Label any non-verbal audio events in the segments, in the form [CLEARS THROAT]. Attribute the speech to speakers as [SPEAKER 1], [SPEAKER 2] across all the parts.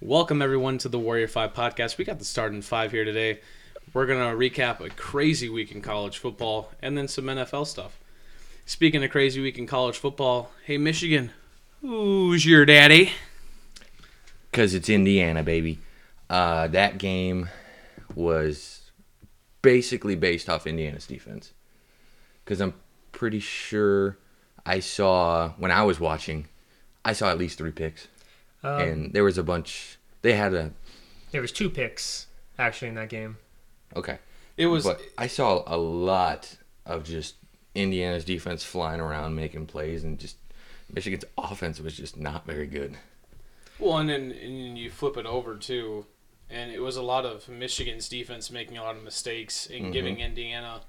[SPEAKER 1] Welcome everyone to the Warrior Five podcast. We got the start in five here today. We're gonna recap a crazy week in college football and then some NFL stuff. Speaking of crazy week in college football, hey Michigan, who's your daddy?
[SPEAKER 2] because it's Indiana, baby. Uh, that game was basically based off Indiana's defense. Because I'm pretty sure I saw, when I was watching, I saw at least three picks.
[SPEAKER 1] Uh,
[SPEAKER 2] and there was a bunch. They had a.
[SPEAKER 3] There was two picks actually in that game.
[SPEAKER 2] Okay.
[SPEAKER 1] It was
[SPEAKER 2] But I saw a lot of just Indiana's defense flying around, making plays, and just Michigan's offense was just not very good.
[SPEAKER 1] Well, and then and you flip it over too, and it was a lot of Michigan's defense making a lot of mistakes and
[SPEAKER 2] Mm-hmm.
[SPEAKER 1] giving Indiana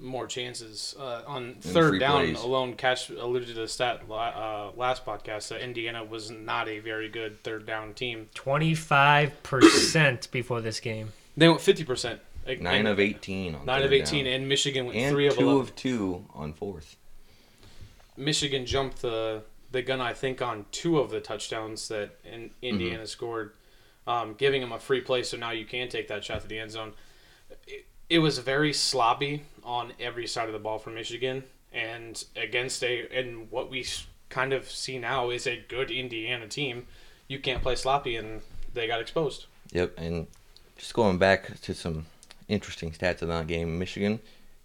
[SPEAKER 1] more chances uh, on third
[SPEAKER 2] free
[SPEAKER 1] down
[SPEAKER 2] plays.
[SPEAKER 1] alone. Cash alluded to the stat la- uh, last podcast that Indiana was not a very good third down team.
[SPEAKER 3] Twenty five percent before this game.
[SPEAKER 1] They went fifty percent.
[SPEAKER 2] Nine of 18 on
[SPEAKER 1] Nine of
[SPEAKER 2] third
[SPEAKER 1] eighteen,
[SPEAKER 2] down.
[SPEAKER 1] and Michigan went
[SPEAKER 2] and
[SPEAKER 1] three of
[SPEAKER 2] two
[SPEAKER 1] eleven.
[SPEAKER 2] of two on fourth.
[SPEAKER 1] Michigan jumped the the gun, I think, on two of the touchdowns that in, Indiana scored, um, giving them a free play. So now you can take that shot to the end zone. It, it was very sloppy on every side of the ball for Michigan, and against a and what we s- kind of see now is a good Indiana team. You can't play sloppy, and they got exposed.
[SPEAKER 2] Yep, and just going back to some interesting stats in that game, Michigan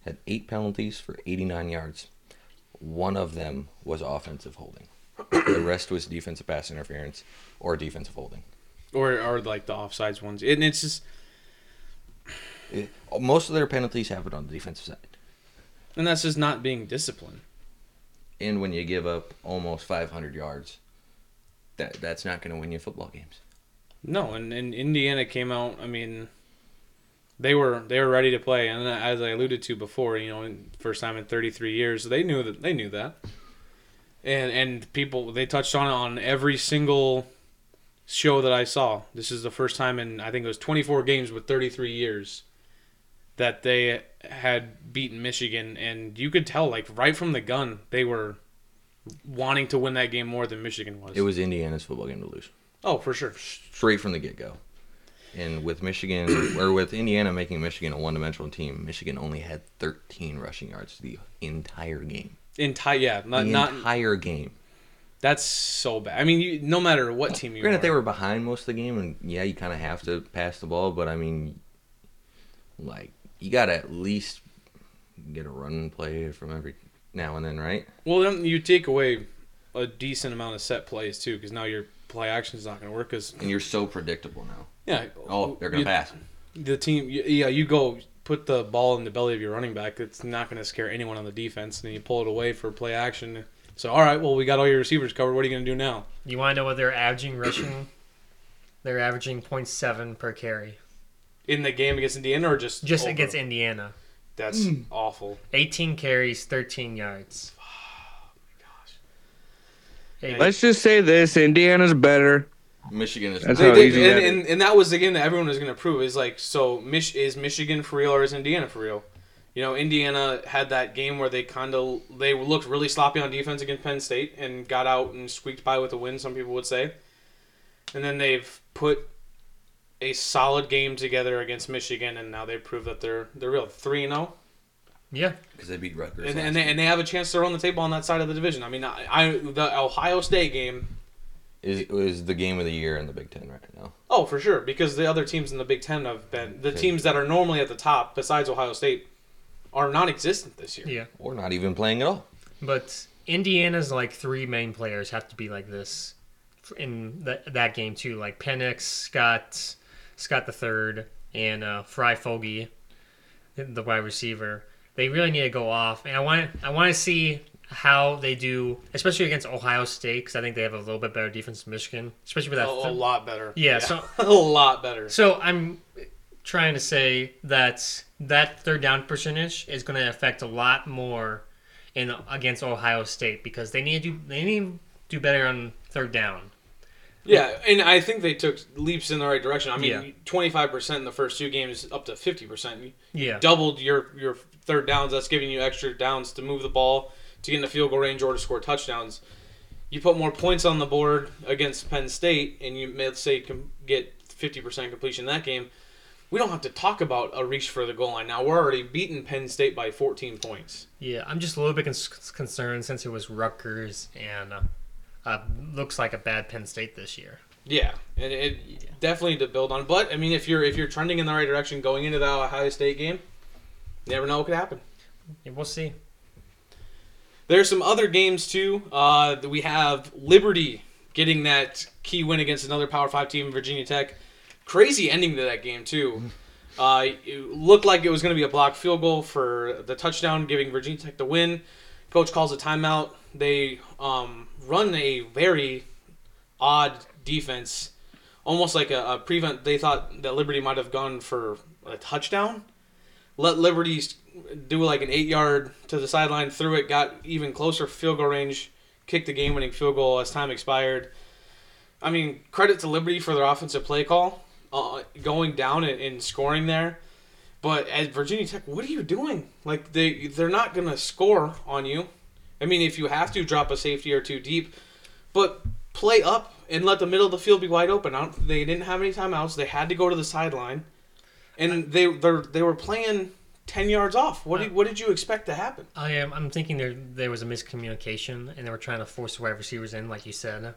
[SPEAKER 2] had eight penalties for 89 yards. One of them was offensive holding. the rest was defensive pass interference or defensive holding.
[SPEAKER 1] Or, or like the offsides ones, and it's just
[SPEAKER 2] It- most of their penalties happened on the defensive side.
[SPEAKER 1] and that's just not being disciplined.
[SPEAKER 2] And when you give up almost 500 yards, that that's not going to win you football games.
[SPEAKER 1] No, and, and Indiana came out. I mean, they were they were ready to play, and as I alluded to before, you know, first time in 33 years, they knew that they knew that, and and people they touched on it on every single show that I saw. This is the first time in I think it was 24 games with 33 years that they had beaten Michigan, and you could tell like right from the gun they were wanting to win that game more than Michigan was.
[SPEAKER 2] It was Indiana's football game to lose.
[SPEAKER 1] oh for sure.
[SPEAKER 2] straight from the get go. And with Michigan, or with Indiana making Michigan a one dimensional team, Michigan only had 13 rushing yards the entire game.
[SPEAKER 1] Entire yeah,
[SPEAKER 2] The
[SPEAKER 1] not not
[SPEAKER 2] entire game.
[SPEAKER 1] That's so bad. I mean, you, no matter what team you
[SPEAKER 2] Granted,
[SPEAKER 1] are,
[SPEAKER 2] they were behind most of the game, and yeah, you kind of have to pass the ball, but I mean, like, you got to at least get a run play from every now and then, right?
[SPEAKER 1] well, then you take away a decent amount of set plays too, because now your play action is not going to work. Because
[SPEAKER 2] And you're so predictable now.
[SPEAKER 1] yeah,
[SPEAKER 2] Oh, they're going
[SPEAKER 1] you-
[SPEAKER 2] to pass.
[SPEAKER 1] The team, you, yeah, you go put the ball in the belly of your running back. It's not going to scare anyone on the defense, and then you pull it away for play action. So all right, well, we got all your receivers covered. What are you going to do now?
[SPEAKER 3] You wanna know what they're averaging rushing? they're averaging 0.7 per carry.
[SPEAKER 1] In the game against Indiana, or just
[SPEAKER 3] Just
[SPEAKER 1] over?
[SPEAKER 3] against Indiana. Mm.
[SPEAKER 1] That's awful.
[SPEAKER 3] Eighteen carries, thirteen yards. Hey,
[SPEAKER 4] Let's just say this: Indiana's better.
[SPEAKER 2] Michigan is.
[SPEAKER 4] That's
[SPEAKER 1] They
[SPEAKER 4] how
[SPEAKER 1] did,
[SPEAKER 4] easy
[SPEAKER 1] and,
[SPEAKER 4] that
[SPEAKER 1] and, and that was the game that everyone was going to prove is like so Mich- is Michigan for real or is Indiana for real? You know, Indiana had that game where they kind of they looked really sloppy on defense against Penn State and got out and squeaked by with a win. Some people would say, and then they've put a solid game together against Michigan, and now they prove that they're they're real three and zero,
[SPEAKER 3] yeah,
[SPEAKER 2] Because they beat Rutgers.
[SPEAKER 1] and
[SPEAKER 2] last
[SPEAKER 1] and they,
[SPEAKER 2] week.
[SPEAKER 1] and they have a chance to run the table on that side of the division. I mean, I, I the Ohio State game
[SPEAKER 2] is, is the game of the year in the Big Ten right now.
[SPEAKER 1] Oh, for sure, because the other teams in the Big Ten have been the teams that are normally at the top, besides Ohio State, are non-existent this year.
[SPEAKER 3] yeah.
[SPEAKER 2] Or not even playing at all.
[SPEAKER 3] But Indiana's like three main players have to be like this in that that game too, like Penix, Scott, Scott the third, and uh, Fry Fogy, the wide receiver. They really need to go off, and I want I want to see how they do, especially against Ohio State, because I think they have a little bit better defense than Michigan, especially with
[SPEAKER 1] A,
[SPEAKER 3] that.
[SPEAKER 1] Oh, a
[SPEAKER 3] th-
[SPEAKER 1] lot better.
[SPEAKER 3] Yeah, so-
[SPEAKER 1] [LAUGHS] a lot better.
[SPEAKER 3] So I'm trying to say that that third down percentage is going to affect a lot more in against Ohio State because they need to do, they need to do better on third down.
[SPEAKER 1] Yeah, and I think they took leaps in the right direction. I
[SPEAKER 3] Yeah.
[SPEAKER 1] mean, twenty-five percent in the first two games, up to fifty percent.
[SPEAKER 3] Yeah.
[SPEAKER 1] doubled your your third downs. That's giving you extra downs to move the ball, to get in the field goal range, or to score touchdowns. you put more points on the board against Penn State, and you let's say com- get fifty percent completion in that game. We don't have to talk about a reach for the goal line now. We're already beating Penn State by 14 points.
[SPEAKER 3] Yeah, I'm just a little bit cons- concerned since it was Rutgers and uh, uh, looks like a bad Penn State this year.
[SPEAKER 1] Yeah, and it definitely to build on. But I mean, if you're if you're trending in the right direction going into that Ohio State game, you never know what could happen.
[SPEAKER 3] Yeah, we'll see.
[SPEAKER 1] There's some other games too. Uh, that we have Liberty getting that key win against another Power Five team, Virginia Tech. Crazy ending to that game too. Uh, it looked like it was going to be a blocked field goal for the touchdown, giving Virginia Tech the win. Coach calls a timeout. They um, run a very odd defense, almost like a, a prevent. They thought that Liberty might have gone for a touchdown. Let Liberty s- do like an eight yard to the sideline, threw it, got even closer field goal range, kicked the game winning field goal as time expired. I mean, credit to Liberty for their offensive play call, uh, going down and, and scoring there. But at Virginia Tech, what are you doing? Like they they're not gonna score on you. I mean, if you have to drop a safety or two deep, but play up and let the middle of the field be wide open. I don't, they didn't have any timeouts. They had to go to the sideline, and they they they were playing ten yards off. What did, what did you expect to happen?
[SPEAKER 3] I am. Oh, I'm thinking there there was a miscommunication, and they were trying to force wide receivers in, like you said.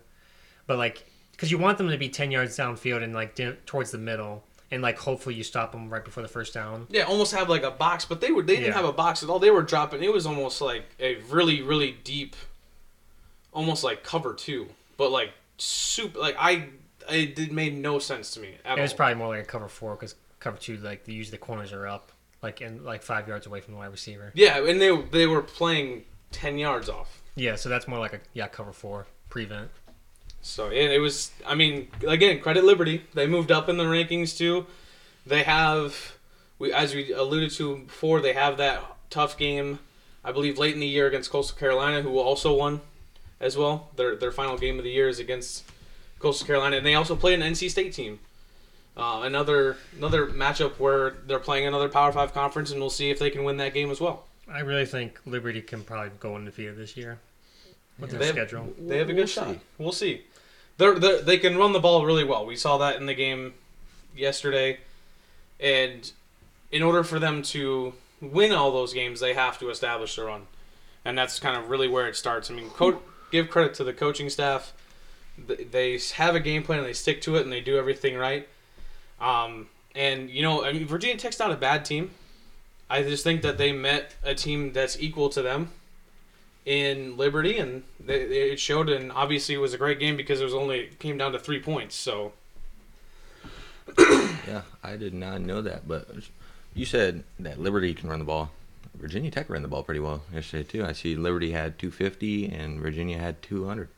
[SPEAKER 3] But like, because you want them to be ten yards downfield and like di- towards the middle, and like hopefully you stop them right before the first down.
[SPEAKER 1] Yeah, almost have like a box, but they were they didn't
[SPEAKER 3] Yeah.
[SPEAKER 1] have a box at all. They were dropping. It was almost like a really really deep, almost like cover two, but like super like I it did, made no sense to me at
[SPEAKER 3] It was
[SPEAKER 1] all.
[SPEAKER 3] probably more like a cover four because cover two, like they usually the corners are up, like and like five yards away from the wide receiver.
[SPEAKER 1] yeah, and they they were playing ten yards off.
[SPEAKER 3] Yeah, so that's more like a yeah cover four prevent.
[SPEAKER 1] So yeah, it was. I mean, again, credit Liberty. They moved up in the rankings too. They have, we as we alluded to before, they have that tough game, I believe, late in the year against Coastal Carolina, who also won as well. Their their final game of the year is against Coastal Carolina, and they also play an NC State team. Uh, another another matchup where they're playing another Power Five conference, and we'll see if they can win that game as well.
[SPEAKER 3] I really think Liberty can probably go undefeated this year with
[SPEAKER 1] They
[SPEAKER 3] their
[SPEAKER 1] have-
[SPEAKER 3] schedule.
[SPEAKER 1] They have a good
[SPEAKER 2] We'll
[SPEAKER 1] shot.
[SPEAKER 2] see.
[SPEAKER 1] We'll see. They're, they're, they can run the ball really well. We saw that in the game yesterday. And in order for them to win all those games, they have to establish the run. And that's kind of really where it starts. I mean, co- give credit to the coaching staff. Th- They have a game plan and they stick to it and they do everything right. Um, and, you know, I mean, Virginia Tech's not a bad team. I just think that they met a team that's equal to them in Liberty, and they, they- it showed. And obviously, it was a great game because it was only it came down to three points. So
[SPEAKER 2] Yeah, I did not know that, but you said that Liberty can run the ball. Virginia Tech ran the ball pretty well yesterday too. I see Liberty had 250 and Virginia had 200.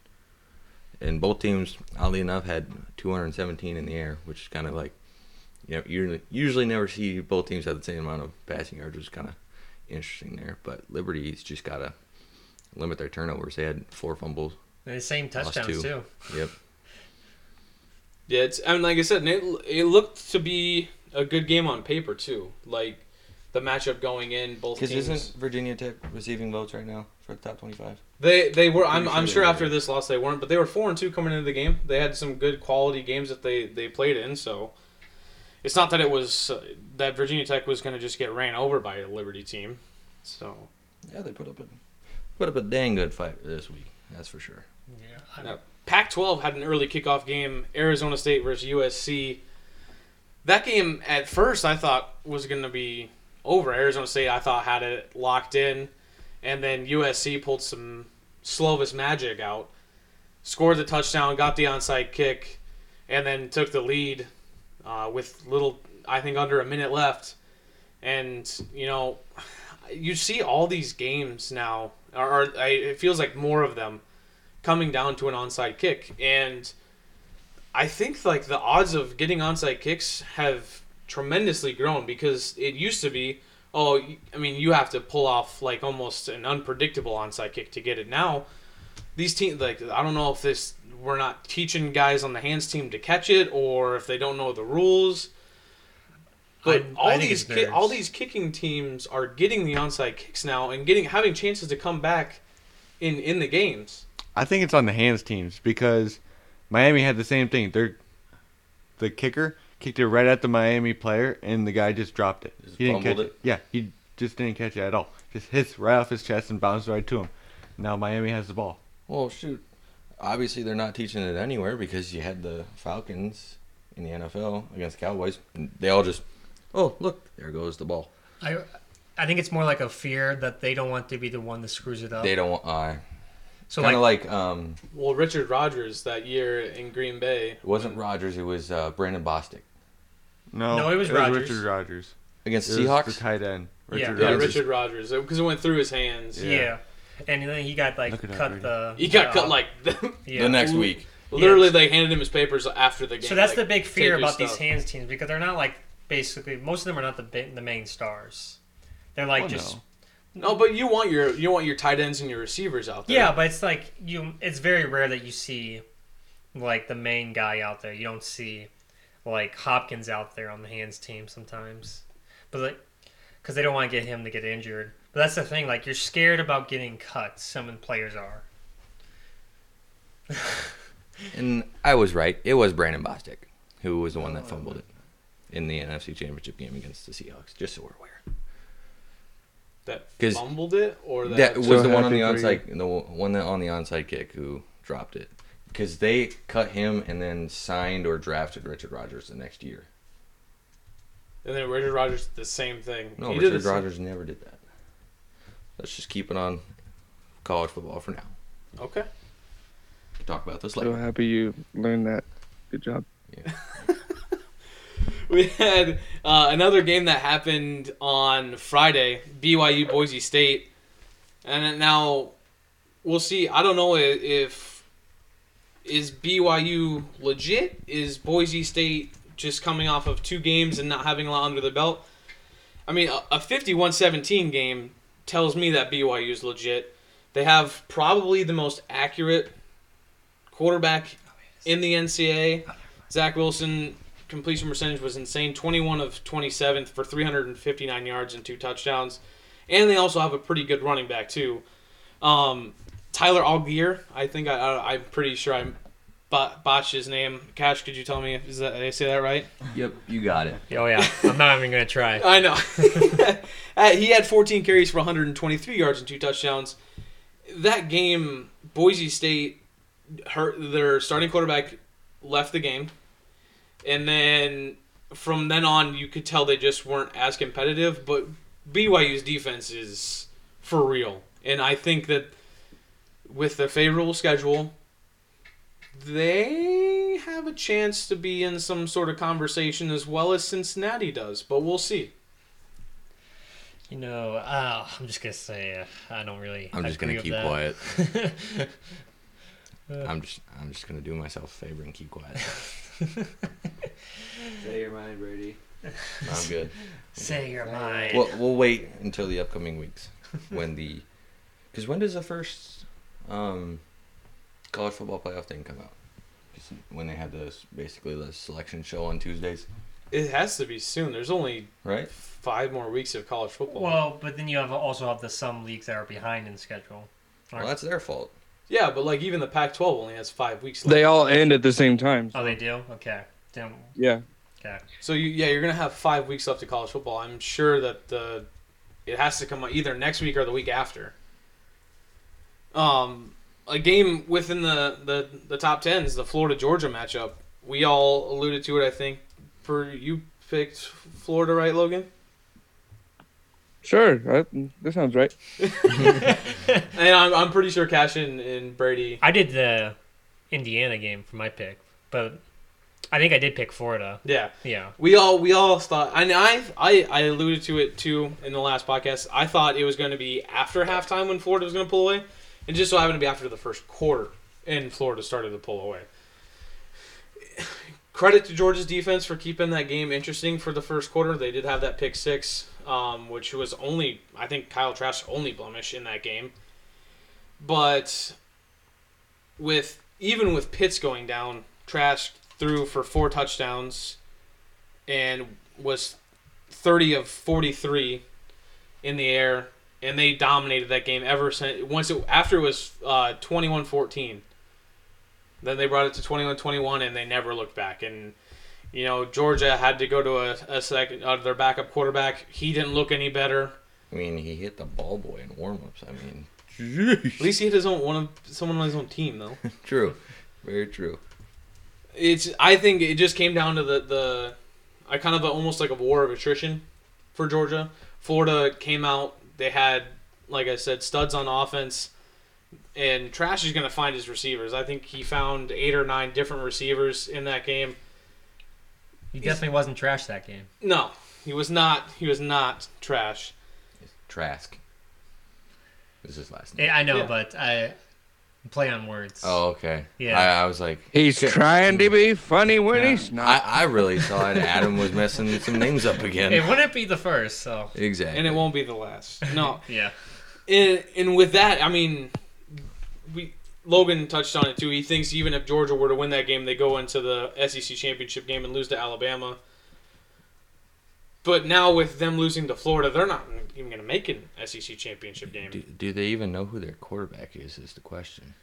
[SPEAKER 2] And both teams, oddly enough, had 217 in the air, which is kind of like, you know, you usually never see both teams have the same amount of passing yards, which is kind of interesting there. But Liberty's just gotta limit their turnovers. They had four fumbles.
[SPEAKER 3] And the same
[SPEAKER 2] Lost two.
[SPEAKER 3] touchdowns too.
[SPEAKER 2] Yep.
[SPEAKER 1] yeah, it's I mean, like I said, and it it looked to be a good game on paper too. Like the matchup going in, both
[SPEAKER 2] Because
[SPEAKER 1] teams.
[SPEAKER 2] isn't Virginia Tech receiving votes right now for the top 25?
[SPEAKER 1] They they were. I'm,
[SPEAKER 2] Pretty
[SPEAKER 1] I'm
[SPEAKER 2] sure
[SPEAKER 1] sure
[SPEAKER 2] they
[SPEAKER 1] after
[SPEAKER 2] were.
[SPEAKER 1] this loss they weren't, but they were four and two coming into the game. They had some good quality games that they they played in. So it's not that it was uh, that Virginia Tech was going to just get ran over by a Liberty team. So
[SPEAKER 2] Yeah, they put up a put up a dang good fight this week. That's for sure.
[SPEAKER 3] Yeah, I-
[SPEAKER 1] No. Pac-12 had an early kickoff game, Arizona State versus USC. That game at first I thought was going to be over. Arizona State I thought had it locked in, and then USC pulled some Slovis magic out, scored the touchdown, got the onside kick, and then took the lead uh, with little I think under a minute left. And you know, you see all these games now, or, or I, it feels like more of them coming down to an onside kick. And I think like the odds of getting onside kicks have tremendously grown because it used to be, oh, y- I mean, you have to pull off like almost an unpredictable onside kick to get it. Now, these teams like I don't know if this we're not teaching guys on the hands team to catch it or if they don't know the rules. But
[SPEAKER 3] I- I
[SPEAKER 1] all
[SPEAKER 3] think
[SPEAKER 1] these
[SPEAKER 3] it's
[SPEAKER 1] ki- all
[SPEAKER 3] nerves.
[SPEAKER 1] these kicking teams are getting the onside kicks now and getting having chances to come back in in the games.
[SPEAKER 5] I think it's on the hands teams because Miami had the same thing. Their the kicker kicked it right at the Miami player, and the guy just dropped it.
[SPEAKER 2] Just
[SPEAKER 5] he didn't catch
[SPEAKER 2] fumbled
[SPEAKER 5] it. Yeah, he just didn't catch it at all. Just hits right off his chest and bounced right to him. Now Miami has the ball.
[SPEAKER 2] Well, shoot. Obviously, they're not teaching it anywhere because you had the Falcons in the NFL against the Cowboys. and They all just, oh, look, there goes the ball.
[SPEAKER 3] I I think it's more like a fear that they don't want to be the one that screws it up.
[SPEAKER 2] They don't want, uh,
[SPEAKER 3] so
[SPEAKER 2] kind of
[SPEAKER 3] like,
[SPEAKER 2] like, um,
[SPEAKER 1] Well, Richard Rodgers that year in Green Bay.
[SPEAKER 2] it wasn't Rodgers, it was uh, Brandon Bostic
[SPEAKER 5] No,
[SPEAKER 3] No, it was Rodgers.
[SPEAKER 5] Richard Rodgers.
[SPEAKER 2] against
[SPEAKER 5] It
[SPEAKER 2] the
[SPEAKER 5] was
[SPEAKER 2] Seahawks.
[SPEAKER 5] the tight end.
[SPEAKER 3] Yeah.
[SPEAKER 5] Richard
[SPEAKER 1] Yeah,
[SPEAKER 5] Rodgers.
[SPEAKER 1] Richard Rodgers because it went through his hands.
[SPEAKER 3] yeah. and then he got like
[SPEAKER 5] Look it up,
[SPEAKER 3] cut
[SPEAKER 5] Brady.
[SPEAKER 3] the.
[SPEAKER 1] He got
[SPEAKER 3] uh,
[SPEAKER 1] cut like [LAUGHS]
[SPEAKER 3] yeah.
[SPEAKER 2] The next week.
[SPEAKER 1] literally. They handed him his papers after the game.
[SPEAKER 3] So that's
[SPEAKER 1] like,
[SPEAKER 3] the big
[SPEAKER 1] take
[SPEAKER 3] fear
[SPEAKER 1] your
[SPEAKER 3] about these
[SPEAKER 1] stuff.
[SPEAKER 3] hands teams because they're not like basically most of them are not the ba- the main stars. They're like
[SPEAKER 5] Oh,
[SPEAKER 3] just
[SPEAKER 5] no.
[SPEAKER 1] No, but you want your you want your tight ends and your receivers out there.
[SPEAKER 3] yeah, but it's like you. It's very rare that you see like the main guy out there. You don't see like Hopkins out there on the hands team sometimes, but like because they don't want to get him to get injured. But that's the thing. Like you're scared about getting cut. Some players are.
[SPEAKER 2] And I was right. It was Brandon Bostic who was the one that fumbled it in the NFC Championship game against the Seahawks, just so we're aware.
[SPEAKER 1] that
[SPEAKER 2] 'Cause-
[SPEAKER 1] fumbled it or that,
[SPEAKER 2] That was the one on
[SPEAKER 5] happy
[SPEAKER 2] the
[SPEAKER 5] for you.
[SPEAKER 2] onside, the one that on the onside kick who dropped it, because they cut him and then signed or drafted Richard Rodgers the next year.
[SPEAKER 1] and then Richard Rodgers did the same thing.
[SPEAKER 2] No,
[SPEAKER 1] He did
[SPEAKER 2] Richard
[SPEAKER 1] the same-
[SPEAKER 2] Rodgers never did that. Let's just keep it on college football for now.
[SPEAKER 1] Okay.
[SPEAKER 2] We'll talk about this
[SPEAKER 4] So
[SPEAKER 2] later.
[SPEAKER 4] happy you learned that. Good job.
[SPEAKER 1] [LAUGHS] We had uh, another game that happened on Friday, BYU Boise State, and then now we'll see. I don't know i- if is BYU legit. Is Boise State just coming off of two games and not having a lot under their belt? I mean, a- a 51-17 game tells me that BYU is legit. They have probably the most accurate quarterback in the NCAA. Zach Wilson completion percentage was insane 21 of 27 for 359 yards and two touchdowns and they also have a pretty good running back too um, tyler algier i think I, I, i'm pretty sure i bot, botched his name cash could you tell me if is that, did i say that right
[SPEAKER 2] Yep, you got it.
[SPEAKER 3] Oh yeah, I'm not even gonna try.
[SPEAKER 1] I know. [LAUGHS] Uh, he had 14 carries for 123 yards and two touchdowns. That game, Boise State, her, their starting quarterback left the game, and then from then on, you could tell they just weren't as competitive. But BYU's defense is for real, and I think that with the favorable schedule, they have a chance to be in some sort of conversation as well as Cincinnati does, but we'll see.
[SPEAKER 3] [LAUGHS] You know, uh, I'm just gonna say uh, I don't really.
[SPEAKER 2] I'm just
[SPEAKER 3] agree
[SPEAKER 2] gonna
[SPEAKER 3] with
[SPEAKER 2] keep
[SPEAKER 3] that.
[SPEAKER 2] quiet. I'm just I'm just gonna do myself a favor and keep
[SPEAKER 5] [LAUGHS]
[SPEAKER 2] quiet.
[SPEAKER 5] Say your mind, Brady.
[SPEAKER 2] I'm good.
[SPEAKER 3] [LAUGHS] Say your mind.
[SPEAKER 2] We'll, we'll wait until the upcoming weeks when the [LAUGHS] because when does the first um, college football playoff thing come out? 'Cause When they have this basically the selection show on Tuesdays,
[SPEAKER 1] It has to be soon. There's only
[SPEAKER 2] right?
[SPEAKER 1] five more weeks of college football.
[SPEAKER 3] Well, but then you have also have the some leagues that are behind in schedule.
[SPEAKER 2] Well, that's their fault.
[SPEAKER 1] yeah, but like even the Pac-12 only has five weeks left.
[SPEAKER 4] They all end at the same time.
[SPEAKER 3] Oh, they do. Okay. Then
[SPEAKER 4] Yeah.
[SPEAKER 3] okay.
[SPEAKER 1] so you, yeah, you're gonna have five weeks left of college football. I'm sure that the it has to come out either next week or the week after. Um, a game within the the the top tens, the Florida Georgia matchup. We all alluded to it, I think. For you picked Florida, right, Logan?
[SPEAKER 4] Sure. That, that sounds right.
[SPEAKER 1] And I'm, I'm pretty sure Cash and, and Brady.
[SPEAKER 3] I did the Indiana game for my pick, but I think I did pick Florida.
[SPEAKER 1] Yeah,
[SPEAKER 3] Yeah.
[SPEAKER 1] we all we all thought, and I I I alluded to it too in the last podcast. I thought it was going to be after halftime when Florida was going to pull away, and just so happened to be after the first quarter, and Florida started to pull away. Credit to Georgia's defense for keeping that game interesting for the first quarter. They did have that pick six, um, which was only I think Kyle Trask's only blemish in that game. But with even with Pitts going down, Trask threw for four touchdowns and was 30 of 43 in the air and they dominated that game ever since once it after it was uh 21-14 then they brought it to 21-21 and they never looked back and you know Georgia had to go to a, a second uh, their backup quarterback he didn't look any better
[SPEAKER 2] I mean, he hit the ball boy in warm-ups. I mean,
[SPEAKER 1] at least he hit his own one of someone on his own team though
[SPEAKER 2] true, very true.
[SPEAKER 1] it's I think it just came down to the the I kind of almost like a war of attrition for Georgia. Florida came out, they had like I said studs on offense and Trash is going to find his receivers. I think he found eight or nine different receivers in that game.
[SPEAKER 3] He definitely wasn't trash that game.
[SPEAKER 1] No, he was not he was not trash.
[SPEAKER 2] Trask is his last name.
[SPEAKER 3] Yeah, I know,
[SPEAKER 1] Yeah.
[SPEAKER 3] but I play on words.
[SPEAKER 2] Oh, okay.
[SPEAKER 3] Yeah.
[SPEAKER 2] I, I was like,
[SPEAKER 4] He's
[SPEAKER 2] Okay.
[SPEAKER 4] trying to be funny when
[SPEAKER 3] Yeah.
[SPEAKER 4] he's not.
[SPEAKER 2] I, I really thought Adam was messing some names up again.
[SPEAKER 3] It wouldn't be the first, so
[SPEAKER 2] exactly.
[SPEAKER 1] And it won't be the last. No.
[SPEAKER 3] yeah.
[SPEAKER 1] and, and with that, I mean, we Logan touched on it too. He thinks even if Georgia were to win that game, they go into the SEC championship game and lose to Alabama. But now with them losing to Florida, they're not even going to make an SEC championship game.
[SPEAKER 2] Do, do they even know who their quarterback is? Is the question.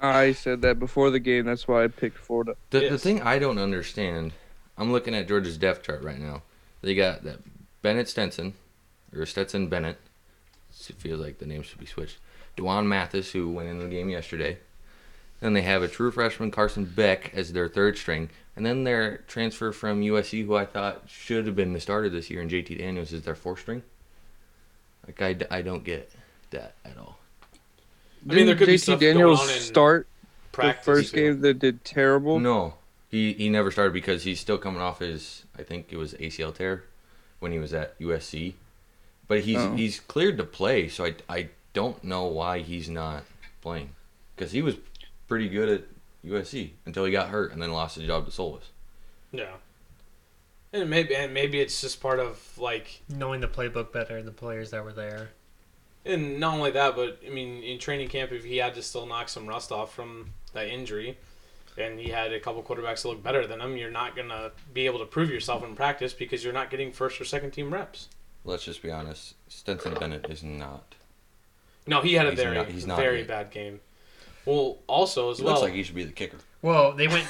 [SPEAKER 4] I said that before the game. That's why I picked Florida.
[SPEAKER 2] The, the
[SPEAKER 1] Yes.
[SPEAKER 2] thing I don't understand, I'm looking at Georgia's depth chart right now. They got that Bennett Stenson, or Stetson Bennett. It feels like the name should be switched. Dewan Mathis, who went in the game yesterday. Then they have a true freshman Carson Beck as their third string, and then their transfer from USC, who I thought should have been the starter this year, and JT Daniels is their fourth string. Like I, d- I don't get that at all.
[SPEAKER 1] I mean, there
[SPEAKER 4] Didn't
[SPEAKER 1] could be
[SPEAKER 4] JT
[SPEAKER 1] stuff going
[SPEAKER 4] Daniels
[SPEAKER 1] on in
[SPEAKER 4] start the
[SPEAKER 1] Practice
[SPEAKER 4] first
[SPEAKER 1] too.
[SPEAKER 4] game that did terrible.
[SPEAKER 2] No, he he never started because he's still coming off his I think it was ACL tear when he was at USC, but he's
[SPEAKER 4] Oh.
[SPEAKER 2] he's cleared to play, so I I don't know why he's not playing because he was pretty good at USC until he got hurt and then lost his job to Solus.
[SPEAKER 1] Yeah. And maybe and maybe it's just part of like
[SPEAKER 3] Knowing the playbook better, the players that were there.
[SPEAKER 1] and not only that, but I mean in training camp if he had to still knock some rust off from that injury and he had a couple quarterbacks that look better than him, you're not gonna be able to prove yourself in practice because you're not getting first or second team reps.
[SPEAKER 2] Let's just be honest, Stenson Bennett is not.
[SPEAKER 1] No, he had a
[SPEAKER 2] He's
[SPEAKER 1] very
[SPEAKER 2] not- he's not
[SPEAKER 1] very
[SPEAKER 2] good.
[SPEAKER 1] bad game. Well also as
[SPEAKER 2] He
[SPEAKER 1] well
[SPEAKER 2] looks like he should be the kicker.
[SPEAKER 3] Well, they
[SPEAKER 2] [LAUGHS]
[SPEAKER 3] went.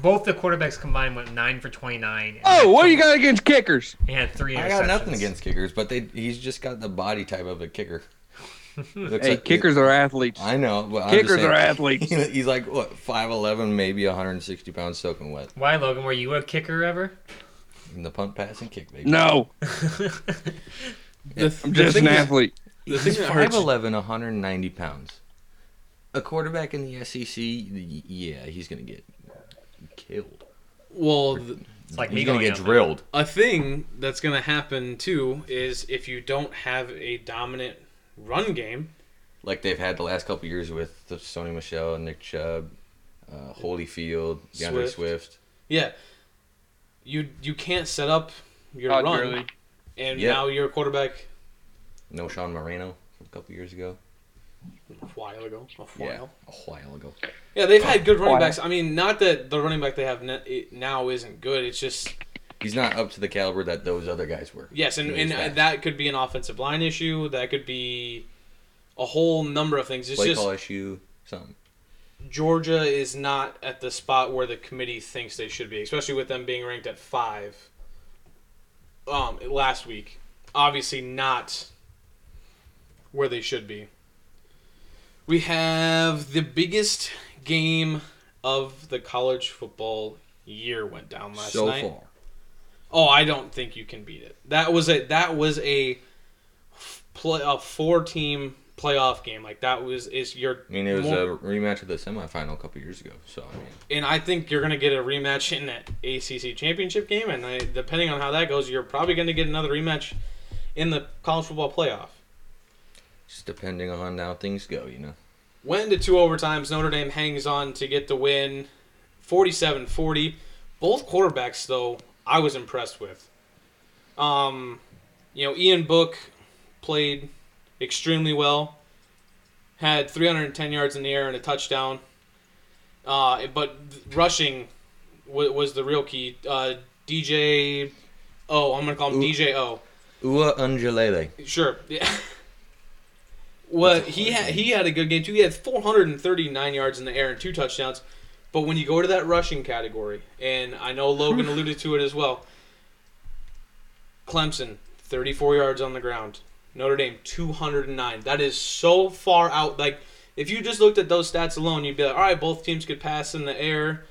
[SPEAKER 3] both the quarterbacks combined went nine for twenty nine.
[SPEAKER 4] Oh, what do you got against kickers?
[SPEAKER 3] And had three.
[SPEAKER 2] I got nothing
[SPEAKER 3] interceptions.
[SPEAKER 2] against kickers, but they he's just got the body type of a kicker. [LAUGHS] Looks
[SPEAKER 4] Hey,
[SPEAKER 2] like-
[SPEAKER 4] kickers are athletes.
[SPEAKER 2] I know. But I'm just
[SPEAKER 4] Kickers
[SPEAKER 2] saying-
[SPEAKER 4] are
[SPEAKER 2] [LAUGHS]
[SPEAKER 4] athletes.
[SPEAKER 2] He- He's like what, five eleven, maybe 160 pounds, soaking wet
[SPEAKER 3] Why, Logan? Were you a kicker ever?
[SPEAKER 2] in the punt, pass, and kick. Baby.
[SPEAKER 4] No,
[SPEAKER 1] the, th-
[SPEAKER 4] I'm
[SPEAKER 1] the
[SPEAKER 4] just
[SPEAKER 1] thing
[SPEAKER 4] an
[SPEAKER 1] that-
[SPEAKER 4] athlete.
[SPEAKER 1] the thing
[SPEAKER 2] [LAUGHS] he's
[SPEAKER 1] that
[SPEAKER 2] 5'11", 190 pounds. A quarterback in the SEC, y- yeah, he's gonna get killed.
[SPEAKER 1] well th-
[SPEAKER 3] It's like me
[SPEAKER 2] he's gonna
[SPEAKER 3] going
[SPEAKER 2] get
[SPEAKER 3] out there.
[SPEAKER 2] drilled.
[SPEAKER 1] a thing that's going to happen too is if you don't have a dominant run game
[SPEAKER 2] Like they've had the last couple years with the Sony Michelle, Nick Chubb, uh, Holyfield, DeAndre
[SPEAKER 1] Swift.
[SPEAKER 2] Swift.
[SPEAKER 1] Yeah. You you can't set up your
[SPEAKER 4] Todd
[SPEAKER 1] run,
[SPEAKER 4] Gurley.
[SPEAKER 1] and
[SPEAKER 2] Oh, Yeah.
[SPEAKER 1] now your quarterback
[SPEAKER 2] no Sean Moreno from a couple years ago.
[SPEAKER 1] a while ago, a
[SPEAKER 2] Yeah,
[SPEAKER 1] while.
[SPEAKER 2] a while ago.
[SPEAKER 1] Yeah, they've had good running
[SPEAKER 4] While.
[SPEAKER 1] backs. I mean, not that the running back they have n- it now isn't good. It's just
[SPEAKER 2] He's not up to the caliber that those other guys were.
[SPEAKER 1] yes, and,
[SPEAKER 2] Really
[SPEAKER 1] and
[SPEAKER 2] fast.
[SPEAKER 1] that could be an offensive line issue. That could be a whole number of things. It's
[SPEAKER 2] play
[SPEAKER 1] just
[SPEAKER 2] call issue, something.
[SPEAKER 1] Georgia is not at the spot where the committee thinks they should be, especially with them being ranked at five. Um, last week, obviously not where they should be. We have the biggest game of the college football year went down last
[SPEAKER 2] so
[SPEAKER 1] night.
[SPEAKER 2] far.
[SPEAKER 1] Oh, I don't think you can beat it. That was a that was a f- play a four team playoff game. Like that was is your
[SPEAKER 2] I mean, it was
[SPEAKER 1] more-
[SPEAKER 2] a rematch of the semifinal a couple years ago. So I mean,
[SPEAKER 1] and I think you're going to get a rematch in that ACC championship game, and I, depending on how that goes, you're probably going to get another rematch in the college football playoff.
[SPEAKER 2] just depending on how things go, you know.
[SPEAKER 1] Went into two overtimes. Notre Dame hangs on to get the win, 47-40. Both quarterbacks, though, I was impressed with. Um, you know, Ian Book played extremely well. Had 310 yards in the air and a touchdown. Uh, but rushing wa was the real key. Uh, DJ O, I'm gonna call him
[SPEAKER 2] Ooh.
[SPEAKER 1] DJ O.
[SPEAKER 2] Ua Unjalele.
[SPEAKER 1] Sure. Yeah. [LAUGHS] Well, he had, he had a good game too. He had 439 yards in the air and two touchdowns. But when you go to that rushing category, and I know [LAUGHS] Logan alluded to it as well, Clemson 34 yards on the ground. Notre Dame 209. That is so far out. Like if you just looked at those stats alone, you'd be like, all right, both teams could pass in the air,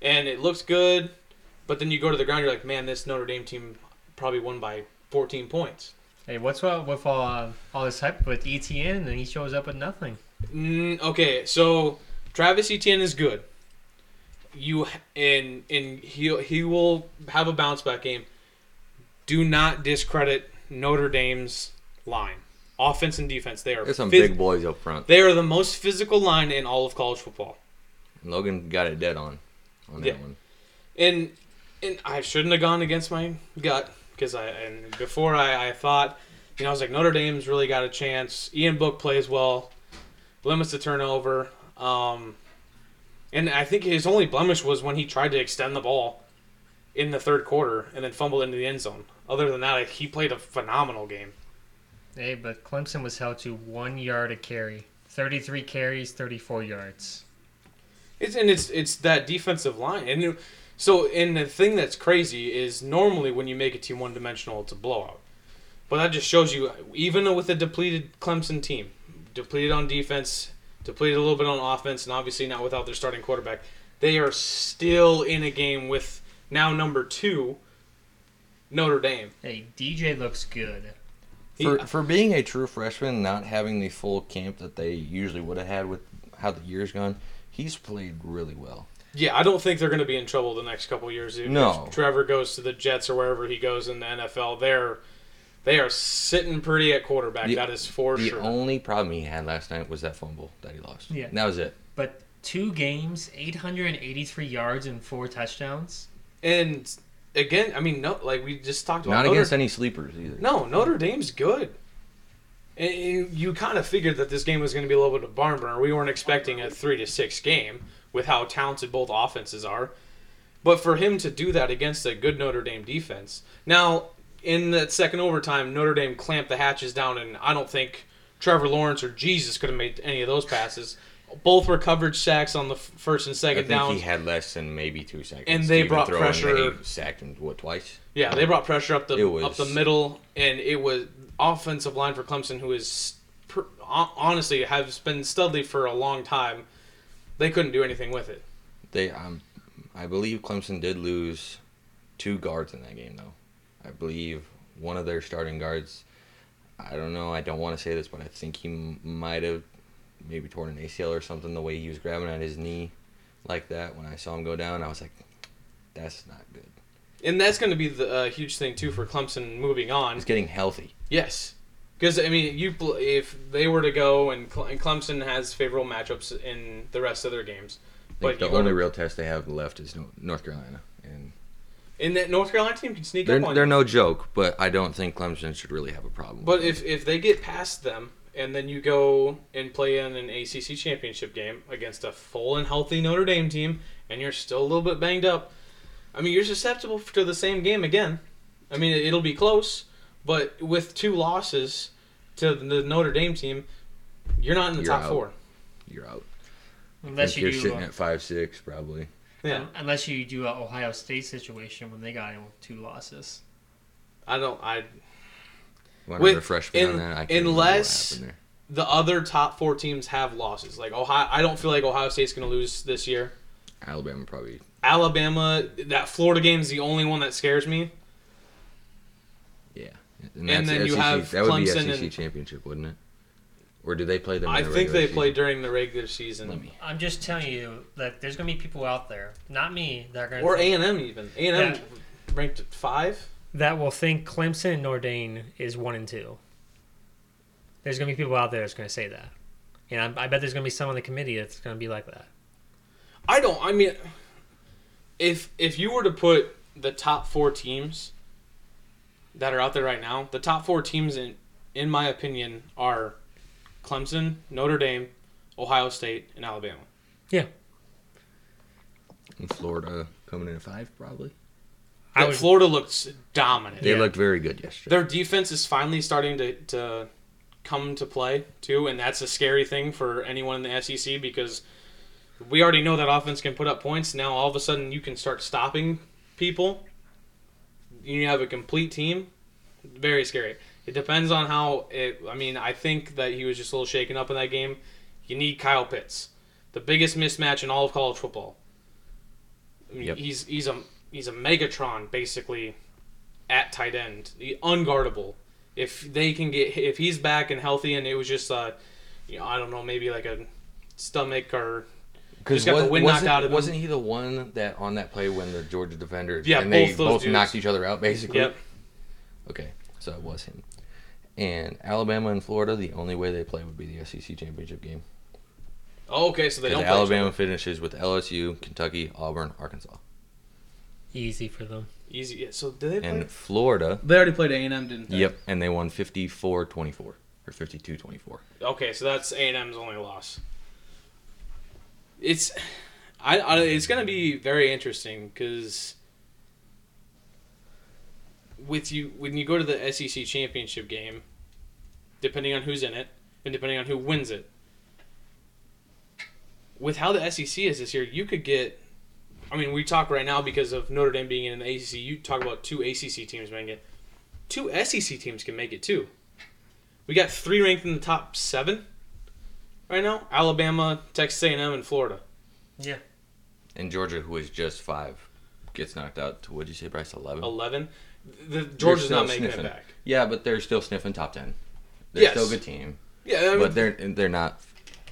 [SPEAKER 1] and it looks good. But then you go to the ground, you're like, man, this Notre Dame team probably won by 14 points.
[SPEAKER 3] Hey, what's up with all, all this hype with ETN and he shows up with nothing?
[SPEAKER 1] Mm, okay, so Travis Etienne is good. You h- and and he he will have a bounce back game. Do not discredit Notre Dame's line, offense and defense. They are
[SPEAKER 2] There's some
[SPEAKER 1] phys-
[SPEAKER 2] big boys up front.
[SPEAKER 1] They are the most physical line in all of college football.
[SPEAKER 2] Logan got it dead on on that
[SPEAKER 1] Yeah.
[SPEAKER 2] one.
[SPEAKER 1] And and I shouldn't have gone against my gut because I and before I, I thought, you know, I was like Notre Dame's really got a chance. Ian Book plays well, limits the turnover. Um, and I think his only blemish was when he tried to extend the ball in the third quarter and then fumbled into the end zone. Other than that, like, he played a phenomenal game.
[SPEAKER 3] Hey, but Clemson was held to one yard a carry. 33 carries, 34 yards.
[SPEAKER 1] It's and it's it's that defensive line, and so and the thing that's crazy is normally when you make a team one dimensional, it's a blowout. But that just shows you, even with a depleted Clemson team, depleted on defense, depleted a little bit on offense, and obviously not without their starting quarterback, they are still in a game with now number two, Notre Dame.
[SPEAKER 3] Hey, DJ looks good.
[SPEAKER 1] He-
[SPEAKER 2] for for being a true freshman, not having the full camp that they usually would have had with how the year's gone, he's played really well.
[SPEAKER 1] Yeah, I don't think they're going to be in trouble the next couple of years. If
[SPEAKER 2] No.
[SPEAKER 1] Trevor goes to the Jets or wherever he goes in the NFL, they're they are sitting pretty at quarterback.
[SPEAKER 2] The-
[SPEAKER 1] that is for
[SPEAKER 2] the
[SPEAKER 1] sure.
[SPEAKER 2] only problem he had last night was that fumble that he lost.
[SPEAKER 3] Yeah.
[SPEAKER 2] And that was it.
[SPEAKER 3] But two games, 883 yards and four touchdowns.
[SPEAKER 1] and again, I mean, no, like we just talked about.
[SPEAKER 2] Not
[SPEAKER 1] Notre,
[SPEAKER 2] against any sleepers either.
[SPEAKER 1] No, Notre Dame's good. And and you kind of figured that this game was going to be a little bit of a barn burner. We weren't expecting a three to six game with how talented both offenses are. But for him to do that against a good Notre Dame defense, now in that second overtime, Notre Dame clamped the hatches down, and I don't think Trevor Lawrence or Jesus could have made any of those passes. Both were coverage sacks on the f- first and
[SPEAKER 2] I
[SPEAKER 1] second
[SPEAKER 2] think
[SPEAKER 1] down.
[SPEAKER 2] he had less than maybe two seconds.
[SPEAKER 1] And
[SPEAKER 2] to
[SPEAKER 1] they
[SPEAKER 2] even
[SPEAKER 1] brought
[SPEAKER 2] throw, and
[SPEAKER 1] pressure-
[SPEAKER 2] They sacked him what twice?
[SPEAKER 1] Yeah, they brought pressure up the
[SPEAKER 2] It was-
[SPEAKER 1] up the middle, and it was offensive line for Clemson, who is per, hon- honestly has been studly for a long time. They couldn't do anything with it.
[SPEAKER 2] They, um, I believe Clemson did lose two guards in that game, though. I believe one of their starting guards. I don't know. I don't want to say this, but I think he m- might have maybe torn an ACL or something. The way he was grabbing at his knee, like that. When I saw him go down, I was like, "That's not good."
[SPEAKER 1] And that's going to be the uh, huge thing too for Clemson moving on.
[SPEAKER 2] He's getting healthy.
[SPEAKER 1] Yes, because I mean, you pl- if they were to go and, Cle- and Clemson has favorable matchups in the rest of their games,
[SPEAKER 2] I
[SPEAKER 1] but
[SPEAKER 2] think
[SPEAKER 1] you
[SPEAKER 2] the
[SPEAKER 1] go
[SPEAKER 2] only
[SPEAKER 1] to,
[SPEAKER 2] real test they have left is Nor- North Carolina, and
[SPEAKER 1] and that North Carolina team can sneak
[SPEAKER 2] they're
[SPEAKER 1] up on
[SPEAKER 2] they're
[SPEAKER 1] you.
[SPEAKER 2] no joke. But I don't think Clemson should really have a problem.
[SPEAKER 1] But if if they get past them and then you go and play in an ACC championship game against a full and healthy Notre Dame team, and you're still a little bit banged up, I mean you're susceptible to the same game again. I mean it- it'll be close, but with two losses to the Notre Dame team, you're not in the
[SPEAKER 2] You're
[SPEAKER 1] top
[SPEAKER 2] out.
[SPEAKER 1] four.
[SPEAKER 2] you're out.
[SPEAKER 3] Unless
[SPEAKER 2] If
[SPEAKER 3] you
[SPEAKER 2] you're
[SPEAKER 3] do,
[SPEAKER 2] sitting
[SPEAKER 3] uh,
[SPEAKER 2] at five six, probably.
[SPEAKER 1] Yeah,
[SPEAKER 3] unless you do a Ohio State situation when they got two losses.
[SPEAKER 1] I don't. I
[SPEAKER 2] Want
[SPEAKER 1] With-
[SPEAKER 2] to refresh me
[SPEAKER 1] in-
[SPEAKER 2] on that? I can't
[SPEAKER 1] unless-
[SPEAKER 2] remember what happened
[SPEAKER 1] the other top four teams have losses. Like Ohio, I don't feel like Ohio State's going to lose this year.
[SPEAKER 2] there. Alabama probably.
[SPEAKER 1] Alabama, that Florida game is the only one that scares me.
[SPEAKER 2] Yeah.
[SPEAKER 1] And
[SPEAKER 2] that's
[SPEAKER 1] then you
[SPEAKER 2] SEC
[SPEAKER 1] have
[SPEAKER 2] that would be
[SPEAKER 1] Clemson
[SPEAKER 2] SEC
[SPEAKER 1] and-
[SPEAKER 2] championship, wouldn't it? Or do they play them? in
[SPEAKER 1] I
[SPEAKER 2] the
[SPEAKER 1] think
[SPEAKER 2] regular
[SPEAKER 1] they
[SPEAKER 2] season?
[SPEAKER 1] play during the regular season.
[SPEAKER 2] Let me.
[SPEAKER 3] I'm just telling you that there's going to be people out there, not me, that are going to
[SPEAKER 1] Or A and M even. A and M
[SPEAKER 3] Yeah.
[SPEAKER 1] ranked at five.
[SPEAKER 3] that will think Clemson and Nordane is one and two. There's going to be people out there that's going to say that. And I, I bet there's going to be some on the committee that's going to be like that.
[SPEAKER 1] I don't. I mean, if if you were to put the top four teams that are out there right now, the top four teams in in my opinion are Clemson, Notre Dame, Ohio State, and Alabama.
[SPEAKER 2] And Florida coming in at five, probably.
[SPEAKER 3] I
[SPEAKER 1] I
[SPEAKER 3] was-
[SPEAKER 1] Florida looks dominant.
[SPEAKER 2] They
[SPEAKER 3] Yeah.
[SPEAKER 2] looked very good yesterday.
[SPEAKER 1] Their defense is finally starting to, to come to play too, and that's a scary thing for anyone in the SEC because we already know that offense can put up points. Now all of a sudden you can start stopping people. You have a complete team. Very scary. It depends on how it. I mean, I think that he was just a little shaken up in that game. You need Kyle Pitts, the biggest mismatch in all of college football. I mean,
[SPEAKER 2] Yep.
[SPEAKER 1] he's he's a he's a Megatron basically at tight end, the unguardable. If they can get if he's back and healthy, and it was just uh, you know, I don't know, maybe like a stomach or
[SPEAKER 2] Because
[SPEAKER 1] Just got the wind knocked
[SPEAKER 2] wasn't,
[SPEAKER 1] out of him.
[SPEAKER 2] wasn't he the one that on that play when the Georgia defender
[SPEAKER 1] Yeah,
[SPEAKER 2] and they
[SPEAKER 1] both
[SPEAKER 2] both,
[SPEAKER 1] those dudes.
[SPEAKER 2] knocked each other out basically?
[SPEAKER 1] yep.
[SPEAKER 2] Okay, so it was him. And Alabama and Florida, the only way they play would be the SEC championship game.
[SPEAKER 1] Oh, okay, so they
[SPEAKER 2] Because
[SPEAKER 1] don't.
[SPEAKER 2] Alabama finishes with LSU, Kentucky, Auburn, Arkansas,
[SPEAKER 3] Easy for them.
[SPEAKER 1] play easy. Yeah, so did they play?
[SPEAKER 2] and Florida.
[SPEAKER 1] they already played A and M, didn't they?
[SPEAKER 2] Yep, and they won 54-24 or 52-24.
[SPEAKER 1] Okay, so that's A and M's only loss. It's, I, I it's gonna be very interesting because with you when you go to the SEC championship game, depending on who's in it and depending on who wins it, with how the SEC is this year, you could get. I mean, we talk right now because of Notre Dame being in the ACC. You talk about two ACC teams making it. Two SEC teams can make it too. We got three ranked in the top seven right now: Alabama, Texas A&M, and Florida.
[SPEAKER 2] And Georgia, who is just five, gets knocked out to what'd you say, Bryce? Eleven.
[SPEAKER 1] Eleven. The Georgia's
[SPEAKER 2] still
[SPEAKER 1] not making
[SPEAKER 2] sniffing.
[SPEAKER 1] it back.
[SPEAKER 2] Yeah, but they're still sniffing top ten. They're
[SPEAKER 1] Yes.
[SPEAKER 2] still a good team,
[SPEAKER 1] Yeah, I mean,
[SPEAKER 2] but they're they're not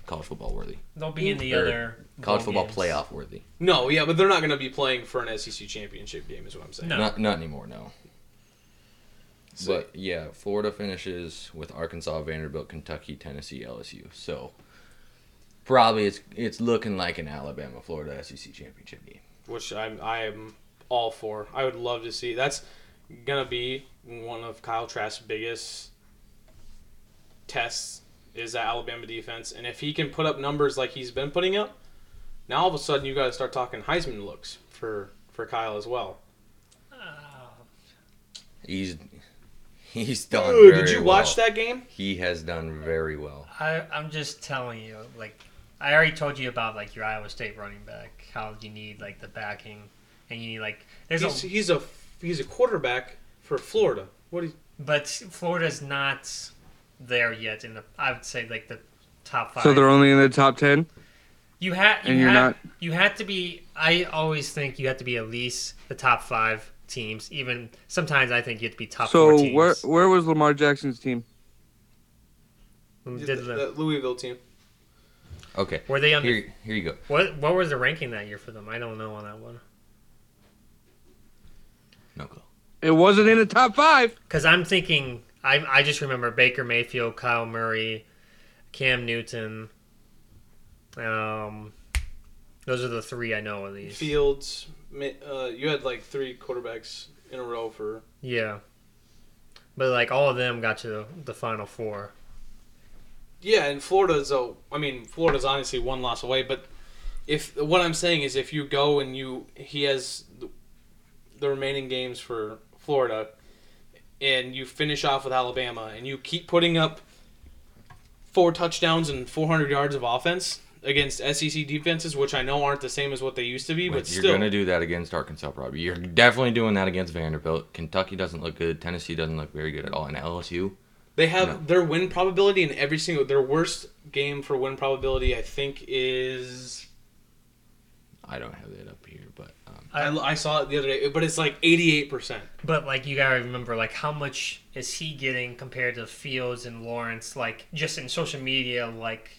[SPEAKER 2] college football worthy.
[SPEAKER 3] They'll be in the
[SPEAKER 2] Or
[SPEAKER 3] other
[SPEAKER 2] College
[SPEAKER 3] bowl
[SPEAKER 2] football
[SPEAKER 3] games.
[SPEAKER 2] playoff worthy.
[SPEAKER 1] no, yeah, but they're not going to be playing for an SEC championship game, is what I'm saying.
[SPEAKER 3] No.
[SPEAKER 2] Not not anymore. No.
[SPEAKER 1] So-
[SPEAKER 2] But yeah, Florida finishes with Arkansas, Vanderbilt, Kentucky, Tennessee, LSU. So probably it's it's looking like an Alabama Florida SEC championship game.
[SPEAKER 1] Which I'm I am all for. I would love to see. That's gonna be one of Kyle Trask's biggest tests is that Alabama defense, and if he can put up numbers like he's been putting up, now all of a sudden you got to start talking Heisman looks for for Kyle as well.
[SPEAKER 3] Uh,
[SPEAKER 2] He's he's done.
[SPEAKER 1] Dude,
[SPEAKER 2] very
[SPEAKER 1] did you watch
[SPEAKER 2] well.
[SPEAKER 1] that game?
[SPEAKER 2] He has done very well.
[SPEAKER 3] I, I'm just telling you, like, I already told you about like your Iowa State running back, how you need like the backing, and you need like there's
[SPEAKER 1] He's,
[SPEAKER 3] a
[SPEAKER 1] he's a he's a quarterback for Florida. What do you,
[SPEAKER 3] but Florida's not there yet in the I would say like the top five.
[SPEAKER 4] So they're only in the top ten.
[SPEAKER 3] You had you
[SPEAKER 4] And you're
[SPEAKER 3] had,
[SPEAKER 4] not-
[SPEAKER 3] you had to be. I always think you had to be at least the top five teams. Even sometimes I think you have to be top four
[SPEAKER 4] So
[SPEAKER 3] teams.
[SPEAKER 4] where where was Lamar Jackson's team?
[SPEAKER 3] Who
[SPEAKER 1] the,
[SPEAKER 3] did the-
[SPEAKER 1] the Louisville team?
[SPEAKER 2] Okay.
[SPEAKER 3] were they on? the-
[SPEAKER 2] Here here you go.
[SPEAKER 3] what what was the ranking that year for them? I don't know on that one.
[SPEAKER 2] No clue.
[SPEAKER 4] It wasn't in the top five.
[SPEAKER 3] Because I'm thinking, I I just remember Baker Mayfield, Kyle Murray, Cam Newton. Um, those are the three I know of these.
[SPEAKER 1] Fields. Mi- Uh, you had like three quarterbacks in a row for.
[SPEAKER 3] Yeah, but like all of them got to the, the final four.
[SPEAKER 1] Yeah, and Florida's a. I mean, Florida's honestly one loss away. But if what I'm saying is, if you go and you he has the, the remaining games for Florida, and you finish off with Alabama, and you keep putting up four touchdowns and 400 yards of offense against SEC defenses, which I know aren't the same as what they used to be, but
[SPEAKER 2] Wait, you're
[SPEAKER 1] still.
[SPEAKER 2] gonna do that against Arkansas, probably. You're definitely doing that against Vanderbilt. Kentucky doesn't look good. Tennessee doesn't look very good at all. And LSU,
[SPEAKER 1] They have
[SPEAKER 2] No.
[SPEAKER 1] their win probability in every single their worst game for win probability. I think is
[SPEAKER 2] I don't have that up here, but um,
[SPEAKER 1] I, I saw it the other day, but it's like eighty eight percent.
[SPEAKER 3] But like you gotta remember, like how much is he getting compared to Fields and Lawrence? Like just in social media, like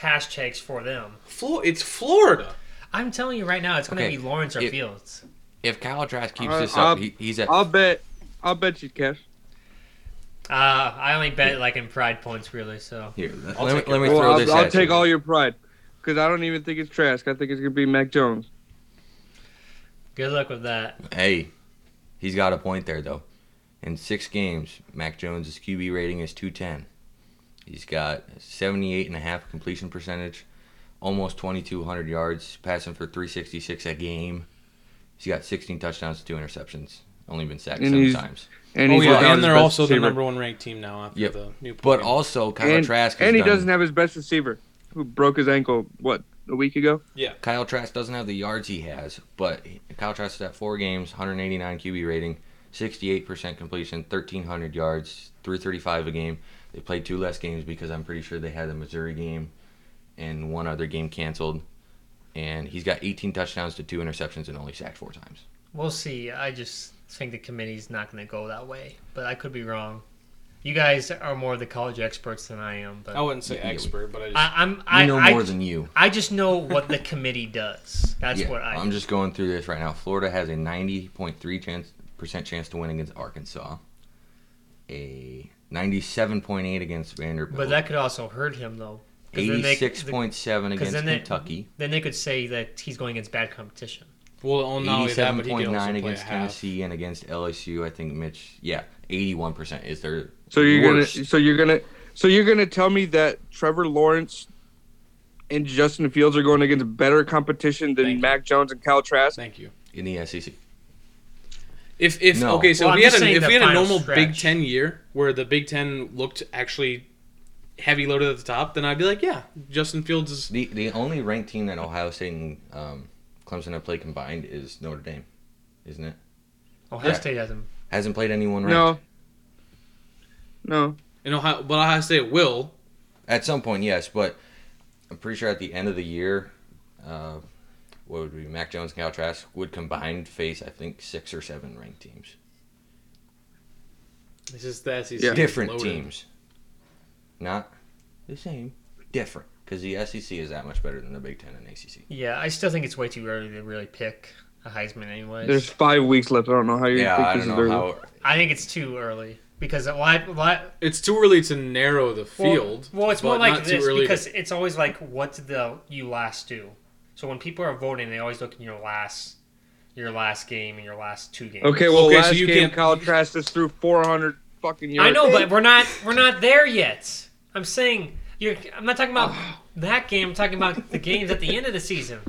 [SPEAKER 3] hashtags for them.
[SPEAKER 1] Flo- it's Florida.
[SPEAKER 3] I'm telling you right now, it's gonna
[SPEAKER 2] Okay.
[SPEAKER 3] be Lawrence or
[SPEAKER 2] It-
[SPEAKER 3] Fields.
[SPEAKER 2] if Kyle Trask keeps
[SPEAKER 4] Uh,
[SPEAKER 2] this up,
[SPEAKER 4] I'll-
[SPEAKER 2] he, he's at
[SPEAKER 4] I'll bet. I'll bet you, Cash.
[SPEAKER 3] Uh, I only bet like in pride points, really. So
[SPEAKER 2] here. Let,
[SPEAKER 1] I'll
[SPEAKER 2] let
[SPEAKER 1] take
[SPEAKER 2] me, let me
[SPEAKER 4] Well,
[SPEAKER 2] throw this.
[SPEAKER 4] I'll, I'll
[SPEAKER 2] at
[SPEAKER 4] take
[SPEAKER 2] you.
[SPEAKER 4] all your pride because I don't even think it's Trask. I think it's gonna be Mac Jones.
[SPEAKER 3] good luck with that.
[SPEAKER 2] Hey, he's got a point there though. In six games, Mac Jones' QB rating is 210. He's got 78 and a half completion percentage, almost 2,200 yards, passing for 366 a game. He's got 16 touchdowns, two interceptions. Only been sacked
[SPEAKER 4] And
[SPEAKER 2] seven
[SPEAKER 4] he's-
[SPEAKER 2] times.
[SPEAKER 4] And
[SPEAKER 1] Oh
[SPEAKER 4] he's
[SPEAKER 1] yeah,
[SPEAKER 4] without his
[SPEAKER 1] and they're
[SPEAKER 4] best
[SPEAKER 1] also the
[SPEAKER 4] receiver.
[SPEAKER 1] number one ranked team now after
[SPEAKER 2] Yep.
[SPEAKER 1] the new.
[SPEAKER 2] But
[SPEAKER 1] game.
[SPEAKER 2] also Kyle
[SPEAKER 4] and,
[SPEAKER 2] Trask. has
[SPEAKER 4] and he
[SPEAKER 2] done-
[SPEAKER 4] doesn't have his best receiver, who broke his ankle what a week ago.
[SPEAKER 2] Kyle Trask doesn't have the yards he has, but Kyle Trask is at four games, 189 QB rating, 68% completion, 1,300 yards, 335 a game. They played two less games because I'm pretty sure they had a Missouri game and one other game canceled. And he's got 18 touchdowns to two interceptions and only sacked four times.
[SPEAKER 3] We'll see. I just think the committee's not going to go that way, but I could be wrong. You guys are more of the college experts than I am, but
[SPEAKER 1] I wouldn't say
[SPEAKER 2] Yeah.
[SPEAKER 1] expert, but I just
[SPEAKER 3] I, I'm.
[SPEAKER 2] I
[SPEAKER 3] I
[SPEAKER 2] know
[SPEAKER 3] I,
[SPEAKER 2] more than you.
[SPEAKER 3] I just know what the committee does. That's
[SPEAKER 2] yeah,
[SPEAKER 3] what I.
[SPEAKER 2] I'm just going through this right now. Florida has a 90.3 chance, percent chance to win against Arkansas, a 97.8 against Vanderbilt.
[SPEAKER 3] but that could also hurt him though. 'cause then they-
[SPEAKER 2] Eighty-six point seven
[SPEAKER 3] 'cause
[SPEAKER 2] against
[SPEAKER 3] then they-
[SPEAKER 2] Kentucky.
[SPEAKER 3] Then they could say that he's going against bad competition.
[SPEAKER 1] well, oh, not only that,
[SPEAKER 2] Eighty-seven
[SPEAKER 1] but he
[SPEAKER 2] point
[SPEAKER 1] can also
[SPEAKER 2] nine
[SPEAKER 1] play
[SPEAKER 2] against
[SPEAKER 1] a half.
[SPEAKER 2] Tennessee and against LSU. I think Mitch. Yeah, eighty-one percent is their.
[SPEAKER 4] So you're
[SPEAKER 2] worst.
[SPEAKER 4] gonna, so you're gonna, so you're gonna tell me that Trevor Lawrence and Justin Fields are going against better competition than
[SPEAKER 1] Thank you.
[SPEAKER 4] Mac Jones and Kyle Trask?
[SPEAKER 1] Thank you.
[SPEAKER 2] in the E SEC.
[SPEAKER 1] If if
[SPEAKER 2] No.
[SPEAKER 1] okay, so
[SPEAKER 3] Well,
[SPEAKER 1] if we
[SPEAKER 3] I'm
[SPEAKER 1] had
[SPEAKER 3] just
[SPEAKER 1] a,
[SPEAKER 3] saying
[SPEAKER 1] if
[SPEAKER 3] the
[SPEAKER 1] we had a
[SPEAKER 3] final
[SPEAKER 1] normal Big
[SPEAKER 3] stretch.
[SPEAKER 1] Ten year where the Big Ten looked actually heavy loaded at the top, then I'd be like, yeah, Justin Fields is
[SPEAKER 2] The the only ranked team that Ohio State and um, Clemson have played combined is Notre Dame, isn't it?
[SPEAKER 3] Ohio
[SPEAKER 2] Yeah.
[SPEAKER 3] State has him.
[SPEAKER 2] Hasn't played anyone ranked.
[SPEAKER 4] No, no.
[SPEAKER 1] in Ohio, but Ohio State will.
[SPEAKER 2] At some point, yes, but I'm pretty sure at the end of the year, uh, what would be Mac Jones and Cal Trask would combined face I think six or seven ranked teams,
[SPEAKER 1] This is the SEC.
[SPEAKER 4] Yeah.
[SPEAKER 1] is
[SPEAKER 2] different
[SPEAKER 1] loaded.
[SPEAKER 2] teams, not the same, different because the SEC is that much better than the Big Ten and ACC.
[SPEAKER 3] Yeah, I still think it's way too early to really pick a Heisman, anyways.
[SPEAKER 4] There's five weeks left. I don't know how you
[SPEAKER 2] Yeah,
[SPEAKER 4] think
[SPEAKER 2] I
[SPEAKER 4] this
[SPEAKER 2] don't
[SPEAKER 4] is
[SPEAKER 2] know
[SPEAKER 4] early.
[SPEAKER 2] how.
[SPEAKER 3] I think it's too early because a lot, a lot
[SPEAKER 1] It's too early to narrow the field.
[SPEAKER 3] Well, well it's more
[SPEAKER 1] but
[SPEAKER 3] like
[SPEAKER 1] not too
[SPEAKER 3] this
[SPEAKER 1] early to-
[SPEAKER 3] because it's always like, what did the you last do? So when people are voting, they always look in your last, your last game and your last two games.
[SPEAKER 4] Okay, well,
[SPEAKER 1] Okay, so
[SPEAKER 4] last
[SPEAKER 1] you
[SPEAKER 4] game
[SPEAKER 1] can't-
[SPEAKER 4] Kyle Trask just threw 400 fucking yards.
[SPEAKER 3] I
[SPEAKER 1] [LAUGHS]
[SPEAKER 3] know, but we're not we're not there yet. I'm saying you're. I'm not talking
[SPEAKER 1] [SIGHS]
[SPEAKER 3] about that game. I'm talking about the games at the end of the season,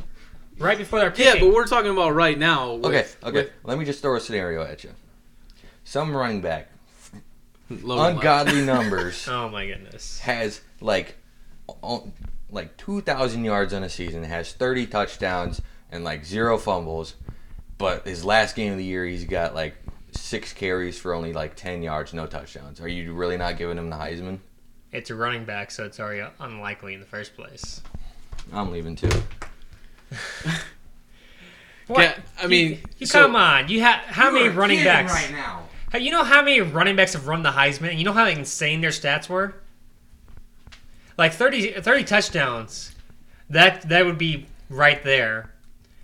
[SPEAKER 3] right before they're
[SPEAKER 1] yeah,
[SPEAKER 3] picking.
[SPEAKER 1] but we're talking about right now. with-
[SPEAKER 2] Okay, okay.
[SPEAKER 1] with
[SPEAKER 2] Let me just throw a scenario at you. Some running back,
[SPEAKER 1] loaded
[SPEAKER 2] ungodly numbers.
[SPEAKER 3] oh my goodness.
[SPEAKER 2] has like o- like 2000 yards on a season has 30 touchdowns and like zero fumbles but his last game of the year he's got like six carries for only like 10 yards no touchdowns are you really not giving him the heisman
[SPEAKER 3] It's a running back, so it's already unlikely in the first place.
[SPEAKER 2] i'm leaving too
[SPEAKER 3] What?
[SPEAKER 1] I mean,
[SPEAKER 3] you, you
[SPEAKER 1] so-
[SPEAKER 3] come on. You have how many running backs?
[SPEAKER 2] now
[SPEAKER 3] Hey, You know how many running backs have run the Heisman? And you know how insane their stats were? Like 30, 30 touchdowns. That that would be right there,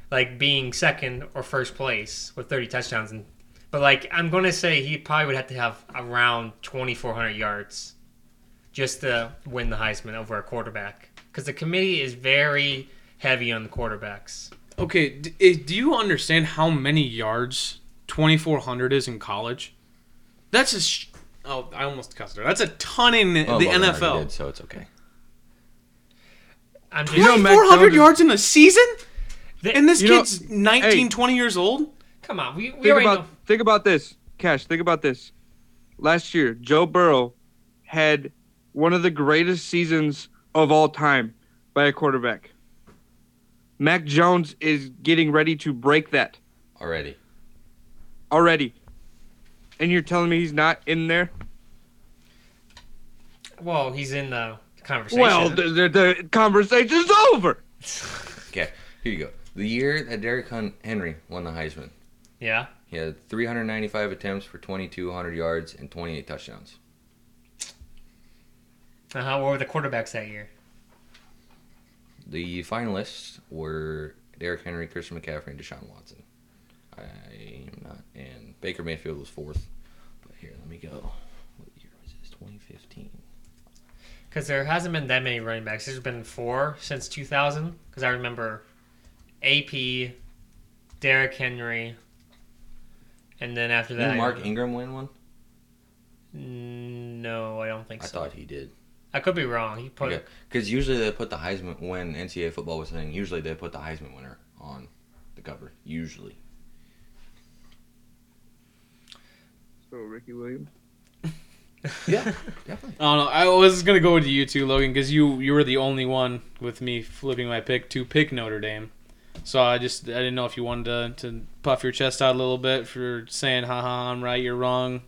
[SPEAKER 3] like being second or first place with thirty touchdowns. And but like I'm gonna say he probably would have to have around twenty four hundred yards just to win the Heisman over a quarterback because the committee is very heavy on the quarterbacks.
[SPEAKER 1] Okay, d- eh, do you understand how many yards 2400 is in college? That's a sh- Oh, I almost cussed her. That's a ton in
[SPEAKER 2] Oh,
[SPEAKER 1] the NFL.
[SPEAKER 2] so it's okay
[SPEAKER 3] I'm just,
[SPEAKER 4] You know, Mac
[SPEAKER 1] 2400
[SPEAKER 4] Jones is-
[SPEAKER 1] yards in a season?
[SPEAKER 3] Th-
[SPEAKER 1] And this
[SPEAKER 4] You know-
[SPEAKER 1] kid's 19, 20 years old?
[SPEAKER 3] come on, we, we
[SPEAKER 4] Think
[SPEAKER 3] already
[SPEAKER 4] about
[SPEAKER 3] know.
[SPEAKER 4] think about this, Cash. Think about this. Last year, Joe Burrow had one of the greatest seasons of all time by a quarterback. Mac Jones is getting ready to break that
[SPEAKER 2] already
[SPEAKER 4] already, and you're telling me he's not in there?
[SPEAKER 3] Well, he's in the conversation.
[SPEAKER 4] Well, the, the, the conversation's over.
[SPEAKER 2] okay here you go the year that Derrick Hun- henry won the heisman
[SPEAKER 3] yeah.
[SPEAKER 2] he had 395 attempts for 2200 yards and 28 touchdowns
[SPEAKER 3] Uh-huh. What were the quarterbacks that year?
[SPEAKER 2] The finalists were Derrick Henry, Christian McCaffrey, and Deshaun Watson. I am not, and Baker Mayfield was fourth. But here, let me go. What year was this? 2015.
[SPEAKER 3] Because there hasn't been that many running backs. There's been four since 2000. Because I remember AP, Derrick Henry, and then after that,
[SPEAKER 2] Didn't
[SPEAKER 3] I
[SPEAKER 2] Mark
[SPEAKER 3] don't-
[SPEAKER 2] Ingram win one?
[SPEAKER 3] No, I don't think
[SPEAKER 2] I
[SPEAKER 3] so.
[SPEAKER 2] thought he did.
[SPEAKER 3] I could be wrong. He put
[SPEAKER 2] Okay, because usually they put the Heisman when NCAA football was a thing. Usually they put the Heisman winner on the cover. Usually,
[SPEAKER 4] So Ricky Williams. [LAUGHS]
[SPEAKER 2] Yeah, definitely.
[SPEAKER 1] I don't know. I was gonna go with you too, Logan, because you you were the only one with me flipping my pick to pick Notre Dame. So I just I didn't know if you wanted to, to puff your chest out a little bit for saying, "Haha, I'm right, you're wrong."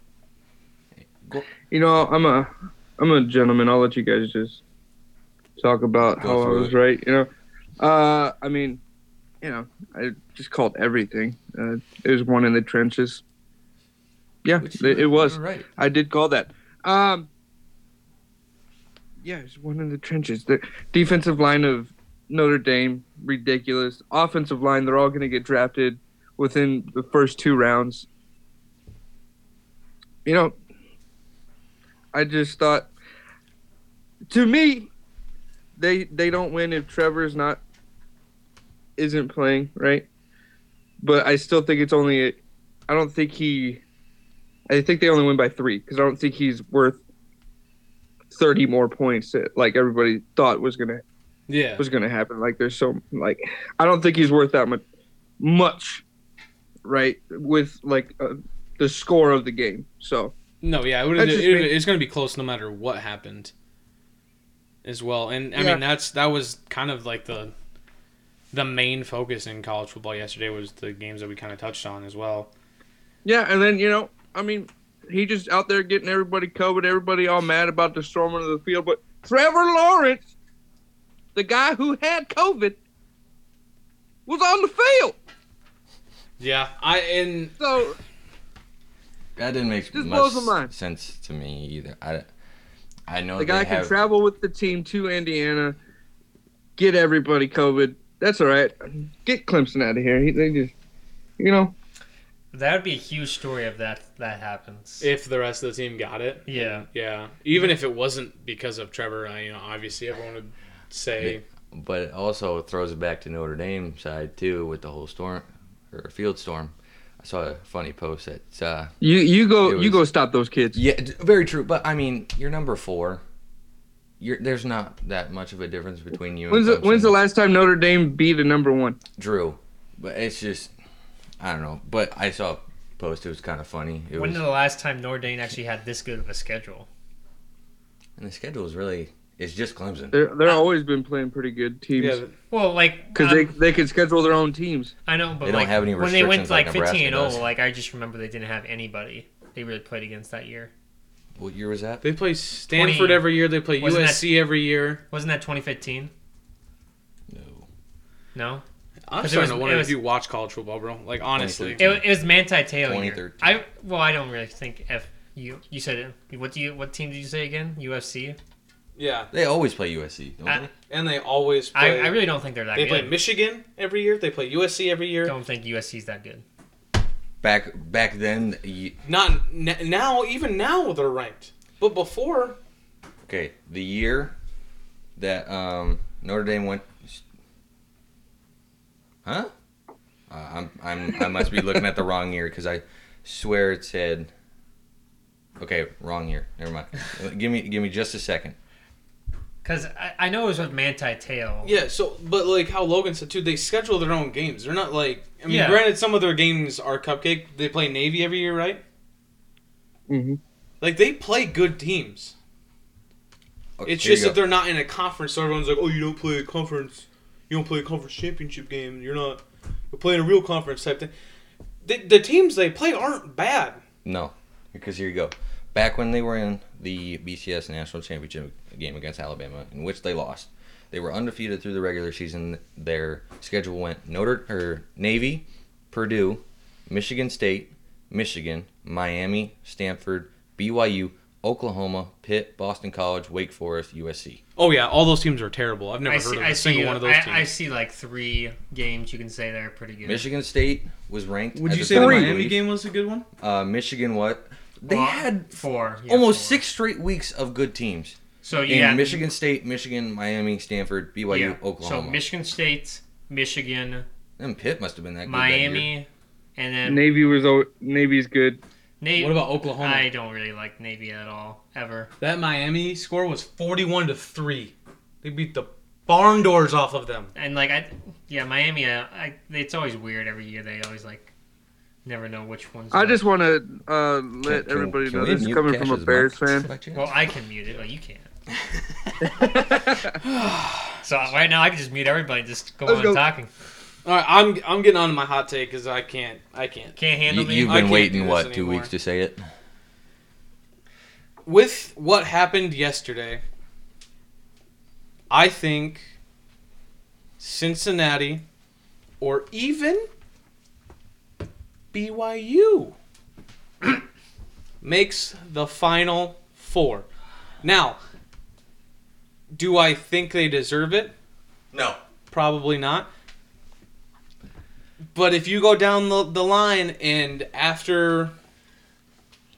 [SPEAKER 4] You know, I'm a, I'm a gentleman. I'll let you guys just talk about
[SPEAKER 2] Go
[SPEAKER 4] how I
[SPEAKER 2] for
[SPEAKER 4] was
[SPEAKER 2] it.
[SPEAKER 4] right. You know, uh, I mean, you know, I just called everything. Uh, it was one in the trenches. Yeah,
[SPEAKER 2] Which you
[SPEAKER 4] it, it
[SPEAKER 2] were-
[SPEAKER 4] was.
[SPEAKER 2] you were right.
[SPEAKER 4] I did call that. Um, yeah, it's one in the trenches. The defensive line of Notre Dame, ridiculous. Offensive line, they're all going to get drafted within the first two rounds. You know, I just thought, to me, they they don't win if Trevor's not isn't playing right. But I still think it's only. A, I don't think he I think they only win by three because I don't think he's worth thirty more points that like everybody thought was gonna
[SPEAKER 1] Yeah,
[SPEAKER 4] was gonna happen. Like there's so like I don't think he's worth that much much right with like uh, the score of the game. So
[SPEAKER 1] no, yeah, it would
[SPEAKER 4] That's
[SPEAKER 1] it,
[SPEAKER 4] just
[SPEAKER 1] it,
[SPEAKER 4] me.
[SPEAKER 1] it's gonna be close no matter what happened, as well. And I
[SPEAKER 4] Yeah.
[SPEAKER 1] mean, that's that was kind of like the the main focus in college football yesterday was the games that we kind of touched on as well.
[SPEAKER 4] yeah, and then you know I mean he just out there getting everybody COVID, everybody all mad about the storming of the field, but Trevor Lawrence, the guy who had COVID, was on the field.
[SPEAKER 1] Yeah, I and
[SPEAKER 4] So
[SPEAKER 2] That didn't make
[SPEAKER 4] Just
[SPEAKER 2] much
[SPEAKER 4] blows my mind.
[SPEAKER 2] sense to me either. I, I know
[SPEAKER 4] The guy
[SPEAKER 2] they
[SPEAKER 4] can
[SPEAKER 2] have-
[SPEAKER 4] travel with the team to Indiana, get everybody COVID. That's all right. Get Clemson out of here. He, they just, you know,
[SPEAKER 3] That would be a huge story if that that happens.
[SPEAKER 1] if the rest of the team got it,
[SPEAKER 3] yeah.
[SPEAKER 1] Yeah, even if it wasn't because of Trevor, I, you know, obviously everyone would say,
[SPEAKER 2] but it also throws it back to Notre Dame side too with the whole storm or field storm. I saw a funny post that uh,
[SPEAKER 4] you you go
[SPEAKER 2] It was-
[SPEAKER 4] you go stop those kids.
[SPEAKER 2] yeah, d- very true. But I mean, you're number four. You're, there's not that much of a difference between you.
[SPEAKER 4] When's the,
[SPEAKER 2] and
[SPEAKER 4] when's the
[SPEAKER 2] Clemson.
[SPEAKER 4] last time Notre Dame beat a number one?
[SPEAKER 2] Drew? But it's just I don't know. But I saw a post. It was kind of funny. It
[SPEAKER 3] When
[SPEAKER 2] was,
[SPEAKER 3] was the last time Nordane actually had this good of a schedule?
[SPEAKER 2] and the schedule is really it's just Clemson.
[SPEAKER 4] They're they're always been playing pretty good teams
[SPEAKER 1] yeah,
[SPEAKER 3] Well, like
[SPEAKER 4] because
[SPEAKER 3] um,
[SPEAKER 4] they they could schedule their own teams.
[SPEAKER 3] I know, but
[SPEAKER 2] They don't
[SPEAKER 3] like
[SPEAKER 2] have any
[SPEAKER 3] when they went
[SPEAKER 2] restrictions
[SPEAKER 3] to
[SPEAKER 2] like
[SPEAKER 3] like 15 and 0,
[SPEAKER 2] Nebraska does.
[SPEAKER 3] like I just remember they didn't have anybody. They really played against that year.
[SPEAKER 2] What year was that?
[SPEAKER 1] they play Stanford
[SPEAKER 3] 20.
[SPEAKER 1] every year, they play
[SPEAKER 3] Wasn't that-
[SPEAKER 1] USC every year.
[SPEAKER 3] Wasn't that 2015?
[SPEAKER 2] No.
[SPEAKER 3] No,
[SPEAKER 1] I'm
[SPEAKER 3] 'Cause it
[SPEAKER 1] starting
[SPEAKER 3] was-
[SPEAKER 1] to
[SPEAKER 3] it
[SPEAKER 1] wonder
[SPEAKER 3] was-
[SPEAKER 1] if you watch college football, bro. Like honestly,
[SPEAKER 3] it, wa- it was Manti Te'o year.
[SPEAKER 2] 2013.
[SPEAKER 3] I well, I don't really think if you you said it. What do you what team did you say again? UFC.
[SPEAKER 1] yeah,
[SPEAKER 2] They always play USC, don't
[SPEAKER 3] I-
[SPEAKER 2] they?
[SPEAKER 1] and they always
[SPEAKER 3] I,
[SPEAKER 1] play.
[SPEAKER 3] I really don't think they're that
[SPEAKER 1] they
[SPEAKER 3] good.
[SPEAKER 1] play Michigan every year. They play USC every year.
[SPEAKER 3] don't think USC's that good.
[SPEAKER 2] Back back then, you,
[SPEAKER 1] Not n- now, even now they're ranked, but before
[SPEAKER 2] Okay, the year that um, Notre Dame went, huh? Uh, I'm I'm I must be looking at the wrong year because I swear it said. Okay, wrong year. Never mind. give me give me just a second.
[SPEAKER 3] Because I, I know it was with Manti Te'o.
[SPEAKER 1] Yeah, so but like how Logan said too, they schedule their own games. They're not like I mean,
[SPEAKER 3] Yeah.
[SPEAKER 1] granted some of their games are cupcake. They play Navy every year, right?
[SPEAKER 2] Mm-hmm.
[SPEAKER 4] Mhm.
[SPEAKER 1] Like they play good teams.
[SPEAKER 2] Okay,
[SPEAKER 1] It's
[SPEAKER 2] here
[SPEAKER 1] just
[SPEAKER 2] you
[SPEAKER 1] that
[SPEAKER 2] go.
[SPEAKER 1] they're not in a conference, so everyone's like, "Oh, you don't play a conference. You don't play a conference championship game. You're not. You're playing a real conference type thing." The, the teams they play aren't bad.
[SPEAKER 2] no, because here you go. Back when they were in the BCS national championship game against Alabama, in which they lost, they were undefeated through the regular season. Their schedule went Notre or Navy, Purdue, Michigan State, Michigan, Miami, Stanford, BYU, Oklahoma, Pitt, Boston College, Wake Forest, USC.
[SPEAKER 1] Oh yeah, all those teams are terrible. I've never
[SPEAKER 3] I
[SPEAKER 1] heard
[SPEAKER 3] see.
[SPEAKER 1] of
[SPEAKER 3] I
[SPEAKER 1] a
[SPEAKER 3] see.
[SPEAKER 1] single one of those
[SPEAKER 3] I,
[SPEAKER 1] teams.
[SPEAKER 3] I see like three games you can say that are pretty good.
[SPEAKER 2] Michigan State was ranked.
[SPEAKER 1] Would
[SPEAKER 2] at
[SPEAKER 1] you
[SPEAKER 2] the
[SPEAKER 1] say
[SPEAKER 2] time,
[SPEAKER 1] the
[SPEAKER 2] I
[SPEAKER 1] Miami
[SPEAKER 2] believe.
[SPEAKER 1] game was a good one?
[SPEAKER 2] Uh, Michigan what? They
[SPEAKER 3] Well,
[SPEAKER 2] had
[SPEAKER 3] four, yeah,
[SPEAKER 2] almost
[SPEAKER 3] four.
[SPEAKER 2] six straight weeks of good teams.
[SPEAKER 3] So
[SPEAKER 2] in
[SPEAKER 3] yeah,
[SPEAKER 2] Michigan State, Michigan, Miami, Stanford, BYU,
[SPEAKER 3] yeah.
[SPEAKER 2] Oklahoma.
[SPEAKER 3] So Michigan State, Michigan,
[SPEAKER 2] Them Pitt must have been that good. that year.
[SPEAKER 3] Miami, and then
[SPEAKER 4] Navy was al- Navy's good.
[SPEAKER 3] Navy.
[SPEAKER 1] What about Oklahoma?
[SPEAKER 3] I don't really like Navy at all, ever.
[SPEAKER 1] That Miami score was forty-one to three. They beat the barn doors off of them.
[SPEAKER 3] uh, And like I, yeah, Miami. I, I, it's always weird every year. They always like never know which one's.
[SPEAKER 4] I
[SPEAKER 3] what.
[SPEAKER 4] just want to uh, let
[SPEAKER 2] Can-
[SPEAKER 4] everybody
[SPEAKER 2] can
[SPEAKER 4] know
[SPEAKER 2] we
[SPEAKER 4] this is
[SPEAKER 2] mute
[SPEAKER 4] coming from a
[SPEAKER 2] Cash's
[SPEAKER 4] Bears
[SPEAKER 2] mic
[SPEAKER 4] fan.
[SPEAKER 2] by chance? [LAUGHS]
[SPEAKER 3] Well, [LAUGHS] I can mute it, but you can't. so right now I can just mute everybody. Just go
[SPEAKER 4] Let's
[SPEAKER 3] on
[SPEAKER 4] go.
[SPEAKER 3] talking.
[SPEAKER 1] All right, I'm I'm getting on to my hot take because I can't I can't
[SPEAKER 3] Can't handle
[SPEAKER 2] you,
[SPEAKER 3] me.
[SPEAKER 2] you've
[SPEAKER 1] I can't
[SPEAKER 2] been
[SPEAKER 1] do
[SPEAKER 2] waiting
[SPEAKER 1] this
[SPEAKER 2] what two
[SPEAKER 1] anymore.
[SPEAKER 2] weeks to say it?
[SPEAKER 1] with what happened yesterday. I think Cincinnati or even BYU [CLEARS THROAT] makes the final four. Now, do I think they deserve it?
[SPEAKER 2] No.
[SPEAKER 1] Probably not. But if you go down the, the line and after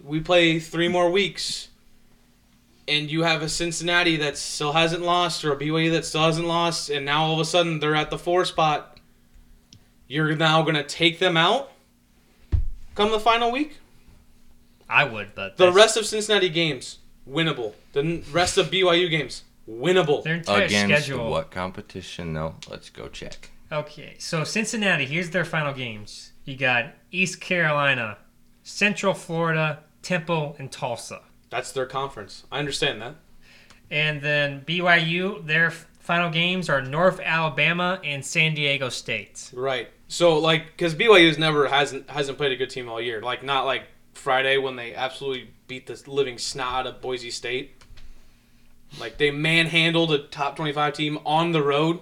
[SPEAKER 1] we play three more weeks and you have a Cincinnati that still hasn't lost or a BYU that still hasn't lost and now all of a sudden they're at the four spot, you're now going to take them out come the final week?
[SPEAKER 3] I would, but
[SPEAKER 1] The
[SPEAKER 3] that's-
[SPEAKER 1] rest of Cincinnati games, winnable. The n- rest of BYU games, winnable.
[SPEAKER 3] their entire
[SPEAKER 2] Against
[SPEAKER 3] schedule.
[SPEAKER 2] what competition though? Let's go check.
[SPEAKER 3] Okay, so Cincinnati. Here's their final games. You got East Carolina, Central Florida, Temple, and Tulsa.
[SPEAKER 1] That's their conference. I understand that.
[SPEAKER 3] And then BYU, their f- final games are North Alabama and San Diego State.
[SPEAKER 1] Right. So like, because BYU's never hasn't hasn't played a good team all year. Like not like Friday when they absolutely beat the living snot out of Boise State. Like they manhandled a top twenty five team on the road.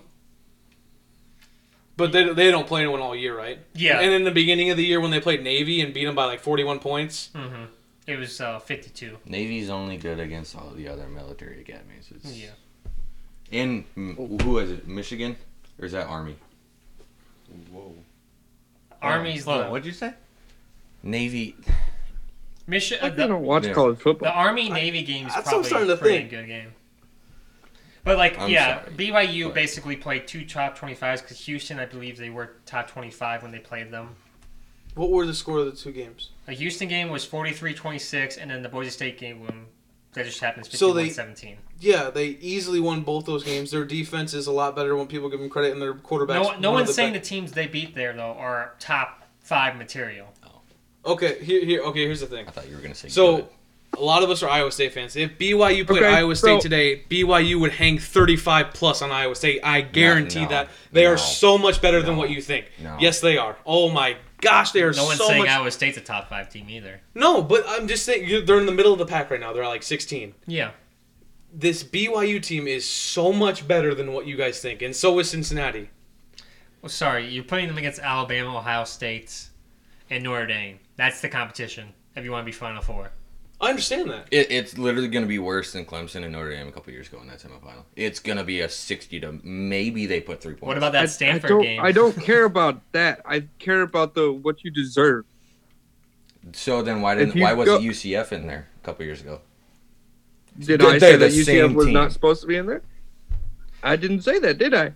[SPEAKER 1] But they, they don't play anyone all year, right?
[SPEAKER 3] Yeah.
[SPEAKER 1] And in the beginning of the year when they played Navy and beat them by like forty one points,
[SPEAKER 3] Mm-hmm. It was uh, 52.
[SPEAKER 2] Navy's only good against all the other military academies. It's,
[SPEAKER 3] Yeah.
[SPEAKER 2] And mm, who is it? Michigan or is that Army?
[SPEAKER 5] Whoa.
[SPEAKER 2] Oh.
[SPEAKER 3] Army's
[SPEAKER 5] Hold on,
[SPEAKER 3] the
[SPEAKER 5] Oh, what'd you say?
[SPEAKER 2] Navy.
[SPEAKER 3] mission.
[SPEAKER 4] [LAUGHS] I
[SPEAKER 3] the,
[SPEAKER 4] don't watch
[SPEAKER 2] Yeah.
[SPEAKER 4] college
[SPEAKER 3] the
[SPEAKER 4] football.
[SPEAKER 3] Army Navy game is
[SPEAKER 1] that's what I'm
[SPEAKER 3] probably
[SPEAKER 1] starting
[SPEAKER 3] a
[SPEAKER 1] to
[SPEAKER 3] pretty
[SPEAKER 1] think.
[SPEAKER 3] good game. But like,
[SPEAKER 2] I'm
[SPEAKER 3] yeah,
[SPEAKER 2] sorry,
[SPEAKER 3] BYU
[SPEAKER 2] but-
[SPEAKER 3] basically played two top 25s because Houston, I believe, they were top 25 when they played them.
[SPEAKER 1] what were the score of the two games?
[SPEAKER 3] The Houston game was 43-26, and then the Boise State game when that just happens 51-17.
[SPEAKER 1] So they- Yeah, they easily won both those games. Their defense is a lot better when people give them credit, and their quarterback.
[SPEAKER 3] no, no one's saying the teams they beat there though are top five material.
[SPEAKER 1] Okay, here, here. Okay, here's the thing.
[SPEAKER 2] I thought you were gonna say.
[SPEAKER 1] So,
[SPEAKER 2] good.
[SPEAKER 1] a lot of us are Iowa State fans. If BYU played
[SPEAKER 4] Okay,
[SPEAKER 1] Iowa State
[SPEAKER 4] so-
[SPEAKER 1] today, BYU would hang 35 plus on Iowa State. I guarantee
[SPEAKER 2] no,
[SPEAKER 1] that. They
[SPEAKER 2] no,
[SPEAKER 1] are so much better than
[SPEAKER 2] no,
[SPEAKER 1] what you think.
[SPEAKER 2] no.
[SPEAKER 1] Yes, they are. Oh my gosh, they are
[SPEAKER 3] No one's
[SPEAKER 1] so
[SPEAKER 3] saying
[SPEAKER 1] much.
[SPEAKER 3] Iowa State's a top five team either.
[SPEAKER 1] no, but I'm just saying you they're in the middle of the pack right now. They're like 16.
[SPEAKER 3] Yeah,
[SPEAKER 1] This BYU team is so much better than what you guys think, and so is Cincinnati.
[SPEAKER 3] Well, sorry, you're putting them against Alabama, Ohio State, and Notre Dame. That's the competition if you want to be Final Four.
[SPEAKER 1] I understand that.
[SPEAKER 2] It, it's literally going to be worse than Clemson and Notre Dame a couple years ago in that semifinal. It's going to be a 60 to maybe they put three points.
[SPEAKER 3] What about
[SPEAKER 4] I, I
[SPEAKER 3] that Stanford
[SPEAKER 4] don't,
[SPEAKER 3] game?
[SPEAKER 4] I don't care about that. I care about the what you deserve.
[SPEAKER 2] So then why
[SPEAKER 4] If
[SPEAKER 2] didn't
[SPEAKER 4] you
[SPEAKER 2] why wasn't
[SPEAKER 4] go-
[SPEAKER 2] UCF in there a couple years ago?
[SPEAKER 4] Did
[SPEAKER 2] They're
[SPEAKER 4] I say
[SPEAKER 2] the
[SPEAKER 4] that UCF
[SPEAKER 2] same
[SPEAKER 4] was
[SPEAKER 2] team.
[SPEAKER 4] not supposed to be in there? I didn't say that, did I?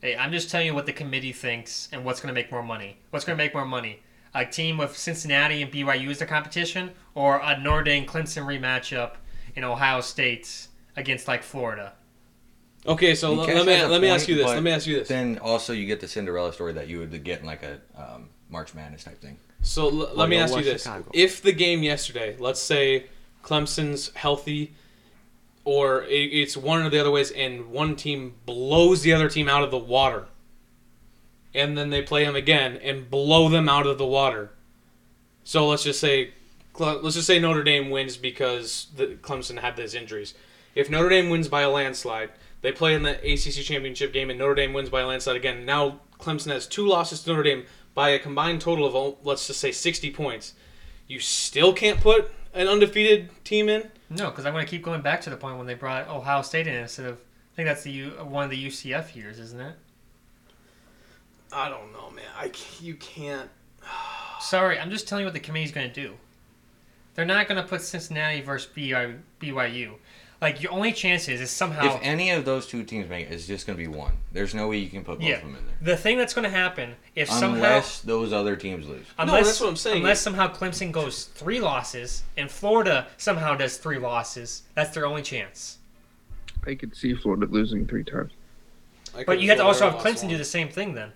[SPEAKER 3] Hey, I'm just telling you what the committee thinks and what's going to make more money. What's going to make more money? A team with Cincinnati and BYU as the competition, or a Notre Dame Clemson rematchup in Ohio State against like Florida?
[SPEAKER 1] Okay, so
[SPEAKER 2] You
[SPEAKER 1] l-
[SPEAKER 2] catch
[SPEAKER 1] let me
[SPEAKER 2] has a
[SPEAKER 1] let me ask
[SPEAKER 2] point,
[SPEAKER 1] you this.
[SPEAKER 2] but
[SPEAKER 1] Let me ask you this.
[SPEAKER 2] Then also you get the Cinderella story that you would get in like a um, March Madness type thing.
[SPEAKER 1] So l- let me
[SPEAKER 5] go
[SPEAKER 1] ask you
[SPEAKER 5] watch
[SPEAKER 1] this:
[SPEAKER 5] Chicago.
[SPEAKER 1] If the game yesterday, let's say Clemson's healthy, or i it's one or the other ways, and one team blows the other team out of the water, and then they play them again and blow them out of the water. So let's just say, Cle- let's just say Notre Dame wins because the, Clemson had those injuries. If Notre Dame wins by a landslide, they play in the ACC championship game, and Notre Dame wins by a landslide again. Now Clemson has two losses to Notre Dame by a combined total of oh, let's just say 60 points. You still can't put an undefeated team in.
[SPEAKER 3] No, because I'm going to keep going back to the point when they brought Ohio State in instead of. I think that's the U, one of the UCF years,
[SPEAKER 1] [SIGHS]
[SPEAKER 3] isn't it?
[SPEAKER 1] I don't know, man. I c- you can't.
[SPEAKER 3] Sorry, I'm just telling you what the committee's going to do. They're not going to put Cincinnati versus BYU. BYU. Like your only chance is, is somehow
[SPEAKER 2] If any of those two teams make it, it's just going to be one. There's no way you can put both
[SPEAKER 3] yeah.
[SPEAKER 2] of them in there.
[SPEAKER 3] The thing that's going to happen if somehow
[SPEAKER 2] Unless those other teams lose.
[SPEAKER 3] Unless,
[SPEAKER 1] that's what I'm saying.
[SPEAKER 3] Unless somehow Clemson goes three losses and Florida somehow does three losses, that's their only chance.
[SPEAKER 4] I could see Florida losing three times.
[SPEAKER 1] I
[SPEAKER 3] But
[SPEAKER 1] could've
[SPEAKER 3] you have to
[SPEAKER 1] sworn
[SPEAKER 3] also
[SPEAKER 1] I
[SPEAKER 3] have
[SPEAKER 1] lost
[SPEAKER 3] Clemson do
[SPEAKER 1] one.
[SPEAKER 3] the same thing then.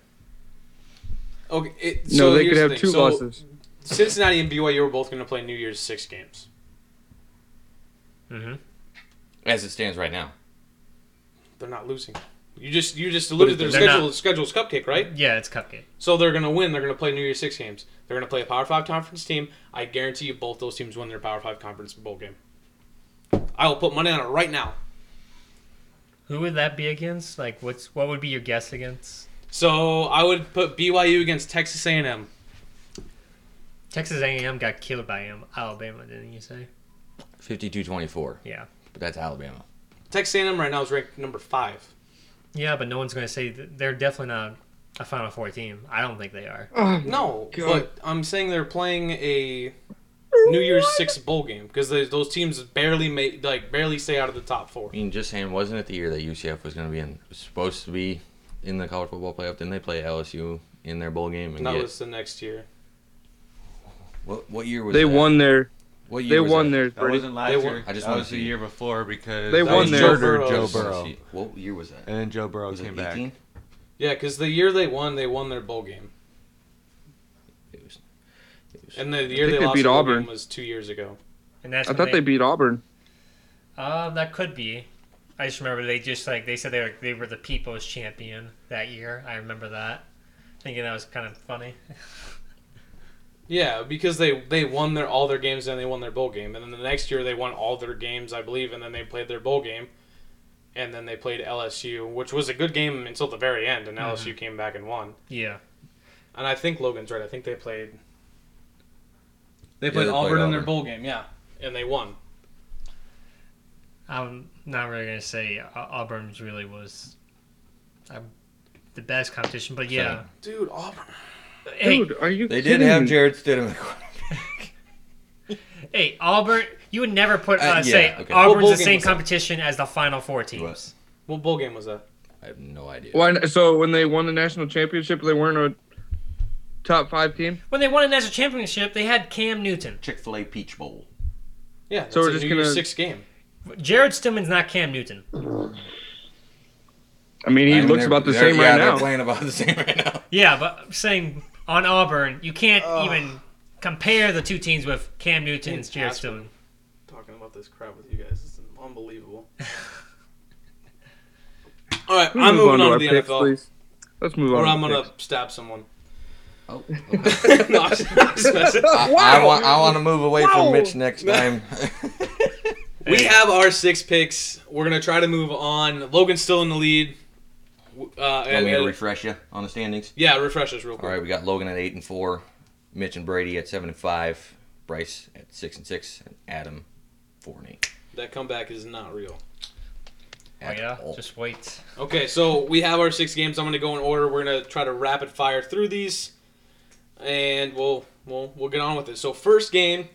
[SPEAKER 1] Okay, it,
[SPEAKER 4] No,
[SPEAKER 1] so
[SPEAKER 4] they
[SPEAKER 1] here's
[SPEAKER 4] could
[SPEAKER 1] the
[SPEAKER 4] have
[SPEAKER 1] thing.
[SPEAKER 4] two
[SPEAKER 1] So,
[SPEAKER 4] losses.
[SPEAKER 1] Cincinnati and BYU are both going to play New Year's six games.
[SPEAKER 3] Mm-hmm.
[SPEAKER 2] as it stands right now.
[SPEAKER 1] They're not losing. You just you just alluded to their
[SPEAKER 3] they're
[SPEAKER 1] schedule.
[SPEAKER 3] not-
[SPEAKER 1] Schedule's cupcake, right?
[SPEAKER 3] Yeah, it's cupcake.
[SPEAKER 1] So they're going to win. They're going to play New Year's six games. They're going to play a Power Five conference team. I guarantee you, both those teams win their Power Five conference bowl game. I will put money on it right now.
[SPEAKER 3] Who would that be against? Like, what's what would be your guess against
[SPEAKER 1] So I would put BYU against Texas A&M.
[SPEAKER 3] Texas A&M? Got killed by Am- Alabama, didn't you say?
[SPEAKER 2] 52-24,
[SPEAKER 3] Yeah,
[SPEAKER 2] but that's Alabama.
[SPEAKER 1] Texas A&M right now is ranked number five.
[SPEAKER 3] yeah, but no one's going to say th- they're definitely not a Final Four team. I don't think they are.
[SPEAKER 4] Oh,
[SPEAKER 1] No,
[SPEAKER 4] God.
[SPEAKER 1] but I'm saying they're playing a New Year's Six bowl game because those teams barely make like barely stay out of the top four.
[SPEAKER 2] I mean, just saying, wasn't it the year that UCF was going to be in, was supposed to be in the college football playoff? Didn't they play LSU in their bowl game?
[SPEAKER 4] Mm,
[SPEAKER 1] And
[SPEAKER 2] And
[SPEAKER 1] that
[SPEAKER 2] get,
[SPEAKER 1] was the next year.
[SPEAKER 2] what, what year was
[SPEAKER 4] they
[SPEAKER 2] that?
[SPEAKER 4] won their
[SPEAKER 2] What
[SPEAKER 4] they
[SPEAKER 2] year was
[SPEAKER 4] won
[SPEAKER 2] that?
[SPEAKER 4] their
[SPEAKER 5] That wasn't last
[SPEAKER 1] They won-
[SPEAKER 5] year.
[SPEAKER 2] I just
[SPEAKER 5] that
[SPEAKER 2] wanna
[SPEAKER 5] was the
[SPEAKER 2] see.
[SPEAKER 5] year before because
[SPEAKER 4] They
[SPEAKER 5] that
[SPEAKER 4] won
[SPEAKER 5] was
[SPEAKER 4] their-
[SPEAKER 5] murder Joe
[SPEAKER 1] Burrow's-
[SPEAKER 5] Burrow.
[SPEAKER 2] What year was that?
[SPEAKER 5] And then Joe Burrow
[SPEAKER 2] Was it
[SPEAKER 5] came
[SPEAKER 2] 18?
[SPEAKER 5] back.
[SPEAKER 1] Yeah, because the year they won, they won their bowl game,
[SPEAKER 2] It was, it was,
[SPEAKER 1] and the year
[SPEAKER 4] think
[SPEAKER 1] they,
[SPEAKER 4] they
[SPEAKER 1] lost
[SPEAKER 4] beat
[SPEAKER 1] the bowl
[SPEAKER 4] Auburn.
[SPEAKER 1] game was two years ago.
[SPEAKER 3] And that's
[SPEAKER 4] I
[SPEAKER 3] when
[SPEAKER 4] thought they beat Auburn.
[SPEAKER 3] Uh, that could be. I just remember they just like they said they were they were the people's champion that year. I remember that, thinking that was kind of funny. [LAUGHS]
[SPEAKER 1] Yeah, because they they won their all their games and they won their bowl game, and then the next year they won all their games, I believe, and then they played their bowl game, and then they played LSU, which was a good game until the very end, and LSU came back and won.
[SPEAKER 3] Yeah,
[SPEAKER 1] And I think Logan's right. I think they played. They
[SPEAKER 2] played
[SPEAKER 1] played Auburn
[SPEAKER 2] Auburn.
[SPEAKER 1] in their bowl game, yeah, and they won.
[SPEAKER 3] I'm not really gonna say Au- Auburn's really was um, the best competition, but yeah,
[SPEAKER 1] Dude, Auburn.
[SPEAKER 3] hey,
[SPEAKER 4] Dude, are you?
[SPEAKER 2] they did
[SPEAKER 4] kidding
[SPEAKER 2] have
[SPEAKER 4] me?
[SPEAKER 2] Jared Stidham.
[SPEAKER 3] hey, Auburn. You would never put uh,
[SPEAKER 2] Uh, yeah,
[SPEAKER 3] say
[SPEAKER 2] okay.
[SPEAKER 1] What
[SPEAKER 3] Auburn's
[SPEAKER 1] bowl
[SPEAKER 3] the
[SPEAKER 1] game
[SPEAKER 3] same
[SPEAKER 1] was that?
[SPEAKER 3] competition as the Final Four teams.
[SPEAKER 2] What?
[SPEAKER 1] What bowl game was that?
[SPEAKER 2] I have no idea.
[SPEAKER 4] Why? n- So when they won the national championship, they weren't a top five team.
[SPEAKER 3] When they won a national championship, they had Cam Newton.
[SPEAKER 2] Chick Fil A Peach Bowl.
[SPEAKER 1] Yeah, that's
[SPEAKER 4] So we're
[SPEAKER 1] a
[SPEAKER 4] just
[SPEAKER 1] New Year's
[SPEAKER 4] gonna-
[SPEAKER 1] Six game.
[SPEAKER 3] Jared Stillman's not Cam Newton.
[SPEAKER 4] I mean, he
[SPEAKER 2] I mean,
[SPEAKER 4] looks
[SPEAKER 2] they're-
[SPEAKER 4] about the
[SPEAKER 2] they're-
[SPEAKER 4] same
[SPEAKER 2] yeah,
[SPEAKER 4] right
[SPEAKER 2] they're
[SPEAKER 4] now.
[SPEAKER 2] playing about the [LAUGHS] same right now.
[SPEAKER 3] Yeah, but I'm saying on Auburn, you can't even compare the two teams with Cam Newton and
[SPEAKER 1] Dude,
[SPEAKER 3] Jared
[SPEAKER 1] Aspen.
[SPEAKER 3] Stillman.
[SPEAKER 1] Talking about this crap with you guys is unbelievable. all right, I'm
[SPEAKER 4] Move
[SPEAKER 1] moving on to
[SPEAKER 4] our
[SPEAKER 1] the
[SPEAKER 4] picks,
[SPEAKER 1] NFL,
[SPEAKER 4] please. Let's move on.
[SPEAKER 1] or
[SPEAKER 4] to
[SPEAKER 1] I'm
[SPEAKER 4] the
[SPEAKER 1] gonna
[SPEAKER 4] picks.
[SPEAKER 1] stab someone.
[SPEAKER 2] Oh,
[SPEAKER 4] [LAUGHS]
[SPEAKER 2] okay.
[SPEAKER 1] [LAUGHS] no, I'm just- I'm just messing.
[SPEAKER 2] I, I want I want to move away from Mitch next
[SPEAKER 4] [LAUGHS]
[SPEAKER 2] time.
[SPEAKER 1] we have our six picks. We're gonna try to move on. Logan's still in the lead. W- Uh,
[SPEAKER 2] Want
[SPEAKER 1] and,
[SPEAKER 2] me to
[SPEAKER 1] and-
[SPEAKER 2] refresh you on the standings?
[SPEAKER 1] yeah, refresh us real
[SPEAKER 2] All
[SPEAKER 1] quick.
[SPEAKER 2] right, we got Logan at eight and four, Mitch and Brady at seven and five, Bryce at six and six, and Adam four and eight.
[SPEAKER 1] That comeback is not real.
[SPEAKER 3] Oh
[SPEAKER 2] At
[SPEAKER 3] yeah,
[SPEAKER 2] all.
[SPEAKER 3] just wait.
[SPEAKER 1] Okay, so we have our six games. I'm gonna go in order. We're gonna try to rapid fire through these, and we'll we'll we'll get on with it. So first game,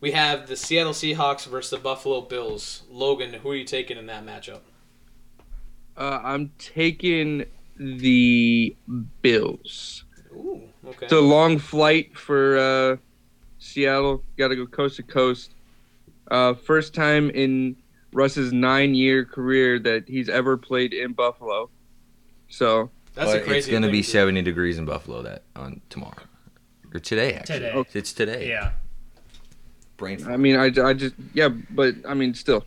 [SPEAKER 1] we have the Seattle Seahawks versus the Buffalo Bills. Logan, who are you taking in that matchup?
[SPEAKER 4] Uh, I'm taking the Bills.
[SPEAKER 1] Ooh, okay.
[SPEAKER 4] It's a long flight for uh, Seattle. Got to go coast to coast. Uh, first time in Russ's nine-year career that he's ever played in Buffalo. So
[SPEAKER 1] That's a
[SPEAKER 2] But
[SPEAKER 1] crazy.
[SPEAKER 2] It's gonna
[SPEAKER 1] thing
[SPEAKER 2] be
[SPEAKER 1] to-
[SPEAKER 2] seventy degrees in Buffalo that on tomorrow or today actually.
[SPEAKER 3] Today.
[SPEAKER 2] It's today.
[SPEAKER 3] Yeah.
[SPEAKER 2] Brain.
[SPEAKER 4] I mean, I, I just yeah, but I mean, still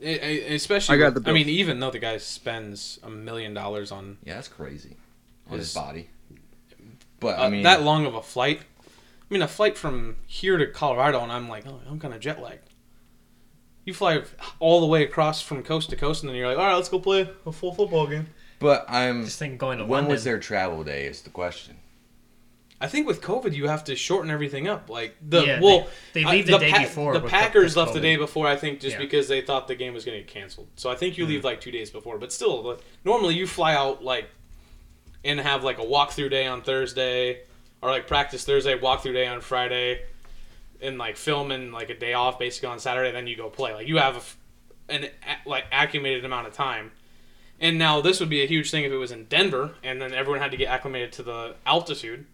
[SPEAKER 1] E- e- especially.
[SPEAKER 4] I
[SPEAKER 1] I
[SPEAKER 4] got the
[SPEAKER 1] I mean, even though the guy spends a million dollars on
[SPEAKER 2] Yeah, that's crazy. On
[SPEAKER 1] It's-
[SPEAKER 2] his body. But
[SPEAKER 1] uh,
[SPEAKER 2] I mean,
[SPEAKER 1] that long of a flight, I mean, a flight from here to Colorado, and I'm like, oh, I'm kind of jet lagged. You fly all the way across from coast to coast, and then you're like, all right, let's go play a full football game.
[SPEAKER 2] but I'm.
[SPEAKER 3] Just think going to
[SPEAKER 2] When
[SPEAKER 3] London.
[SPEAKER 2] was their travel day? Is the question.
[SPEAKER 1] I think with COVID, you have to shorten everything up. Like the
[SPEAKER 3] Yeah,
[SPEAKER 1] well,
[SPEAKER 3] they- they
[SPEAKER 1] I-
[SPEAKER 3] leave the day before
[SPEAKER 1] The
[SPEAKER 3] with
[SPEAKER 1] Packers
[SPEAKER 3] the-
[SPEAKER 1] left the
[SPEAKER 3] COVID.
[SPEAKER 1] day before, I think, just
[SPEAKER 3] Yeah. Mm-hmm.
[SPEAKER 1] because they thought the game was going to get canceled. So I think you leave like two days before. But still, like, normally you fly out like and have like a walkthrough day on Thursday, or like practice Thursday, walkthrough day on Friday, and like film and like a day off basically on Saturday. Then you go play. Like you have a f an a- like accumulated amount of time. And now this would be a huge thing if it was in Denver, and then everyone had to get acclimated to the altitude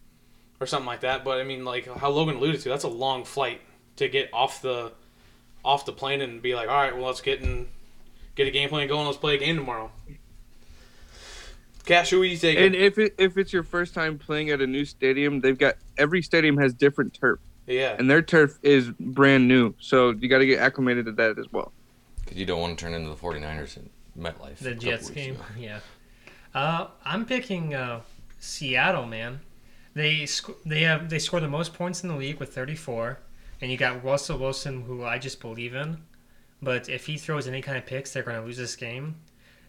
[SPEAKER 1] or something like that. But I mean, like how Logan alluded to, that's a long flight to get off the off the plane and be like, all right, well, let's get in, get a game plan going. Let's play a game tomorrow. Cash, who are you taking?
[SPEAKER 4] And if it, if it's your first time playing at a new stadium, they've got every stadium has different turf,
[SPEAKER 1] yeah.
[SPEAKER 4] and their turf is brand new. So you got to get acclimated to that as well.
[SPEAKER 2] Because you don't want to turn into the 49ers in MetLife. a
[SPEAKER 3] The
[SPEAKER 2] couple
[SPEAKER 3] Jets
[SPEAKER 2] weeks
[SPEAKER 3] game.
[SPEAKER 2] ago.
[SPEAKER 3] [LAUGHS] Yeah. Uh, I'm picking uh, Seattle, man. They sc- they have they score the most points in the league with 34, and you got Russell Wilson, who I just believe in. But if he throws any kind of picks, they're going to lose this game.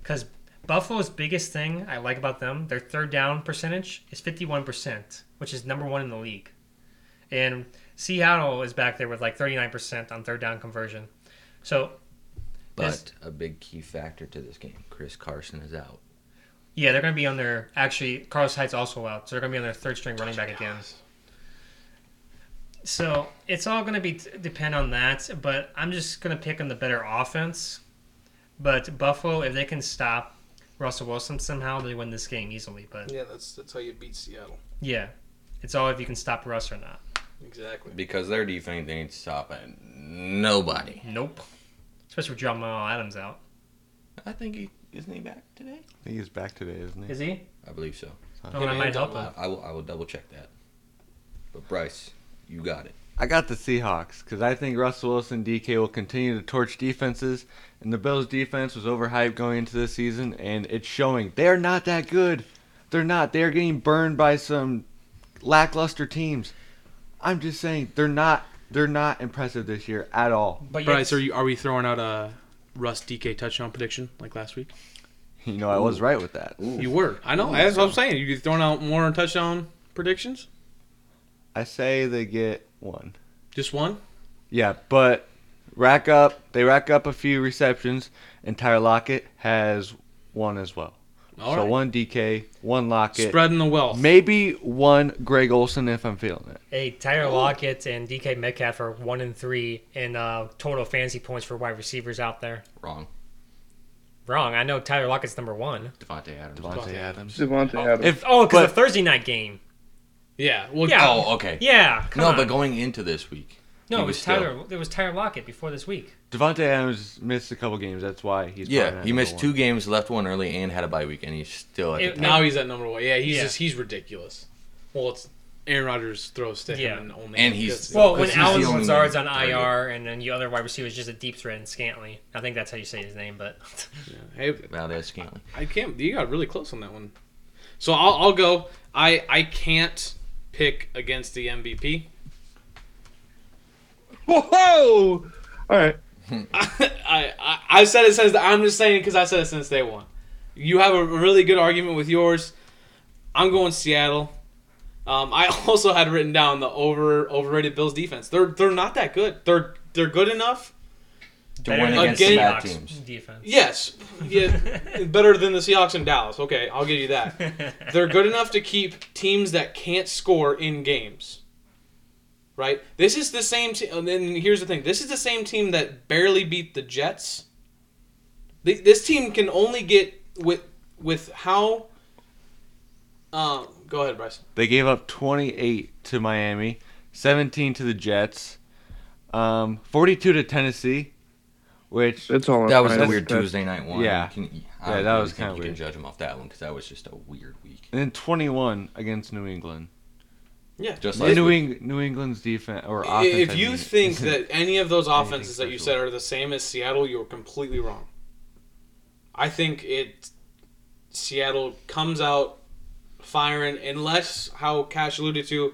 [SPEAKER 3] Because Buffalo's biggest thing I like about them, their third down percentage is 51%, which is number one in the league. And Seattle is back there with like 39% on third down conversion. So
[SPEAKER 2] But a big key factor to this game, Chris Carson is out.
[SPEAKER 3] Yeah, they're going to be on their. Actually, Carlos Hyde's also out, so they're going to be on their third string running back again. So it's all going to be depend on that, but I'm just going to pick on the better offense. But Buffalo, if they can stop Russell Wilson somehow, they win this game easily. But
[SPEAKER 1] Yeah, that's that's how you beat Seattle.
[SPEAKER 3] yeah, it's all if you can stop Russ or not.
[SPEAKER 1] Exactly.
[SPEAKER 2] Because their defense ain't stopping nobody.
[SPEAKER 3] Nope. Especially with Jamal Adams out.
[SPEAKER 2] I think he isn't he back today.
[SPEAKER 5] I think he's back today, isn't he?
[SPEAKER 3] Is he?
[SPEAKER 2] I believe so.
[SPEAKER 3] Oh, that might help him.
[SPEAKER 2] I will. I will double check that. But Bryce, you got it.
[SPEAKER 5] I got the Seahawks because I think Russell Wilson DK will continue to torch defenses, and the Bills defense was overhyped going into this season, and it's showing. They're not that good. They're not. They're getting burned by some lackluster teams. I'm just saying they're not. They're not impressive this year at all.
[SPEAKER 3] But
[SPEAKER 1] Bryce, are you are we throwing out a Russ DK touchdown prediction like last week?
[SPEAKER 5] You know, I was right with that.
[SPEAKER 1] You were. I know. That's what I'm saying. You throwing out more touchdown predictions?
[SPEAKER 5] I say they get one.
[SPEAKER 1] Just one?
[SPEAKER 5] Yeah, but rack up. They rack up a few receptions, and Tyler Lockett has one as well.
[SPEAKER 1] All
[SPEAKER 5] so
[SPEAKER 1] right.
[SPEAKER 5] one DK, one Lockett.
[SPEAKER 1] Spreading the wealth.
[SPEAKER 5] Maybe one Greg Olson if I'm feeling it.
[SPEAKER 3] Hey, Tyler Lockett and DK Metcalf are one and three in uh, total fantasy points for wide receivers out there.
[SPEAKER 2] Wrong.
[SPEAKER 3] Wrong. I know Tyler Lockett's number one.
[SPEAKER 2] Devontae Adams.
[SPEAKER 1] Devontae Adams.
[SPEAKER 4] Devontae Adams.
[SPEAKER 5] If
[SPEAKER 3] Oh, because
[SPEAKER 5] but-
[SPEAKER 3] the Thursday night game.
[SPEAKER 1] Yeah. Well,
[SPEAKER 3] Yeah.
[SPEAKER 2] Oh, okay.
[SPEAKER 3] Yeah. Come
[SPEAKER 2] no,
[SPEAKER 3] on.
[SPEAKER 2] but going into this week,
[SPEAKER 3] no,
[SPEAKER 2] he
[SPEAKER 3] it was,
[SPEAKER 2] was still-
[SPEAKER 3] Tyler. It was Tyler Lockett before this week.
[SPEAKER 5] Devontae Adams missed a couple games, that's why he's probably
[SPEAKER 2] yeah,
[SPEAKER 5] not
[SPEAKER 2] he
[SPEAKER 5] number
[SPEAKER 2] missed
[SPEAKER 5] one.
[SPEAKER 2] two games, left one early, and had a bye week, and he's still at
[SPEAKER 3] It-
[SPEAKER 2] the top.
[SPEAKER 1] now he's at number one. Yeah, he's
[SPEAKER 3] Yeah.
[SPEAKER 1] just he's ridiculous. Well, it's Aaron Rodgers throws to him
[SPEAKER 3] Yeah.
[SPEAKER 1] and only
[SPEAKER 2] And he's-
[SPEAKER 1] gets-
[SPEAKER 2] Well,
[SPEAKER 3] Well, when
[SPEAKER 2] 'cause he's
[SPEAKER 3] Alan
[SPEAKER 2] the only
[SPEAKER 3] Lazard's on
[SPEAKER 2] target.
[SPEAKER 3] IR, and then the other wide receiver is just a deep threat and Scantly. I think that's how you say his name,
[SPEAKER 2] [LAUGHS]
[SPEAKER 3] but
[SPEAKER 1] hey,
[SPEAKER 2] Now that's Scantling.
[SPEAKER 1] I can't. You got really close on that one. So I'll, I'll go. I I can't pick against the MVP.
[SPEAKER 4] Whoa! All right.
[SPEAKER 1] [LAUGHS] I, I I said it since I'm just saying because I said it since day one. You have a really good argument with yours. I'm going Seattle. Um, I [LAUGHS] also had written down the over overrated Bills defense. They're they're not that good. They're they're good enough.
[SPEAKER 2] To
[SPEAKER 3] Better
[SPEAKER 2] win
[SPEAKER 3] than
[SPEAKER 2] against
[SPEAKER 3] the
[SPEAKER 2] the
[SPEAKER 1] game-
[SPEAKER 2] bad
[SPEAKER 3] Seahawks
[SPEAKER 2] teams.
[SPEAKER 3] defense.
[SPEAKER 1] Yes,
[SPEAKER 4] [LAUGHS]
[SPEAKER 1] yeah, better than the Seahawks in Dallas. Okay, I'll give you that. They're good enough to keep teams that can't score in games. Right? This is the same team. And then here's the thing this is the same team that barely beat the Jets. Th- This team can only get with with how. Um, go ahead, Bryce.
[SPEAKER 5] They gave up 28 to Miami, 17 to the Jets, um, 42 to Tennessee, which
[SPEAKER 4] That's all. I'm
[SPEAKER 2] That was
[SPEAKER 4] trying
[SPEAKER 2] a
[SPEAKER 4] to-
[SPEAKER 2] weird
[SPEAKER 4] that's-
[SPEAKER 2] Tuesday night one. You
[SPEAKER 5] Yeah.
[SPEAKER 2] can, I
[SPEAKER 5] Yeah,
[SPEAKER 2] don't
[SPEAKER 5] that
[SPEAKER 2] really
[SPEAKER 5] was
[SPEAKER 2] think
[SPEAKER 5] kinda
[SPEAKER 2] You can
[SPEAKER 5] weird.
[SPEAKER 2] judge him off that one because that was just a weird week.
[SPEAKER 5] and then 21 against New England.
[SPEAKER 1] Yeah.
[SPEAKER 2] Just like
[SPEAKER 5] New, Eng- New England's defense or
[SPEAKER 1] I-
[SPEAKER 5] offense. I
[SPEAKER 1] if you
[SPEAKER 5] mean, [LAUGHS]
[SPEAKER 1] think that any of those offenses that you
[SPEAKER 5] special.
[SPEAKER 1] said are the same as Seattle, you're completely wrong. I think it Seattle comes out firing unless how Cash alluded to,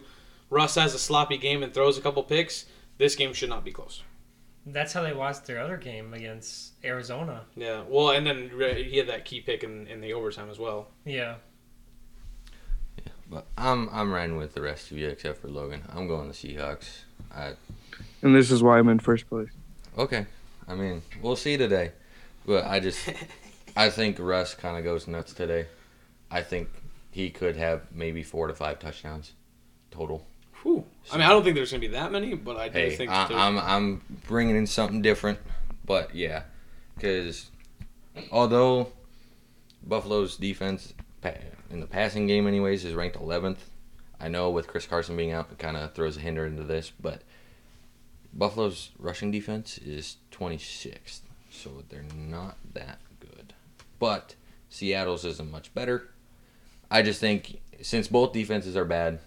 [SPEAKER 1] Russ has a sloppy game and throws a couple picks. This game should not be close.
[SPEAKER 3] [LAUGHS] That's how they lost their other game against Arizona.
[SPEAKER 1] Yeah. Well, and then re- he had that key pick in, in the overtime as well.
[SPEAKER 3] Yeah.
[SPEAKER 2] But I'm I'm riding with the rest of you except for Logan. I'm going the Seahawks. I,
[SPEAKER 4] And this is why I'm in first place.
[SPEAKER 2] okay. I mean, we'll see today. But
[SPEAKER 1] [LAUGHS]
[SPEAKER 2] I just I think Russ kind of goes nuts today. I think he could have maybe 4 to 5 touchdowns total.
[SPEAKER 1] Whew. I mean, I don't think there's going to be that many, but I do
[SPEAKER 2] Hey,
[SPEAKER 1] think
[SPEAKER 2] I,
[SPEAKER 1] there's-
[SPEAKER 2] I'm I'm bringing in something different, but yeah, because although Buffalo's defense pa- in the passing game, anyways, is ranked 11th, I know with Chris Carson being out, it kind of throws a hinder into this, but Buffalo's rushing defense is 26th, so they're not that good. But Seattle's isn't much better, I just think since both defenses are bad,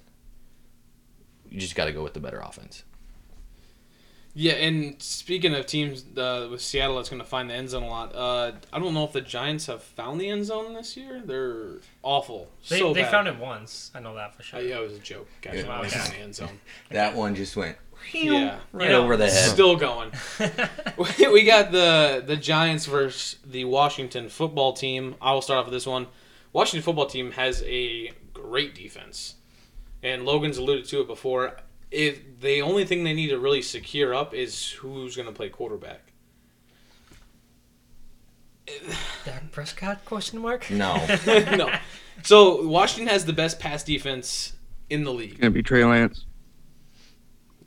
[SPEAKER 2] you just got to go with the better offense.
[SPEAKER 1] Yeah, and speaking of teams uh, with Seattle that's going to find the end zone a lot, uh, I don't know if the Giants have found the end zone this year. They're awful.
[SPEAKER 3] They,
[SPEAKER 1] so
[SPEAKER 3] they
[SPEAKER 1] bad.
[SPEAKER 3] found it once. I know that for sure.
[SPEAKER 1] Uh, yeah, it was a joke. Guys,
[SPEAKER 2] Yeah.
[SPEAKER 1] I was in the end zone.
[SPEAKER 2] That one just went
[SPEAKER 1] Yeah.
[SPEAKER 2] right
[SPEAKER 3] Yeah.
[SPEAKER 2] over the
[SPEAKER 3] [LAUGHS]
[SPEAKER 2] head.
[SPEAKER 1] Still going. [LAUGHS] We- we got the the Giants versus the Washington football team. I will start off with this one. Washington football team has a great defense, and Logan's alluded to it before. If the only thing they need to really secure up is who's going to play quarterback.
[SPEAKER 3] Dak Prescott? Question mark. [LAUGHS]
[SPEAKER 2] No.
[SPEAKER 1] [LAUGHS] no, so Washington has the best pass defense in the league.
[SPEAKER 4] Gonna be Trey Lance.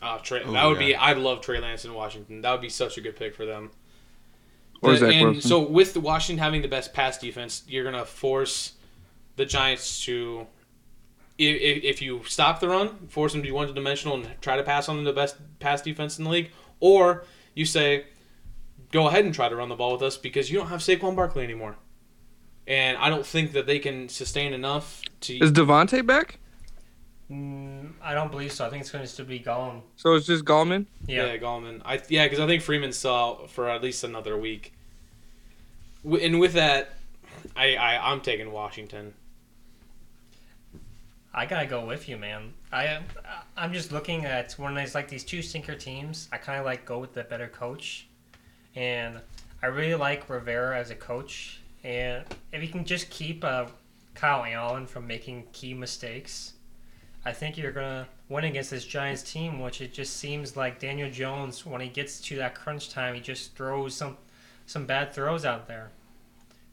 [SPEAKER 1] Uh, Trey,
[SPEAKER 5] Oh,
[SPEAKER 1] that would be.
[SPEAKER 5] yeah.
[SPEAKER 1] I love Trey Lance in Washington. That would be such a good pick for them.
[SPEAKER 4] Or
[SPEAKER 1] The-
[SPEAKER 4] Zach
[SPEAKER 1] and
[SPEAKER 4] Wilson.
[SPEAKER 1] so with the Washington having the best pass defense, you're gonna force the Giants to, if, if you stop the run, force them to be one dimensional and try to pass on the best pass defense in the league, or you say, go ahead and try to run the ball with us because you don't have Saquon Barkley anymore. And I don't think that they can sustain enough to.
[SPEAKER 4] Is Devontae back?
[SPEAKER 3] Mm, I don't believe so. I think it's going to still be Gollum.
[SPEAKER 4] So it's just Gallman.
[SPEAKER 3] Yeah.
[SPEAKER 1] Yeah, Gallman. I yeah, because I think Freeman saw for at least another week. W- And with that, I, I I'm taking Washington.
[SPEAKER 3] I gotta go with you, man. I uh, I'm just looking at when there's like these two sinker teams. I kind of like go with the better coach, and I really like Rivera as a coach. And if he can just keep uh, Kyle Allen from making key mistakes, I think you're gonna win against this Giants team, which it just seems like Daniel Jones when he gets to that crunch time, he just throws some some bad throws out there.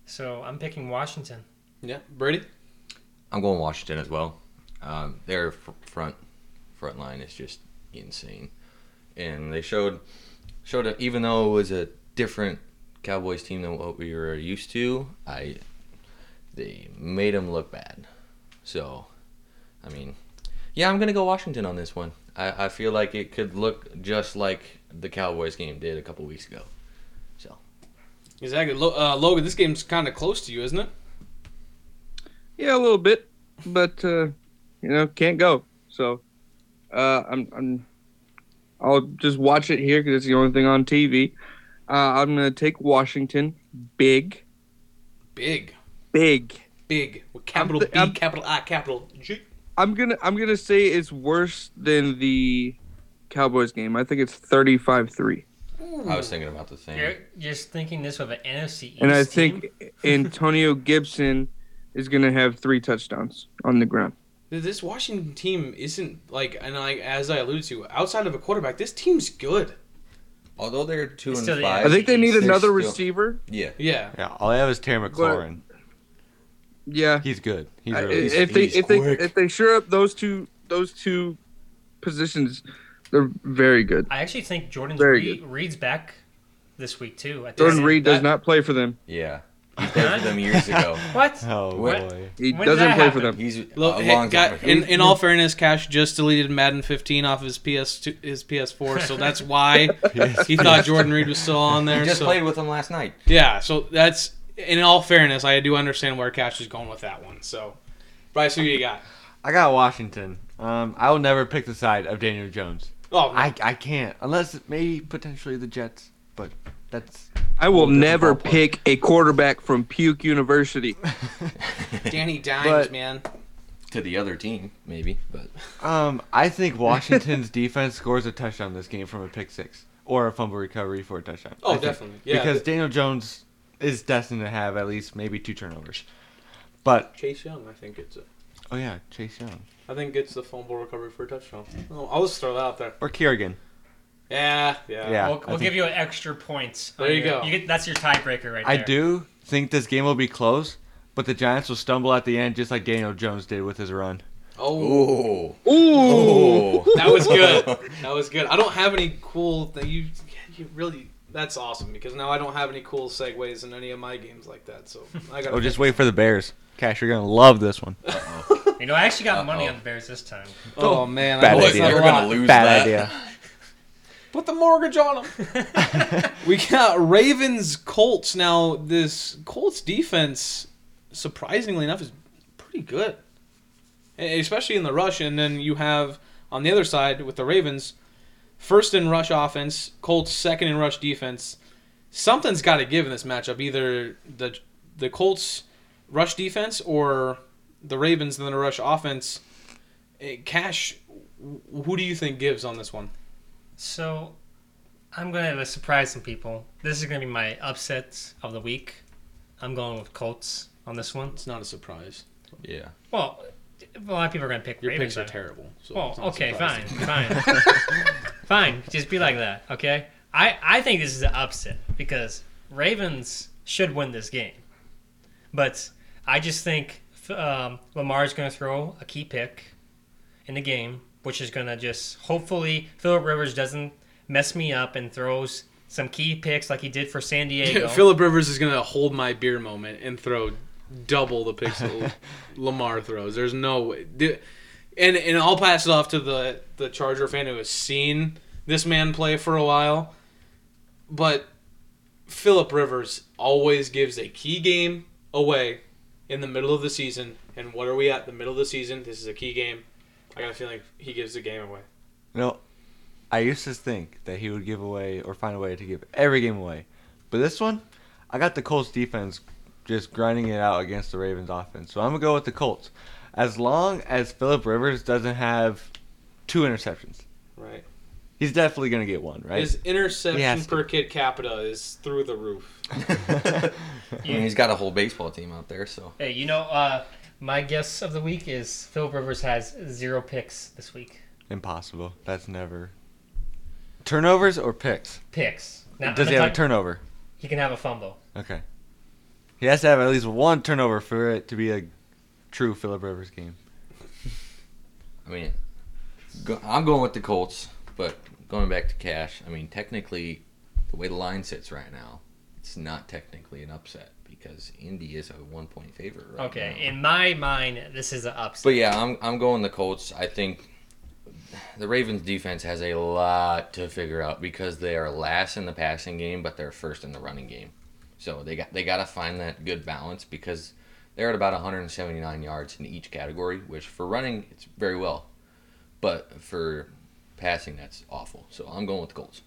[SPEAKER 3] So I'm picking Washington.
[SPEAKER 1] Yeah, Brady.
[SPEAKER 2] I'm going Washington as well. Um, their fr- front front line is just insane, and they showed showed that even though it was a different Cowboys team than what we were used to, I they made them look bad. So, I mean, yeah, I'm gonna go Washington on this one. I, I feel like it could look just like the Cowboys game did a couple weeks ago.
[SPEAKER 1] Exactly, Lo- uh, Logan. This game's kind of close to you, isn't it?
[SPEAKER 4] Yeah, a little bit, but uh, you know, can't go. So uh, I'm, I'm, I'll just watch it here because it's the only thing on TV. Uh, I'm gonna take Washington, big,
[SPEAKER 1] Big,
[SPEAKER 4] big.
[SPEAKER 1] big. With capital
[SPEAKER 4] th-
[SPEAKER 1] B,
[SPEAKER 4] I'm-
[SPEAKER 1] capital I, capital G.
[SPEAKER 4] I'm gonna, I'm gonna say it's worse than the Cowboys game. I think it's 35-3,
[SPEAKER 2] I was thinking about the same.
[SPEAKER 3] You're just thinking this with an NFC East
[SPEAKER 4] and I
[SPEAKER 3] team?
[SPEAKER 4] think Antonio Gibson is gonna have three touchdowns on the ground.
[SPEAKER 1] This Washington team isn't like, and like as I alluded to, outside of a quarterback, this team's good.
[SPEAKER 2] Although they're two
[SPEAKER 3] It's still
[SPEAKER 2] and
[SPEAKER 3] the
[SPEAKER 2] five,
[SPEAKER 4] I think they need
[SPEAKER 2] they're
[SPEAKER 4] another
[SPEAKER 2] still-
[SPEAKER 4] receiver.
[SPEAKER 2] Yeah,
[SPEAKER 1] Yeah,
[SPEAKER 5] Yeah, all I have is Terry McLaurin.
[SPEAKER 4] Yeah,
[SPEAKER 5] He's good. He's
[SPEAKER 4] I-
[SPEAKER 5] really good.
[SPEAKER 4] if they
[SPEAKER 2] he's
[SPEAKER 4] if they
[SPEAKER 2] quick.
[SPEAKER 4] if they sure up those two those two positions, they're very good.
[SPEAKER 3] I actually think Jordan
[SPEAKER 4] Very
[SPEAKER 3] Reed, Reed's back this week too. I think
[SPEAKER 4] Jordan
[SPEAKER 3] I-
[SPEAKER 4] Reed does
[SPEAKER 1] that-
[SPEAKER 4] not play for them.
[SPEAKER 2] yeah. He played for them
[SPEAKER 1] [LAUGHS]
[SPEAKER 2] years ago.
[SPEAKER 3] What?
[SPEAKER 5] Oh
[SPEAKER 2] What?
[SPEAKER 5] boy.
[SPEAKER 4] He
[SPEAKER 3] When did
[SPEAKER 4] doesn't
[SPEAKER 3] that
[SPEAKER 4] play for
[SPEAKER 3] happen?
[SPEAKER 4] them.
[SPEAKER 2] He's
[SPEAKER 1] Lo-
[SPEAKER 2] a
[SPEAKER 1] hey,
[SPEAKER 2] long time
[SPEAKER 1] got-
[SPEAKER 2] ago.
[SPEAKER 1] in, in all fairness, Cash just deleted Madden 15 off his PS2, his PS4, [LAUGHS] so that's why he thought Jordan Reed was still on there.
[SPEAKER 2] You just
[SPEAKER 1] so.
[SPEAKER 2] played with him last night.
[SPEAKER 1] Yeah, so that's in all fairness, I do understand where Cash is going with that one. So, Bryce, who you got?
[SPEAKER 5] I got Washington. Um, I will never pick the side of Daniel Jones.
[SPEAKER 1] Oh,
[SPEAKER 5] I, I can't unless maybe potentially the Jets, but that's
[SPEAKER 4] I will
[SPEAKER 5] Different
[SPEAKER 4] never
[SPEAKER 5] ballpark.
[SPEAKER 4] pick a quarterback from Puke University.
[SPEAKER 1] [LAUGHS]
[SPEAKER 2] [LAUGHS]
[SPEAKER 1] Danny Dimes,
[SPEAKER 5] But-
[SPEAKER 1] man.
[SPEAKER 2] To the other team, maybe, but
[SPEAKER 5] um I
[SPEAKER 1] [LAUGHS]
[SPEAKER 5] think Washington's defense scores a touchdown this game from a pick six or a fumble recovery for a touchdown.
[SPEAKER 1] Oh,
[SPEAKER 5] I think.
[SPEAKER 1] definitely, yeah.
[SPEAKER 5] Because Daniel Jones is destined to have at least maybe two turnovers. But
[SPEAKER 1] Chase Young, I think it's. it.
[SPEAKER 5] oh yeah, Chase Young
[SPEAKER 1] I think it's the fumble recovery for a touchdown. Oh, I'll just throw that out there.
[SPEAKER 5] or Kerrigan.
[SPEAKER 1] Yeah, yeah.
[SPEAKER 5] Yeah.
[SPEAKER 3] we'll
[SPEAKER 5] I
[SPEAKER 3] we'll
[SPEAKER 5] think-
[SPEAKER 3] give you an extra point.
[SPEAKER 1] There
[SPEAKER 3] on
[SPEAKER 1] you
[SPEAKER 3] your-
[SPEAKER 1] go.
[SPEAKER 3] get, that's your tiebreaker right
[SPEAKER 5] I
[SPEAKER 3] there.
[SPEAKER 5] do think this game will be close, but the Giants will stumble at the end just like Daniel Jones did with his run.
[SPEAKER 1] Oh,
[SPEAKER 2] oh,
[SPEAKER 4] Ooh,
[SPEAKER 2] oh.
[SPEAKER 1] that was
[SPEAKER 2] [LAUGHS]
[SPEAKER 5] [LAUGHS]
[SPEAKER 1] good. that was good. I don't have any cool thing. You, you really. That's awesome because now I don't have any cool segues in any of my games like that. So I got.
[SPEAKER 5] Oh, just wait for the Bears. Cash, you're gonna love this one.
[SPEAKER 3] You know, I actually got money
[SPEAKER 2] Uh-oh.
[SPEAKER 3] on the Bears this time.
[SPEAKER 1] Oh man,
[SPEAKER 5] Bad
[SPEAKER 1] I
[SPEAKER 5] idea.
[SPEAKER 1] lost that
[SPEAKER 2] You're
[SPEAKER 1] lot.
[SPEAKER 2] gonna lose
[SPEAKER 5] Bad
[SPEAKER 2] that.
[SPEAKER 5] idea.
[SPEAKER 1] Put the mortgage on them. we got Ravens Colts now. This Colts defense, surprisingly enough, is pretty good, And especially in the rush. And then you have on the other side with the Ravens, first in rush offense, Colts second in rush defense. Something's got to give in this matchup. Either the the Colts rush defense or the Ravens and the rush offense. Eh, Cash, wh- who do you think gives on this one?
[SPEAKER 3] So, I'm going to surprise some people. This is going to be my upset of the week. I'm going with Colts on this one.
[SPEAKER 1] It's not a surprise.
[SPEAKER 2] [LAUGHS]
[SPEAKER 1] [LAUGHS]
[SPEAKER 2] Yeah.
[SPEAKER 3] Well, a lot of people are going to pick
[SPEAKER 1] Your
[SPEAKER 3] Ravens.
[SPEAKER 1] picks are
[SPEAKER 3] though.
[SPEAKER 1] terrible. So
[SPEAKER 3] Well,
[SPEAKER 1] it's not a
[SPEAKER 3] okay,
[SPEAKER 1] surprise. [LAUGHS]
[SPEAKER 3] fine, fine, fine. Just be like that, okay? I I think this is an upset because Ravens should win this game, but I just think f- um, Lamar's going to throw a key pick in the game, which is going to just hopefully Philip Rivers doesn't mess me up and throws some key picks like he did for
[SPEAKER 5] [LAUGHS]
[SPEAKER 3] San Diego.
[SPEAKER 1] Philip Rivers is gonna hold my beer moment and throw double the picks
[SPEAKER 3] [LAUGHS]
[SPEAKER 1] that Lamar throws. There's no way. Dude, And and I'll pass it off to the the Charger fan who has seen this man play for a while, but Philip Rivers always gives a key game away in the middle of the season. And what are we at? The middle of the season. This is a key game. I got a feeling he gives the game away.
[SPEAKER 5] No, I used to think that he would give away or find a way to give every game away, but this one, I got the Colts defense just grinding it out against the Ravens offense. So I'm gonna go with the Colts, as long as Philip Rivers doesn't have two interceptions.
[SPEAKER 1] Right.
[SPEAKER 5] He's definitely gonna get one, right?
[SPEAKER 1] His interception
[SPEAKER 5] Yes.
[SPEAKER 1] per kid capita is through the roof.
[SPEAKER 2] I mean, he's got a whole baseball team out there, so.
[SPEAKER 3] hey, you know, uh, my guess of the week is Philip Rivers has zero picks this week.
[SPEAKER 5] Impossible. That's never. Turnovers or picks?
[SPEAKER 3] Picks. Not-
[SPEAKER 5] Does
[SPEAKER 3] I'm
[SPEAKER 5] he have a
[SPEAKER 3] talking-
[SPEAKER 5] turnover?
[SPEAKER 3] He can have a fumble.
[SPEAKER 5] Okay. He has to have at least one turnover for it to be a true Philip Rivers game.
[SPEAKER 2] I mean, go, I'm going with the Colts, but going back to cash, I mean, technically, the way the line sits right now, it's not technically an upset because Indy is a one point favorite right
[SPEAKER 3] Okay,
[SPEAKER 2] now.
[SPEAKER 3] in my mind, this is an upset.
[SPEAKER 2] But yeah, I'm I'm going the Colts. I think the Ravens defense has a lot to figure out because they are last in the passing game, but they're first in the running game. So they got they got to find that good balance because they're at about 179 yards in each category, which for running it's very well, but for passing that's awful. So I'm going with the Colts.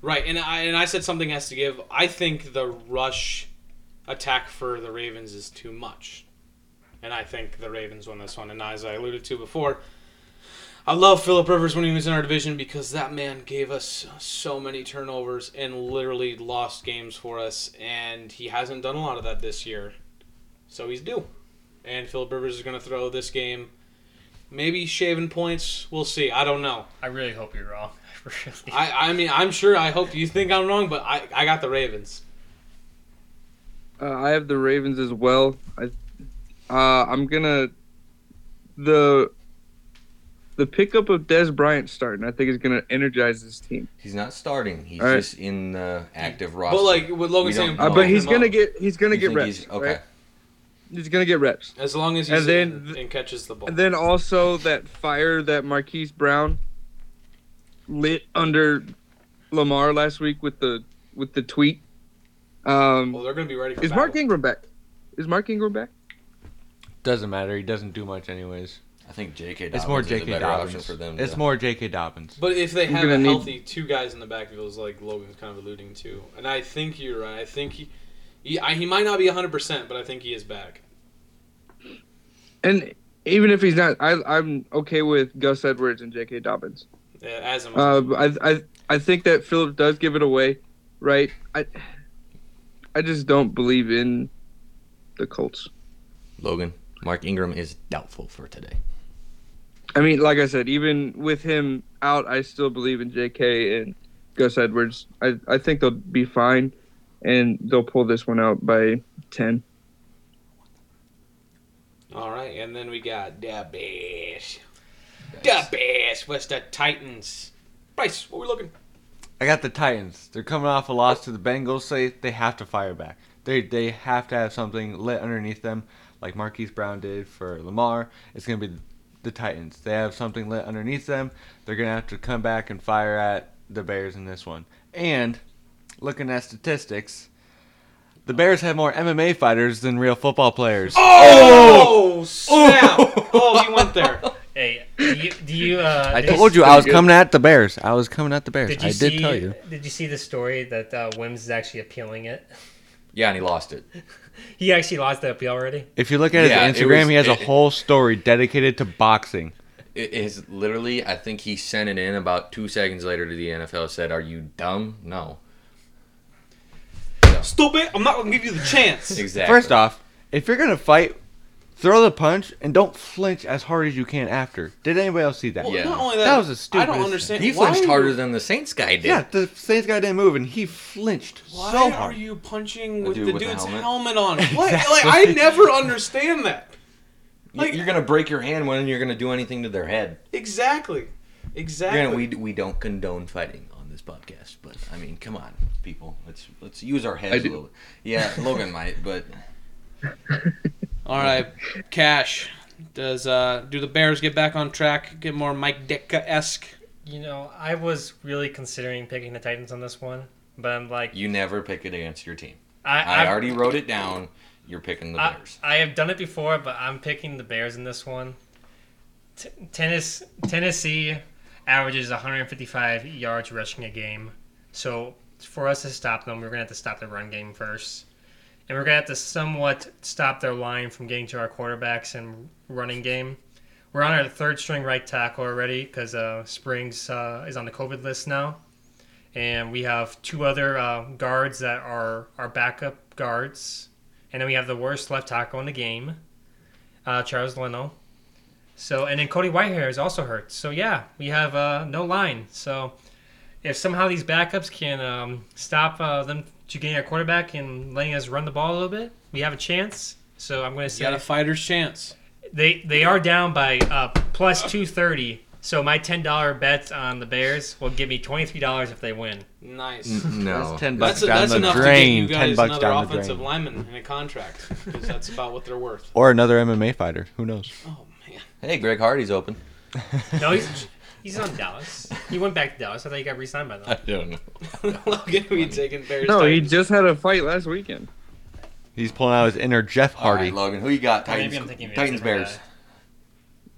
[SPEAKER 1] Right, and I and I said something has to give. I think the rush attack for the Ravens is too much, and I think the Ravens won this one. And as I alluded to before, I love Philip Rivers when he was in our division because that man gave us so many turnovers and literally lost games for us, and he hasn't done a lot of that this year, so he's due. And Philip Rivers is going to throw this game, maybe shaving points. We'll see. I don't know.
[SPEAKER 3] I really hope you're wrong. [LAUGHS] I really.
[SPEAKER 1] I, I mean, I'm sure. I hope you think I'm wrong, but I, I got the Ravens.
[SPEAKER 4] Uh, I have the Ravens as well. I, uh, I'm gonna the the pickup of Des Bryant starting. I think is gonna energize this team.
[SPEAKER 2] He's not starting. He's
[SPEAKER 4] All right.
[SPEAKER 2] just in the active roster.
[SPEAKER 1] But like with
[SPEAKER 2] We
[SPEAKER 1] Logan
[SPEAKER 2] don't
[SPEAKER 1] saying,
[SPEAKER 2] know.
[SPEAKER 4] Uh,
[SPEAKER 2] Oh,
[SPEAKER 4] but he's
[SPEAKER 2] come
[SPEAKER 4] gonna get he's gonna
[SPEAKER 2] You
[SPEAKER 4] get
[SPEAKER 2] think
[SPEAKER 4] reps.
[SPEAKER 2] he's-
[SPEAKER 4] right? He's gonna get reps.
[SPEAKER 1] as long as he's
[SPEAKER 4] And then
[SPEAKER 1] in
[SPEAKER 4] th-
[SPEAKER 1] and catches the ball.
[SPEAKER 4] And then also that fire that Marquise Brown lit under Lamar last week with the with the tweet.
[SPEAKER 1] well,
[SPEAKER 4] Um,
[SPEAKER 1] they're gonna be ready. For
[SPEAKER 4] is
[SPEAKER 1] battle.
[SPEAKER 4] Mark Ingram back? Is Mark Ingram back?
[SPEAKER 5] Doesn't matter. He doesn't do much anyways.
[SPEAKER 2] I think J.K. Dobbins
[SPEAKER 5] It's more
[SPEAKER 2] is a
[SPEAKER 5] J.K.
[SPEAKER 2] better option
[SPEAKER 5] Dobbins.
[SPEAKER 2] for them.
[SPEAKER 5] It's
[SPEAKER 2] to-
[SPEAKER 5] more J.K. Dobbins.
[SPEAKER 1] But if they
[SPEAKER 4] You're
[SPEAKER 1] have a
[SPEAKER 4] gonna need-
[SPEAKER 1] healthy two guys in the backfield, is like Logan's kind of alluding to, and I think you're right. I think he, he, I, he might not be 100, percent but I think he is back.
[SPEAKER 4] And even if he's not, I, I'm okay with Gus Edwards and J.K. Dobbins.
[SPEAKER 1] Uh, as am I.
[SPEAKER 4] Uh, I, I I think that Philip does give it away, right? I I just don't believe in the Colts.
[SPEAKER 2] Logan. Mark Ingram is doubtful for today.
[SPEAKER 4] I mean, like I said, even with him out, I still believe in J.K. and Gus Edwards. I I think they'll be fine, and they'll pull this one out by ten.
[SPEAKER 1] All right, and then we got the Bears. The Bears was the Titans. Bryce, what we looking?
[SPEAKER 5] I got the Titans. They're coming off a loss to the Bengals. They they have to fire back. They they have to have something lit underneath them, like Marquise Brown did for Lamar. It's gonna be the Titans. They have something lit underneath them. They're gonna have to come back and fire at the Bears in this one. And looking at statistics, The Bears have more MMA fighters than real football players.
[SPEAKER 1] Oh, snap!
[SPEAKER 4] [LAUGHS]
[SPEAKER 1] oh, you went there.
[SPEAKER 3] Hey, do you? Do you uh,
[SPEAKER 5] [LAUGHS] I
[SPEAKER 3] did-
[SPEAKER 5] told you I was
[SPEAKER 4] good.
[SPEAKER 5] coming at the Bears. I was coming at the Bears.
[SPEAKER 3] Did you
[SPEAKER 5] I
[SPEAKER 3] see,
[SPEAKER 5] did tell you.
[SPEAKER 3] Did you see the story that uh, Wims is actually appealing it? [LAUGHS]
[SPEAKER 2] Yeah, and he lost it.
[SPEAKER 3] He actually lost the appeal already.
[SPEAKER 5] If you look at
[SPEAKER 2] Yeah, it
[SPEAKER 5] his Instagram,
[SPEAKER 2] was-
[SPEAKER 5] he has a
[SPEAKER 2] it-
[SPEAKER 5] whole story dedicated to boxing.
[SPEAKER 2] It is literally. I think he sent it in about two seconds later to the NFL. Said, "Are you dumb? No."
[SPEAKER 1] Stupid! I'm not gonna give you the chance.
[SPEAKER 2] Exactly.
[SPEAKER 5] First off, if you're gonna fight, throw the punch and don't flinch as hard as you can after. Did anybody else see that?
[SPEAKER 1] Well,
[SPEAKER 2] Yeah.
[SPEAKER 1] Not only that,
[SPEAKER 5] That was the
[SPEAKER 1] I
[SPEAKER 5] stupidest
[SPEAKER 1] don't
[SPEAKER 5] thing.
[SPEAKER 1] understand.
[SPEAKER 2] he
[SPEAKER 1] why
[SPEAKER 2] flinched
[SPEAKER 1] are you-
[SPEAKER 2] harder than the Saints guy did.
[SPEAKER 5] Yeah, the Saints guy didn't move and he flinched
[SPEAKER 1] Why
[SPEAKER 5] so
[SPEAKER 1] are
[SPEAKER 5] hard.
[SPEAKER 1] you punching with
[SPEAKER 2] dude
[SPEAKER 1] the
[SPEAKER 2] with the
[SPEAKER 1] dude's
[SPEAKER 2] helmet?
[SPEAKER 1] helmet? on? What? Like I never understand that.
[SPEAKER 2] You-
[SPEAKER 1] Like-
[SPEAKER 2] you're gonna break your hand when you're gonna do anything to their head.
[SPEAKER 1] Exactly. Exactly.
[SPEAKER 2] Granted, we we don't condone fighting on this podcast, but I mean, come on, people, let's let's use our heads a
[SPEAKER 4] do.
[SPEAKER 2] little. bit. Yeah, Logan might, but
[SPEAKER 1] All right, Cash. Does uh do the Bears get back on track? Get more Mike Ditka esque?
[SPEAKER 3] You know, I was really considering picking the Titans on this one, but I'm like,
[SPEAKER 2] you never pick it against your team.
[SPEAKER 3] I,
[SPEAKER 2] I
[SPEAKER 3] I've-
[SPEAKER 2] already wrote it down. You're picking the
[SPEAKER 3] I,
[SPEAKER 2] Bears.
[SPEAKER 3] I have done it before, but I'm picking the Bears in this one. T- tennis, Tennessee averages 155 yards rushing a game. So for us to stop them, we're going to have to stop the run game first. And we're going to have to somewhat stop their line from getting to our quarterbacks and running game. We're on our third string right tackle already because uh, Springs uh, is on the COVID list now. And we have two other uh, guards that are our backup guards. And then we have the worst left tackle in the game, uh, Charles Leno. So and then Cody Whitehair is also hurt. So yeah, we have uh, no line. So if somehow these backups can um, stop uh, them to getting our quarterback and letting us run the ball a little bit, we have a chance. So I'm going to
[SPEAKER 1] You
[SPEAKER 3] say
[SPEAKER 1] got a fighter's chance.
[SPEAKER 3] they they are down by uh, plus two thirty. So my ten dollar bets on the Bears will give me twenty three dollars if they win.
[SPEAKER 1] Nice.
[SPEAKER 2] No,
[SPEAKER 5] That's ten bucks
[SPEAKER 1] That's,
[SPEAKER 5] down
[SPEAKER 1] that's
[SPEAKER 5] the
[SPEAKER 1] enough
[SPEAKER 5] drain.
[SPEAKER 1] to get you
[SPEAKER 5] ten
[SPEAKER 1] guys
[SPEAKER 5] bucks
[SPEAKER 1] another
[SPEAKER 5] down the
[SPEAKER 1] offensive
[SPEAKER 5] drain.
[SPEAKER 1] lineman in a contract because that's about what they're worth.
[SPEAKER 5] Or another MMA fighter. Who knows?
[SPEAKER 1] Oh man.
[SPEAKER 2] Hey, Greg Hardy's open.
[SPEAKER 3] No, he's he's on Dallas. He went back to Dallas. I thought he got re-signed by them.
[SPEAKER 2] don't know.
[SPEAKER 1] [LAUGHS] Logan, we taking Bears.
[SPEAKER 4] No, he
[SPEAKER 1] Titans.
[SPEAKER 4] just had a fight last weekend.
[SPEAKER 5] He's pulling out his inner Jeff
[SPEAKER 2] All
[SPEAKER 5] Hardy.
[SPEAKER 2] right, Logan, who you got?
[SPEAKER 3] Or maybe
[SPEAKER 2] Titans,
[SPEAKER 3] I'm thinking of a
[SPEAKER 2] Titans
[SPEAKER 3] different
[SPEAKER 2] Bears.
[SPEAKER 3] guy.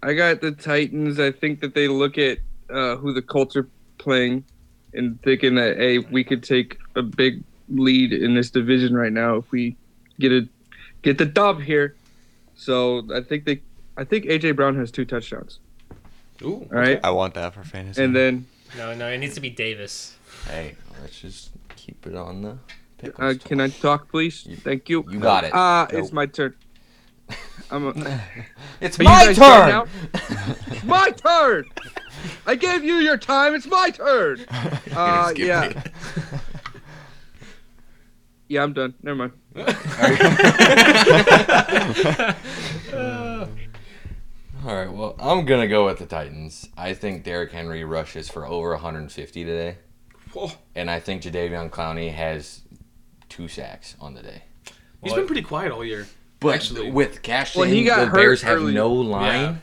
[SPEAKER 4] I got the Titans. I think that they look at uh, who the Colts are playing and thinking that hey, we could take a big lead in this division right now if we get a get the dub here. So I think they, I think AJ Brown has two touchdowns.
[SPEAKER 1] Ooh.
[SPEAKER 4] All right,
[SPEAKER 5] I want that for fantasy.
[SPEAKER 4] and
[SPEAKER 5] [LAUGHS]
[SPEAKER 4] then
[SPEAKER 3] No, no, it needs to be Davis.
[SPEAKER 2] Hey, let's just keep it on the. Pickles.
[SPEAKER 4] uh, can I talk, please? Thank you.
[SPEAKER 2] You got it.
[SPEAKER 4] Uh,
[SPEAKER 2] Nope.
[SPEAKER 4] it's my turn. I'm a,
[SPEAKER 2] it's
[SPEAKER 4] Are you
[SPEAKER 2] my
[SPEAKER 4] guys done
[SPEAKER 2] [LAUGHS] turn. [LAUGHS]
[SPEAKER 4] It's my turn. I gave you your time. It's my turn. Uh,
[SPEAKER 2] skip
[SPEAKER 5] [LAUGHS]
[SPEAKER 4] yeah.
[SPEAKER 2] it.
[SPEAKER 4] Yeah, I'm done. Never mind.
[SPEAKER 2] [LAUGHS] All right, well, I'm going to go with the Titans. I think Derrick Henry rushes for over 150 today.
[SPEAKER 1] Whoa.
[SPEAKER 2] And I think Jadavion Clowney has two sacks on the day.
[SPEAKER 1] He's been pretty quiet all year.
[SPEAKER 2] But
[SPEAKER 1] Actually-
[SPEAKER 2] with cash
[SPEAKER 4] Well, he
[SPEAKER 2] in,
[SPEAKER 4] got
[SPEAKER 2] the
[SPEAKER 4] hurt
[SPEAKER 2] Bears have
[SPEAKER 4] early.
[SPEAKER 2] no line.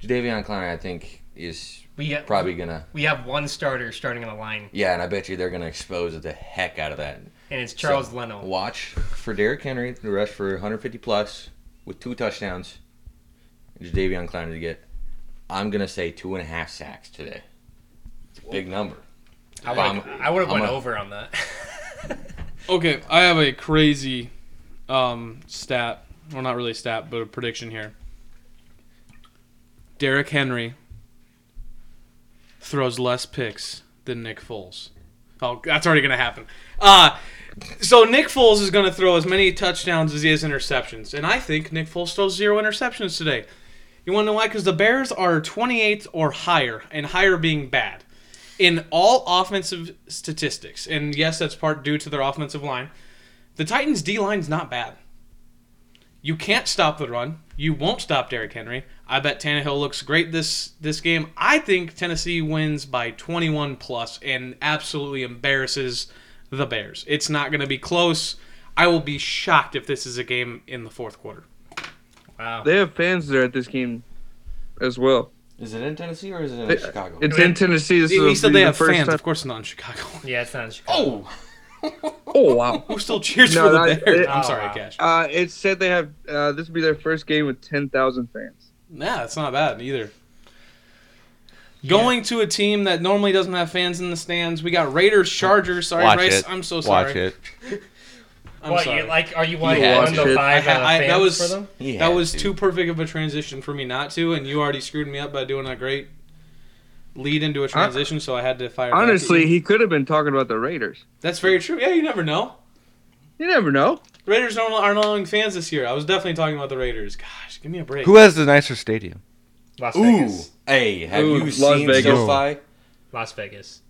[SPEAKER 2] Jadavion Clowney, I think, is
[SPEAKER 3] We ha-
[SPEAKER 2] probably going to.
[SPEAKER 3] we have one starter starting on the line,
[SPEAKER 2] Yeah, and I bet you they're going to expose the heck out of that.
[SPEAKER 3] and it's Charles
[SPEAKER 2] So,
[SPEAKER 3] Leno.
[SPEAKER 2] Watch for Derrick Henry to rush for 150 plus with two touchdowns. And Jadavion Clowney to get, I'm going to say, two and a half sacks today. It's a big number. Um,
[SPEAKER 3] I would
[SPEAKER 2] I'm-
[SPEAKER 3] I would have
[SPEAKER 2] I'm
[SPEAKER 3] went
[SPEAKER 2] a-
[SPEAKER 3] over on that. [LAUGHS]
[SPEAKER 1] Okay, I have a crazy um, stat. Well, not really stat, but a prediction here. Derrick Henry throws less picks than Nick Foles. Oh, that's already going to happen. Uh, so Nick Foles is going to throw as many touchdowns as he has interceptions, and I think Nick Foles throws zero interceptions today. You want to know why? Because the Bears are 28th or higher, and higher being bad in all offensive statistics, and yes, that's part due to their offensive line. The Titans' D line's not bad. You can't stop the run. You won't stop Derrick Henry. I bet Tannehill looks great this this game. I think Tennessee wins by 21 plus and absolutely embarrasses the Bears. It's not going to be close. I will be shocked if this is a game in the fourth quarter.
[SPEAKER 3] Wow.
[SPEAKER 4] They have fans there at this game as well.
[SPEAKER 2] Is it in Tennessee or is it in
[SPEAKER 4] They-
[SPEAKER 2] Chicago?
[SPEAKER 4] It's in Tennessee. This
[SPEAKER 1] He
[SPEAKER 4] will
[SPEAKER 1] said
[SPEAKER 4] be
[SPEAKER 1] they
[SPEAKER 4] the
[SPEAKER 1] have
[SPEAKER 4] first
[SPEAKER 1] fans. [LAUGHS]
[SPEAKER 4] time-
[SPEAKER 1] Of course, not in Chicago.
[SPEAKER 3] Yeah, it's not in Chicago.
[SPEAKER 2] oh. Oh wow.
[SPEAKER 1] Who still cheers
[SPEAKER 4] No,
[SPEAKER 1] for the
[SPEAKER 4] that-
[SPEAKER 1] Bears?
[SPEAKER 4] it-
[SPEAKER 1] I'm
[SPEAKER 3] Oh,
[SPEAKER 1] sorry,
[SPEAKER 3] wow.
[SPEAKER 1] Cash.
[SPEAKER 4] Uh, it said they have uh, this will be their first game with ten thousand fans.
[SPEAKER 1] Nah, it's not bad either. Going to a team that normally doesn't have fans in the stands. We got Raiders, Chargers. Sorry,
[SPEAKER 5] Watch
[SPEAKER 1] Bryce.
[SPEAKER 5] it.
[SPEAKER 1] I'm so sorry.
[SPEAKER 5] Watch it.
[SPEAKER 1] I'm
[SPEAKER 3] what
[SPEAKER 1] sorry.
[SPEAKER 3] you like? Are you like
[SPEAKER 2] had
[SPEAKER 3] one of
[SPEAKER 4] to.
[SPEAKER 3] the five
[SPEAKER 1] I ha-
[SPEAKER 3] uh,
[SPEAKER 1] I- that
[SPEAKER 3] fans
[SPEAKER 1] was-
[SPEAKER 3] for them?
[SPEAKER 2] He
[SPEAKER 1] that
[SPEAKER 2] had
[SPEAKER 1] was
[SPEAKER 2] to.
[SPEAKER 1] too perfect of a transition for me not to, and you already screwed me up by doing a great lead into a transition, so I had to fire. back at
[SPEAKER 4] Honestly,
[SPEAKER 1] you.
[SPEAKER 4] he could have been talking about the Raiders.
[SPEAKER 1] that's very true. Yeah, you never know.
[SPEAKER 4] You never know.
[SPEAKER 1] Raiders aren't aren't allowing fans this year. I was definitely talking about the Raiders. Gosh, give me a break.
[SPEAKER 5] Who has the nicer stadium?
[SPEAKER 3] Las
[SPEAKER 2] Ooh.
[SPEAKER 3] Vegas.
[SPEAKER 2] Hey, have
[SPEAKER 4] Ooh,
[SPEAKER 2] you
[SPEAKER 4] Las
[SPEAKER 2] seen
[SPEAKER 4] Vegas.
[SPEAKER 2] SoFi?
[SPEAKER 3] Las Vegas.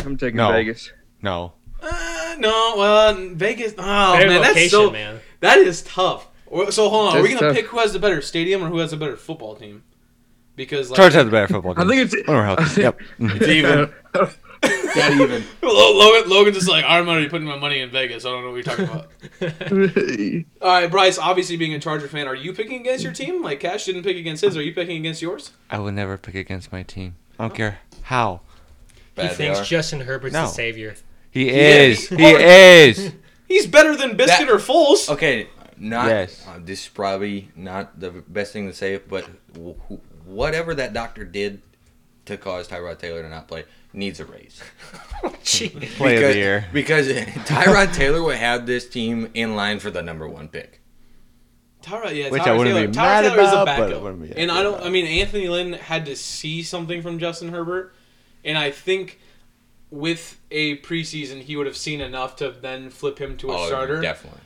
[SPEAKER 4] I'm taking
[SPEAKER 5] No.
[SPEAKER 4] Vegas.
[SPEAKER 5] No.
[SPEAKER 1] Uh, no, well, Vegas. Oh
[SPEAKER 3] Their
[SPEAKER 1] man,
[SPEAKER 3] location,
[SPEAKER 1] that's so [LAUGHS]
[SPEAKER 3] man.
[SPEAKER 1] that is tough. Or- So hold on, are we
[SPEAKER 4] That's
[SPEAKER 1] gonna
[SPEAKER 4] tough.
[SPEAKER 1] pick who has the better stadium or who has the better football team? Because like,
[SPEAKER 5] Chargers
[SPEAKER 1] [LAUGHS]
[SPEAKER 5] have the better football
[SPEAKER 4] I
[SPEAKER 5] team.
[SPEAKER 4] think it's.
[SPEAKER 5] Whatever
[SPEAKER 4] [LAUGHS]
[SPEAKER 5] helps. Yep. Mhm.
[SPEAKER 2] It's even. Not even.
[SPEAKER 1] Lo- Logan, Logan's just like I'm already putting my money in Vegas. I don't know what you're talking about. [LAUGHS] All right, Bryce. Obviously, being a Charger fan, are you picking against your team? Like Cash didn't pick against his. Are you picking against yours?
[SPEAKER 5] I would never pick against my team. I don't care how.
[SPEAKER 3] He
[SPEAKER 2] Bad they
[SPEAKER 3] thinks
[SPEAKER 2] are.
[SPEAKER 3] Justin Herbert's
[SPEAKER 5] No.
[SPEAKER 3] the savior.
[SPEAKER 5] He is.
[SPEAKER 1] he-
[SPEAKER 5] He [LAUGHS] is.
[SPEAKER 1] He's better than Biscuit
[SPEAKER 2] That-
[SPEAKER 1] or Foles.
[SPEAKER 2] Okay, not
[SPEAKER 5] Yes.
[SPEAKER 2] uh, this is probably not the best thing to say, but wh- wh- whatever that doctor did to cause Tyrod Taylor to not play needs a raise.
[SPEAKER 3] Gee.
[SPEAKER 5] Play of
[SPEAKER 2] because,
[SPEAKER 5] the year.
[SPEAKER 2] because Tyrod Taylor would have this team in line for the number one pick.
[SPEAKER 1] Tyra, yeah,
[SPEAKER 5] Which
[SPEAKER 1] Tyra
[SPEAKER 5] I wouldn't
[SPEAKER 1] Taylor,
[SPEAKER 5] be
[SPEAKER 1] Tyra
[SPEAKER 5] mad
[SPEAKER 1] Taylor
[SPEAKER 5] about, but
[SPEAKER 1] is a
[SPEAKER 5] it
[SPEAKER 1] backup.
[SPEAKER 5] wouldn't be
[SPEAKER 1] and I
[SPEAKER 5] happy
[SPEAKER 1] don't.
[SPEAKER 5] about
[SPEAKER 1] I mean, Anthony Lynn had to see something from Justin Herbert, and I think with a preseason he would have seen enough to then flip him to a
[SPEAKER 5] Oh,
[SPEAKER 1] starter.
[SPEAKER 2] Oh, definitely.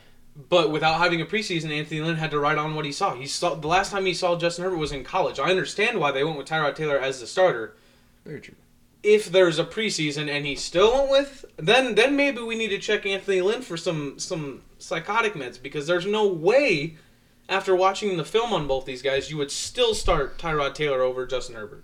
[SPEAKER 1] But without having a preseason, Anthony Lynn had to ride on what he saw. He saw the last time he saw Justin Herbert was in college. I understand why they went with Tyrod Taylor as the starter.
[SPEAKER 2] Very true.
[SPEAKER 1] If there's a preseason and he still went with, then then maybe we need to check Anthony Lynn for some some psychotic meds because there's no way after watching the film on both these guys you would still start Tyrod Taylor over Justin Herbert.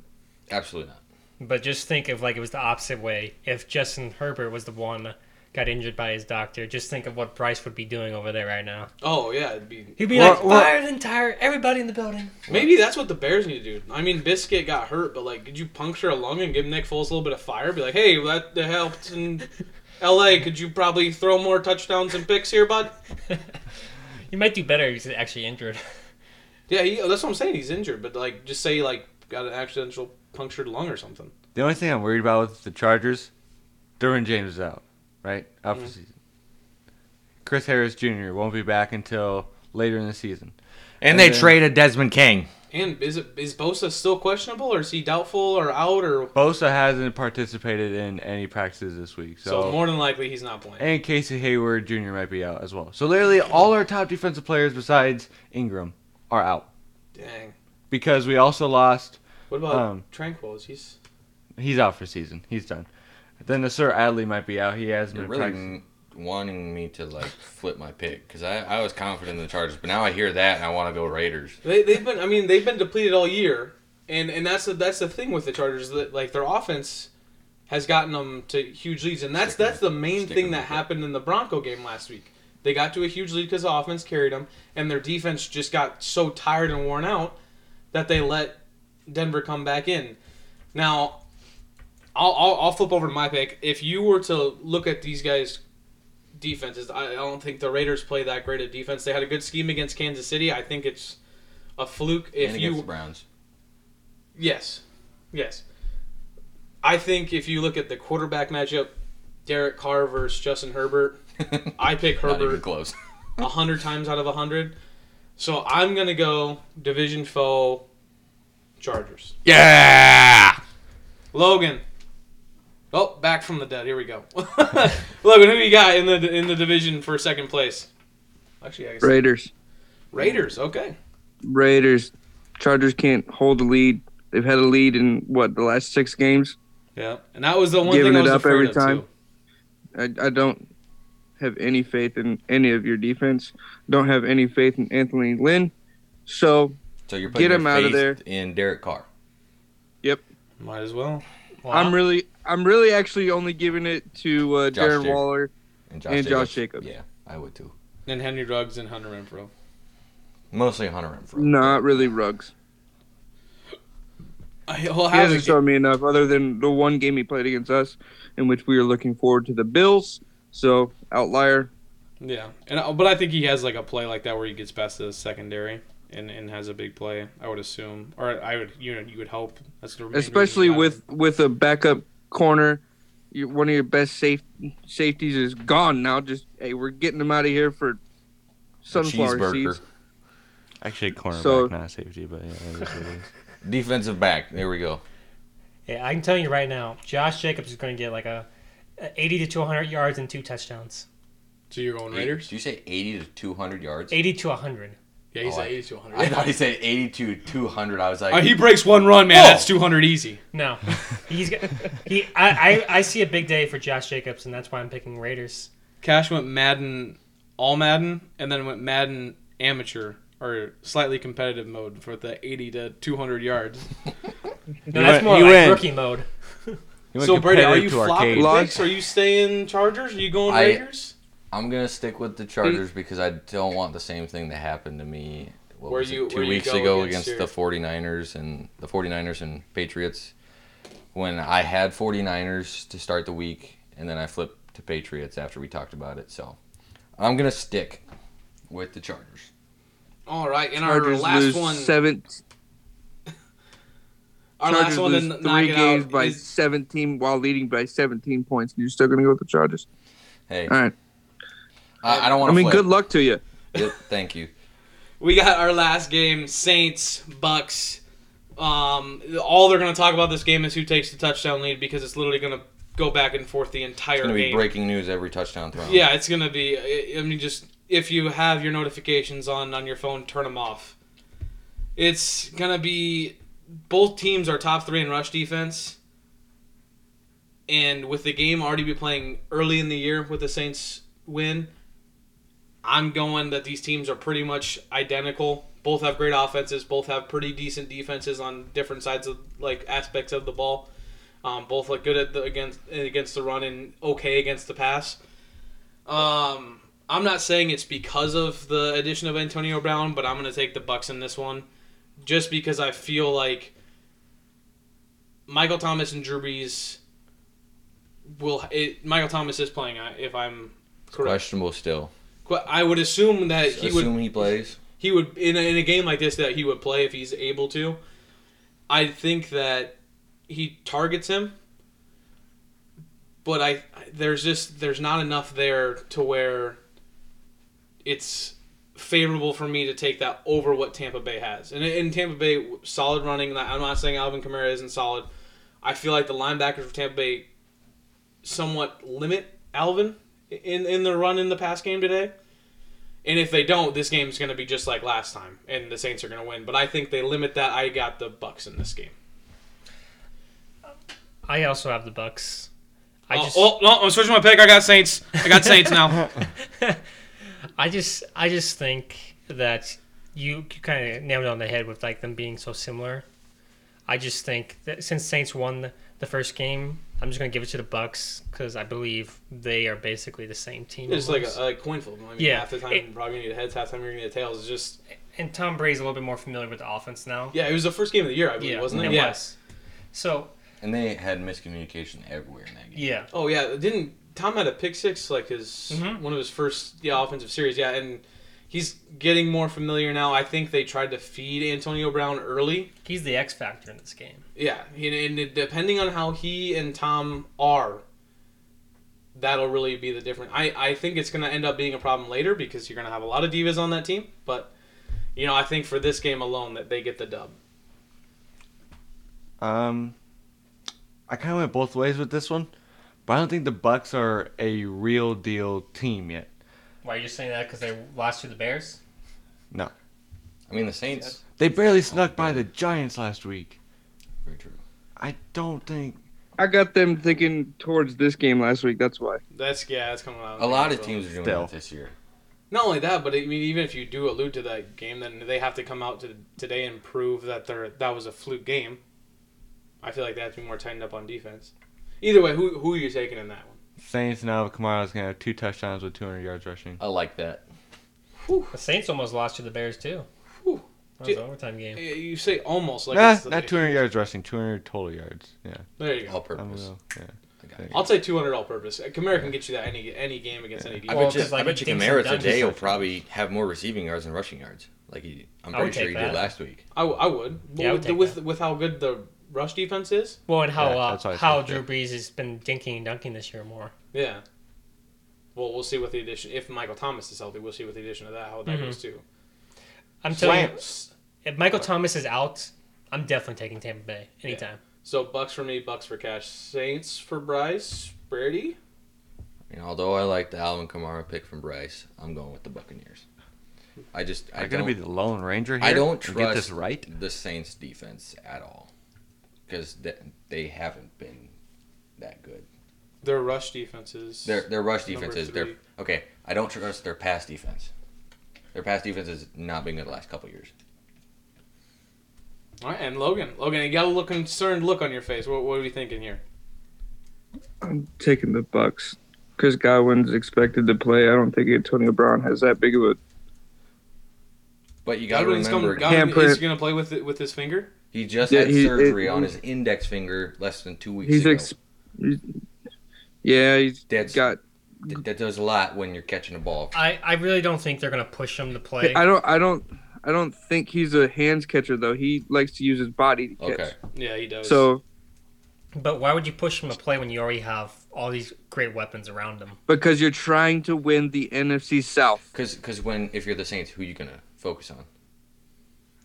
[SPEAKER 2] Absolutely not.
[SPEAKER 3] [LAUGHS] But just think of like it was the opposite way. If Justin Herbert was the one that got injured by his doctor, just think of what Bryce would be doing over there right now.
[SPEAKER 1] Oh yeah, it'd be
[SPEAKER 3] He'd be
[SPEAKER 5] Well,
[SPEAKER 3] like,
[SPEAKER 5] well-
[SPEAKER 3] fire the entire everybody in the building.
[SPEAKER 1] maybe that's what the Bears need to do. I mean, Biscuit got hurt, but like, could you puncture a lung and give Nick Foles a little bit of fire? Be like, hey, that that helped in L.A. Could you probably throw more touchdowns and picks here, bud?
[SPEAKER 3] You might do better if he's actually [LAUGHS] injured.
[SPEAKER 1] Yeah, he, that's what I'm saying. He's injured, but like, just say like got an accidental punctured lung or something.
[SPEAKER 5] The only thing I'm worried about with the Chargers, Derwin James is out, right? Out for season. Chris Harris Jr. won't be back until later in the season.
[SPEAKER 2] And,
[SPEAKER 5] And
[SPEAKER 2] they
[SPEAKER 5] then-
[SPEAKER 2] traded Desmond King.
[SPEAKER 1] And is it is Bosa still questionable, or is he doubtful or out, or
[SPEAKER 5] Bosa hasn't participated in any practices this week, so,
[SPEAKER 1] so, more than likely he's not playing.
[SPEAKER 5] and Casey Hayward Jr. might be out as well. So literally, all our top defensive players besides Ingram are out
[SPEAKER 1] Dang.
[SPEAKER 5] because we also lost.
[SPEAKER 1] What about
[SPEAKER 5] Um,
[SPEAKER 1] Tranquil? Is he's
[SPEAKER 5] He's out for season. He's done. Then the Sir Adley might be out. He hasn't
[SPEAKER 2] You're
[SPEAKER 5] been
[SPEAKER 2] really
[SPEAKER 5] practicing.
[SPEAKER 2] m- wanting me to like flip my pick because I, I was confident in the Chargers, but now I hear that and I want to go Raiders.
[SPEAKER 1] They, they've been. I mean, they've been depleted all year, and and that's the that's the thing with the Chargers that like their offense has gotten them to huge leads, and that's
[SPEAKER 2] Stick
[SPEAKER 1] that's the main
[SPEAKER 2] stick
[SPEAKER 1] thing
[SPEAKER 2] with
[SPEAKER 1] that
[SPEAKER 2] it.
[SPEAKER 1] happened in the Bronco game last week. They got to a huge lead because the offense carried them, and their defense just got so tired and worn out that they let Denver come back in. Now, I'll, I'll, I'll flip over to my pick. If you were to look at these guys' defenses, I, I don't think the Raiders play that great a defense. They had a good scheme against Kansas City. I think it's a fluke. If
[SPEAKER 2] and against the
[SPEAKER 1] you
[SPEAKER 2] Browns,
[SPEAKER 1] yes, yes, I think if you look at the quarterback matchup, Derek Carr versus Justin
[SPEAKER 2] [LAUGHS]
[SPEAKER 1] Herbert, I pick
[SPEAKER 2] not even
[SPEAKER 1] Herbert
[SPEAKER 2] close.
[SPEAKER 1] a hundred times out of a hundred. So I'm gonna go division foe, Chargers.
[SPEAKER 5] yeah.
[SPEAKER 1] Logan. Oh, back from the dead. Here we go. [LAUGHS] Logan, who you got in the in the division for second place? Actually, I guess
[SPEAKER 4] [LAUGHS] Raiders.
[SPEAKER 1] Raiders. Okay.
[SPEAKER 4] Raiders. Chargers can't hold a lead. They've had a lead in what the last six games.
[SPEAKER 1] Yeah, and that was the one
[SPEAKER 4] Giving
[SPEAKER 1] thing I
[SPEAKER 4] it
[SPEAKER 1] was
[SPEAKER 4] up
[SPEAKER 1] afraid
[SPEAKER 4] every
[SPEAKER 1] of
[SPEAKER 4] time.
[SPEAKER 1] too.
[SPEAKER 4] I, I don't have any faith in any of your defense. Don't have any faith in Anthony Lynn. So
[SPEAKER 2] So you're putting
[SPEAKER 4] Get him
[SPEAKER 2] your
[SPEAKER 4] out of
[SPEAKER 2] faith
[SPEAKER 4] there.
[SPEAKER 2] in Derek Carr.
[SPEAKER 1] Might as well.
[SPEAKER 3] Well,
[SPEAKER 4] I'm really, I'm really actually only giving it to uh,
[SPEAKER 2] Josh
[SPEAKER 4] Darren
[SPEAKER 2] Jacobs.
[SPEAKER 4] Waller. And Josh Jacobs.
[SPEAKER 2] Yeah, I would too.
[SPEAKER 1] And Henry Ruggs and Hunter Renfro. [LAUGHS]
[SPEAKER 2] Mostly Hunter Renfro.
[SPEAKER 4] Not really Ruggs.
[SPEAKER 1] I, well,
[SPEAKER 4] He
[SPEAKER 1] how's
[SPEAKER 4] hasn't
[SPEAKER 1] it?
[SPEAKER 4] shown me enough other than the one game he played against us, in which we were looking forward to the Bills. So outlier.
[SPEAKER 1] Yeah, and uh, but I think he has like a play like that where he gets best as secondary and, and has a big play. I would assume, or I would you know you would hope. That's the main reason
[SPEAKER 4] especially
[SPEAKER 1] you got him.
[SPEAKER 4] with with a backup corner. You, one of your best safe, safeties is gone now. Just hey, we're getting him out of here for sunflower
[SPEAKER 2] cheeseburger.
[SPEAKER 4] seeds.
[SPEAKER 5] Actually, cornerback,
[SPEAKER 4] So-
[SPEAKER 5] not safety, but yeah, that is what it [LAUGHS] is.
[SPEAKER 2] Defensive back. There we go.
[SPEAKER 3] Yeah, I can tell you right now, Josh Jacobs is going to get like a, a 80 to 200 yards and two touchdowns.
[SPEAKER 1] so you're going Raiders.
[SPEAKER 2] Did you say 80 to 200 yards?
[SPEAKER 3] 80 to 100.
[SPEAKER 1] Yeah, he's
[SPEAKER 2] Oh,
[SPEAKER 1] at
[SPEAKER 2] I-
[SPEAKER 1] eighty to one [LAUGHS]
[SPEAKER 2] I
[SPEAKER 1] hundred.
[SPEAKER 2] thought he said 80 to 200. I was like,
[SPEAKER 1] Uh, he breaks one run, man.
[SPEAKER 2] Oh.
[SPEAKER 1] That's two hundred easy.
[SPEAKER 5] [LAUGHS]
[SPEAKER 3] No, he's got, he. I, I I see a big day for Josh Jacobs, and that's why I'm picking Raiders.
[SPEAKER 1] Cash went Madden, all Madden, and then went Madden amateur or slightly competitive mode for the eighty to two hundred yards.
[SPEAKER 3] No,
[SPEAKER 5] You
[SPEAKER 3] that's
[SPEAKER 5] went-
[SPEAKER 3] more
[SPEAKER 5] you
[SPEAKER 3] like
[SPEAKER 5] went-
[SPEAKER 3] rookie mode.
[SPEAKER 5] You went
[SPEAKER 1] So Brady, are
[SPEAKER 5] competitive
[SPEAKER 1] you
[SPEAKER 5] to
[SPEAKER 1] flopping
[SPEAKER 5] arcade.
[SPEAKER 4] Lock-
[SPEAKER 1] picks? Are you staying Chargers? Are you going
[SPEAKER 2] I-
[SPEAKER 1] Raiders?
[SPEAKER 2] I'm going to stick with the Chargers because I don't want the same thing to happen to me. What
[SPEAKER 1] Where
[SPEAKER 2] was it,
[SPEAKER 1] you-
[SPEAKER 2] two
[SPEAKER 1] where you
[SPEAKER 2] weeks
[SPEAKER 1] go
[SPEAKER 2] ago
[SPEAKER 1] against
[SPEAKER 2] against,
[SPEAKER 1] your-
[SPEAKER 2] the 49ers and the 49ers and Patriots when I had 49ers to start the week and then I flipped to Patriots after we talked about it. So I'm going to stick with the Chargers.
[SPEAKER 1] All right, and our
[SPEAKER 4] Chargers
[SPEAKER 1] last
[SPEAKER 4] lose
[SPEAKER 1] one,
[SPEAKER 4] seven.
[SPEAKER 1] our
[SPEAKER 4] Chargers
[SPEAKER 1] last one,
[SPEAKER 4] lose
[SPEAKER 1] to knock
[SPEAKER 4] three
[SPEAKER 1] it
[SPEAKER 4] games
[SPEAKER 1] out
[SPEAKER 4] by
[SPEAKER 1] is-
[SPEAKER 4] 17 while leading by 17 points. And you're still gonna go with the Chargers.
[SPEAKER 2] Hey,
[SPEAKER 4] All right.
[SPEAKER 2] I, I don't want
[SPEAKER 4] I
[SPEAKER 2] to
[SPEAKER 4] mean, good luck to you.
[SPEAKER 2] Thank you.
[SPEAKER 1] we got our last game saints bucks um, all they're going to talk about this game is who takes the touchdown lead because it's literally going to go back and forth the entire
[SPEAKER 2] It's going to be
[SPEAKER 1] game
[SPEAKER 2] breaking news every touchdown thrown.
[SPEAKER 1] yeah it's going to be I- i mean just if you have your notifications on on your phone turn them off it's going to be both teams are top three in rush defense and with the game already be playing early in the year with the saints win I'm going that these teams are pretty much identical. Both have great offenses. Both have pretty decent defenses on different sides of like aspects of the ball. Um, both look good at the against against the run and okay against the pass. Um, I'm not saying it's because of the addition of Antonio Brown, but I'm going to take the Bucks in this one, just because I feel like Michael Thomas and Drew Brees will. It, Michael Thomas is playing. uh, If I'm correct,
[SPEAKER 2] Questionable still.
[SPEAKER 1] Que- I would assume
[SPEAKER 3] Uh,
[SPEAKER 1] that he would
[SPEAKER 2] Assume he plays.
[SPEAKER 1] he would in a, in a game like this that he would play if he's able to. I think that he targets him, but I there's just there's not enough there to where it's favorable for me to take that over what Tampa Bay has. And in Tampa Bay, solid running. and I'm not saying Alvin Kamara isn't solid. I feel like the linebackers for Tampa Bay somewhat limit Alvin in in the run in the pass game today. And if they don't, this game's going to be just like last time, and the Saints are going to win. But I think they limit that. I got the Bucks in this game.
[SPEAKER 3] I also have the Bucks. I
[SPEAKER 1] I
[SPEAKER 3] just
[SPEAKER 1] oh, no, I'm switching my pick. I got Saints. I got Saints now.
[SPEAKER 3] I just I just think that you kind of nailed it on the head with like them being so similar. I just think that since Saints won the- the first game, I'm just going to give it to the Bucks because I believe they are basically the same team.
[SPEAKER 1] It's like
[SPEAKER 3] almost.
[SPEAKER 1] a, a coin flip. I mean,
[SPEAKER 3] Yeah.
[SPEAKER 1] half the time you're probably going to get heads, half the time you're going to get tails. It's just
[SPEAKER 3] and Tom Brady's a little bit more familiar with the offense now.
[SPEAKER 1] yeah, it was the first game of the year, I believe, wasn't it? Yeah.
[SPEAKER 3] was. So
[SPEAKER 2] And they had miscommunication everywhere in that game.
[SPEAKER 3] yeah,
[SPEAKER 1] Oh yeah, it didn't Tom had a pick six like his
[SPEAKER 3] Mhm.
[SPEAKER 1] one of his first yeah offensive series? Yeah, and he's getting more familiar now. I think they tried to feed Antonio Brown early.
[SPEAKER 3] he's the X factor in this game.
[SPEAKER 1] Yeah, and, and it- depending on how he and Tom are, that'll really be the difference. I, I think it's going to end up being a problem later because you're going to have a lot of divas on that team. But, you know, I think for this game alone that they get the dub.
[SPEAKER 5] Um, I kind of went both ways with this one, but I don't think the Bucks are a real deal team yet.
[SPEAKER 3] Why are you saying that? Because they lost to the Bears.
[SPEAKER 2] I mean, the Saints.
[SPEAKER 5] They barely snuck by the Giants last week.
[SPEAKER 2] Very true.
[SPEAKER 5] I don't think.
[SPEAKER 4] I got them thinking towards this game last week. That's why.
[SPEAKER 1] That's, yeah, that's coming out.
[SPEAKER 2] A lot of teams are doing
[SPEAKER 5] Still.
[SPEAKER 2] that this year.
[SPEAKER 1] Not only that, but I mean, even if you do allude to that game, then they have to come out to today and prove that they're, that was a fluke game. I feel like they have to be more tightened up on defense. Either way, who, who are you taking in that one?
[SPEAKER 5] Saints now with Kamara is going to have two touchdowns with 200 yards rushing.
[SPEAKER 2] I like that.
[SPEAKER 3] The Saints almost lost to the Bears too.
[SPEAKER 1] Whew.
[SPEAKER 3] That was
[SPEAKER 1] Dude.
[SPEAKER 3] an overtime game.
[SPEAKER 1] Eh, You say almost like
[SPEAKER 5] Nah,
[SPEAKER 1] it's the-
[SPEAKER 5] not 200 yards rushing, 200 total yards. Yeah,
[SPEAKER 1] There you go.
[SPEAKER 2] All
[SPEAKER 5] I'm
[SPEAKER 2] purpose.
[SPEAKER 5] gonna- yeah.
[SPEAKER 2] I got
[SPEAKER 5] think.
[SPEAKER 1] I'll say 200 all-purpose. Uh, Kamara can get you that any any game against any
[SPEAKER 2] I
[SPEAKER 1] defense.
[SPEAKER 2] bet
[SPEAKER 3] Well,
[SPEAKER 2] you,
[SPEAKER 3] 'cause, like,
[SPEAKER 2] I bet you
[SPEAKER 3] things are
[SPEAKER 2] Kamara
[SPEAKER 3] done
[SPEAKER 2] today
[SPEAKER 3] just
[SPEAKER 2] will
[SPEAKER 3] like-
[SPEAKER 2] probably have more receiving yards than rushing yards. Like he, I'm
[SPEAKER 3] I
[SPEAKER 2] pretty
[SPEAKER 3] would
[SPEAKER 2] sure
[SPEAKER 3] take
[SPEAKER 2] he
[SPEAKER 3] that.
[SPEAKER 2] did last week.
[SPEAKER 1] I, w- I would. But
[SPEAKER 3] Yeah, I would
[SPEAKER 1] with,
[SPEAKER 3] take
[SPEAKER 1] with with how good the rush defense is,
[SPEAKER 3] Well, and how
[SPEAKER 5] Yeah,
[SPEAKER 3] uh,
[SPEAKER 5] that's what I
[SPEAKER 3] how
[SPEAKER 5] said, yeah.
[SPEAKER 3] Drew Brees has been dinking and dunking this year more.
[SPEAKER 1] yeah. Well, we'll see with the addition. If Michael Thomas is healthy, we'll see with the addition of that how that
[SPEAKER 3] Mhm.
[SPEAKER 1] goes too.
[SPEAKER 3] I'm telling you,
[SPEAKER 1] Slants.
[SPEAKER 3] if Michael Thomas is out, I'm definitely taking Tampa Bay anytime.
[SPEAKER 1] So bucks for me, bucks for cash. Saints for Bryce Brady.
[SPEAKER 2] And although I like the Alvin Kamara pick from Bryce, I'm going with the Buccaneers. I just I
[SPEAKER 5] I'm gonna
[SPEAKER 2] don't
[SPEAKER 5] be the Lone Ranger here.
[SPEAKER 2] I don't
[SPEAKER 5] and
[SPEAKER 2] trust
[SPEAKER 5] get this right.
[SPEAKER 2] the Saints defense at all because they, they haven't been that good.
[SPEAKER 1] Their rush defenses.
[SPEAKER 2] Their their rush
[SPEAKER 1] Number
[SPEAKER 2] defense is their
[SPEAKER 1] three.
[SPEAKER 2] okay. I don't trust their pass defense. Their pass defense has not been good the last couple years.
[SPEAKER 1] All right, and Logan, Logan, you got a look concerned look on your face. What, what are we thinking here?
[SPEAKER 4] I'm taking the Bucks. Chris Godwin's expected to play. I don't think Antonio Brown has that big of a.
[SPEAKER 2] But you got to
[SPEAKER 1] Godwin's
[SPEAKER 2] remember,
[SPEAKER 1] coming- Godwin
[SPEAKER 4] Handprint.
[SPEAKER 1] is going to play with it, with his finger.
[SPEAKER 2] he just
[SPEAKER 4] Yeah,
[SPEAKER 2] had
[SPEAKER 4] he-
[SPEAKER 2] surgery
[SPEAKER 4] it-
[SPEAKER 2] on his index finger less than two weeks
[SPEAKER 4] He's
[SPEAKER 2] ago.
[SPEAKER 4] ex. he's- yeah, he's
[SPEAKER 2] That's-
[SPEAKER 4] got.
[SPEAKER 2] Th- that does a lot when you're catching a ball.
[SPEAKER 3] I, I really don't think they're gonna push him to play.
[SPEAKER 4] I don't. I don't. I don't think he's a hands catcher though. He likes to use his body to catch.
[SPEAKER 2] Okay,
[SPEAKER 1] Yeah, he does.
[SPEAKER 4] So
[SPEAKER 3] But why would you push him to play when you already have all these great weapons around him?
[SPEAKER 4] because you're trying to win the NFC South.
[SPEAKER 2] because when if you're the Saints, who you gonna focus on?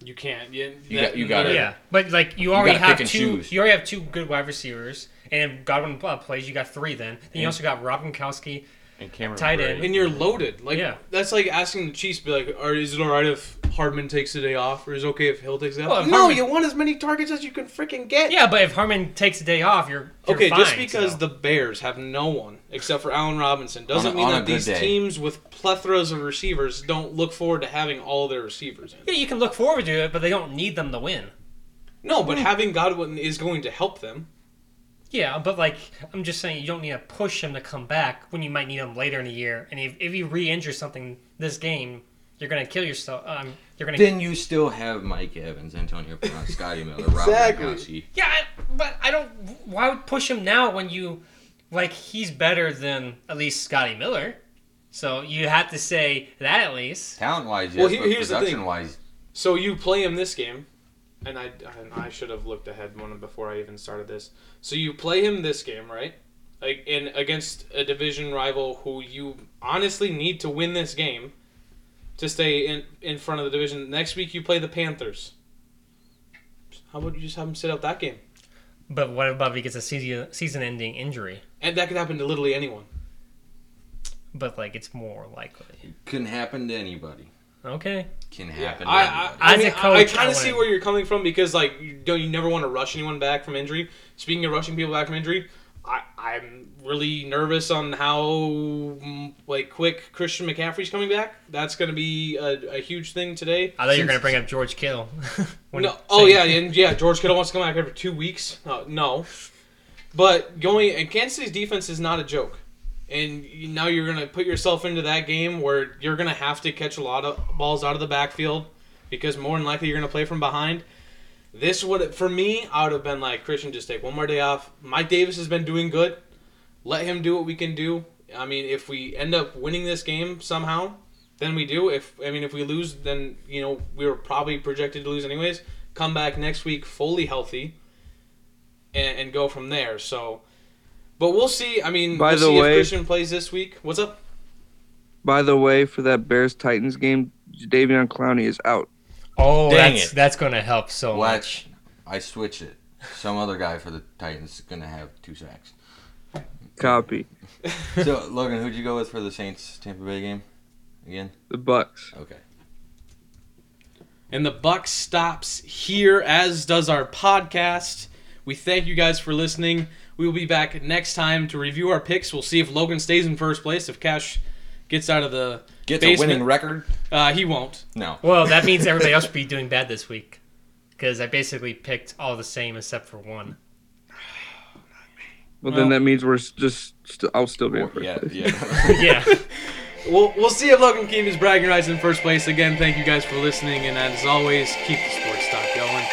[SPEAKER 1] you can't. You,
[SPEAKER 2] You got- you got it.
[SPEAKER 3] Yeah, but like you already
[SPEAKER 2] gotta pick
[SPEAKER 3] have two.
[SPEAKER 2] and choose.
[SPEAKER 3] You already have two good wide receivers, and if Godwin uh, plays, you got three. Then then you also got Rob Gronkowski.
[SPEAKER 5] And Cameron
[SPEAKER 3] Tight end.
[SPEAKER 5] Bray.
[SPEAKER 1] and you're loaded. Like
[SPEAKER 3] Yeah.
[SPEAKER 1] that's like asking the Chiefs to be like, "Are is it all right if Hardman takes the day off, or is it okay if Hill takes it
[SPEAKER 3] Well,
[SPEAKER 1] off?"
[SPEAKER 3] if
[SPEAKER 1] no,
[SPEAKER 3] Hardman-
[SPEAKER 1] you want as many targets as you can freaking get.
[SPEAKER 3] Yeah, but if Harmon takes a day off, you're, you're
[SPEAKER 1] Okay, just
[SPEAKER 3] fine,
[SPEAKER 1] because
[SPEAKER 3] so.
[SPEAKER 1] the Bears have no one except for Allen Robinson doesn't
[SPEAKER 2] On a-
[SPEAKER 1] mean
[SPEAKER 2] on a
[SPEAKER 1] that
[SPEAKER 2] good
[SPEAKER 1] these
[SPEAKER 2] day.
[SPEAKER 1] teams with plethoras of receivers don't look forward to having all their receivers in.
[SPEAKER 3] yeah you can look forward to it, but they don't need them to win.
[SPEAKER 1] No, but
[SPEAKER 3] Hmm.
[SPEAKER 1] having Godwin is going to help them.
[SPEAKER 3] Yeah, but like I'm just saying, you don't need to push him to come back when you might need him later in the year. And if if you re-injure something this game, you're gonna kill yourself. Um, you're gonna.
[SPEAKER 2] Then you still have Mike Evans, Antonio Brown, Scotty Miller,
[SPEAKER 1] Exactly.
[SPEAKER 2] Robert Gronkowski.
[SPEAKER 3] yeah, I- but I don't. Why would push him now when you, like, he's better than at least Scotty Miller. So you have to say that at least.
[SPEAKER 2] Talent wise, yes,
[SPEAKER 1] Well, he-
[SPEAKER 2] but
[SPEAKER 1] here's the thing.
[SPEAKER 2] production wise,
[SPEAKER 1] So you play him this game, and I and I should have looked ahead one before I even started this. So you play him this game, right? Like in against a division rival who you honestly need to win this game to stay in in front of the division. Next week you play the Panthers. How about you just have him sit out that game?
[SPEAKER 3] But what about if he gets a season season-ending injury?
[SPEAKER 1] And that could happen to literally anyone.
[SPEAKER 3] But like, it's more likely.
[SPEAKER 2] can happen to anybody.
[SPEAKER 3] Okay.
[SPEAKER 2] Can
[SPEAKER 1] Yeah,
[SPEAKER 2] happen. to
[SPEAKER 1] I,
[SPEAKER 2] anybody.
[SPEAKER 1] I, I,
[SPEAKER 3] As
[SPEAKER 1] mean,
[SPEAKER 3] a
[SPEAKER 1] I-
[SPEAKER 3] coach,
[SPEAKER 1] I kind
[SPEAKER 3] I
[SPEAKER 1] of see
[SPEAKER 3] wouldn't.
[SPEAKER 1] where you're coming from because, like, you don't you never want to rush anyone back from injury. Speaking of rushing people back from injury, I, I'm really nervous on how mm, like quick Christian McCaffrey's coming back. That's going to be a, a huge thing today.
[SPEAKER 3] I thought you were gonna bring up George Kittle. [LAUGHS] When
[SPEAKER 1] No,
[SPEAKER 3] you
[SPEAKER 1] oh
[SPEAKER 3] say-
[SPEAKER 1] yeah, and yeah, George Kittle wants to come back every two weeks. No, no. but going and Kansas City's defense is not a joke, and you- now you're gonna put yourself into that game where you're gonna have to catch a lot of balls out of the backfield because more than likely you're gonna play from behind. This would for me, I would have been like Christian, just take one more day off. Mike Davis has been doing good. Let him do what we can do. I mean, if we end up winning this game somehow, then we do. If I mean, if we lose, then you know we were probably projected to lose anyways. Come back next week fully healthy, and, and go from there. So, but we'll see. I mean,
[SPEAKER 4] By
[SPEAKER 1] we'll
[SPEAKER 4] the
[SPEAKER 1] see
[SPEAKER 4] way-
[SPEAKER 1] if Christian plays this week. What's up?
[SPEAKER 4] By the way, for that Bears Titans game, Davion Clowney is out.
[SPEAKER 3] Oh,
[SPEAKER 2] Dang
[SPEAKER 3] that's
[SPEAKER 2] it.
[SPEAKER 3] that's gonna help so much.
[SPEAKER 2] Watch, I switch it. Some other guy for the Titans is gonna have
[SPEAKER 1] [LAUGHS]
[SPEAKER 2] two sacks.
[SPEAKER 4] Copy
[SPEAKER 2] So Logan, who'd you go with for the Saints Tampa Bay game? Again?
[SPEAKER 4] the Bucks.
[SPEAKER 2] Okay.
[SPEAKER 1] And the buck stops here, as does our podcast. We thank you guys for listening. We will be back next time to review our picks. We'll see if Logan stays in first place. If Cash gets out of the
[SPEAKER 2] Gets
[SPEAKER 1] basement.
[SPEAKER 2] a winning record?
[SPEAKER 1] uh, he won't.
[SPEAKER 2] No.
[SPEAKER 3] Well, that means everybody else will be doing bad this week because I basically picked all the same except for one.
[SPEAKER 1] Well-
[SPEAKER 4] Well, then that means we're s- just. St- I'll still be in first
[SPEAKER 2] Yeah,
[SPEAKER 4] place.
[SPEAKER 2] yeah.
[SPEAKER 3] Yeah.
[SPEAKER 1] We'll we'll see if Logan keeps his bragging rights in first place. Again, thank you guys for listening, and as always, keep the sports talk going.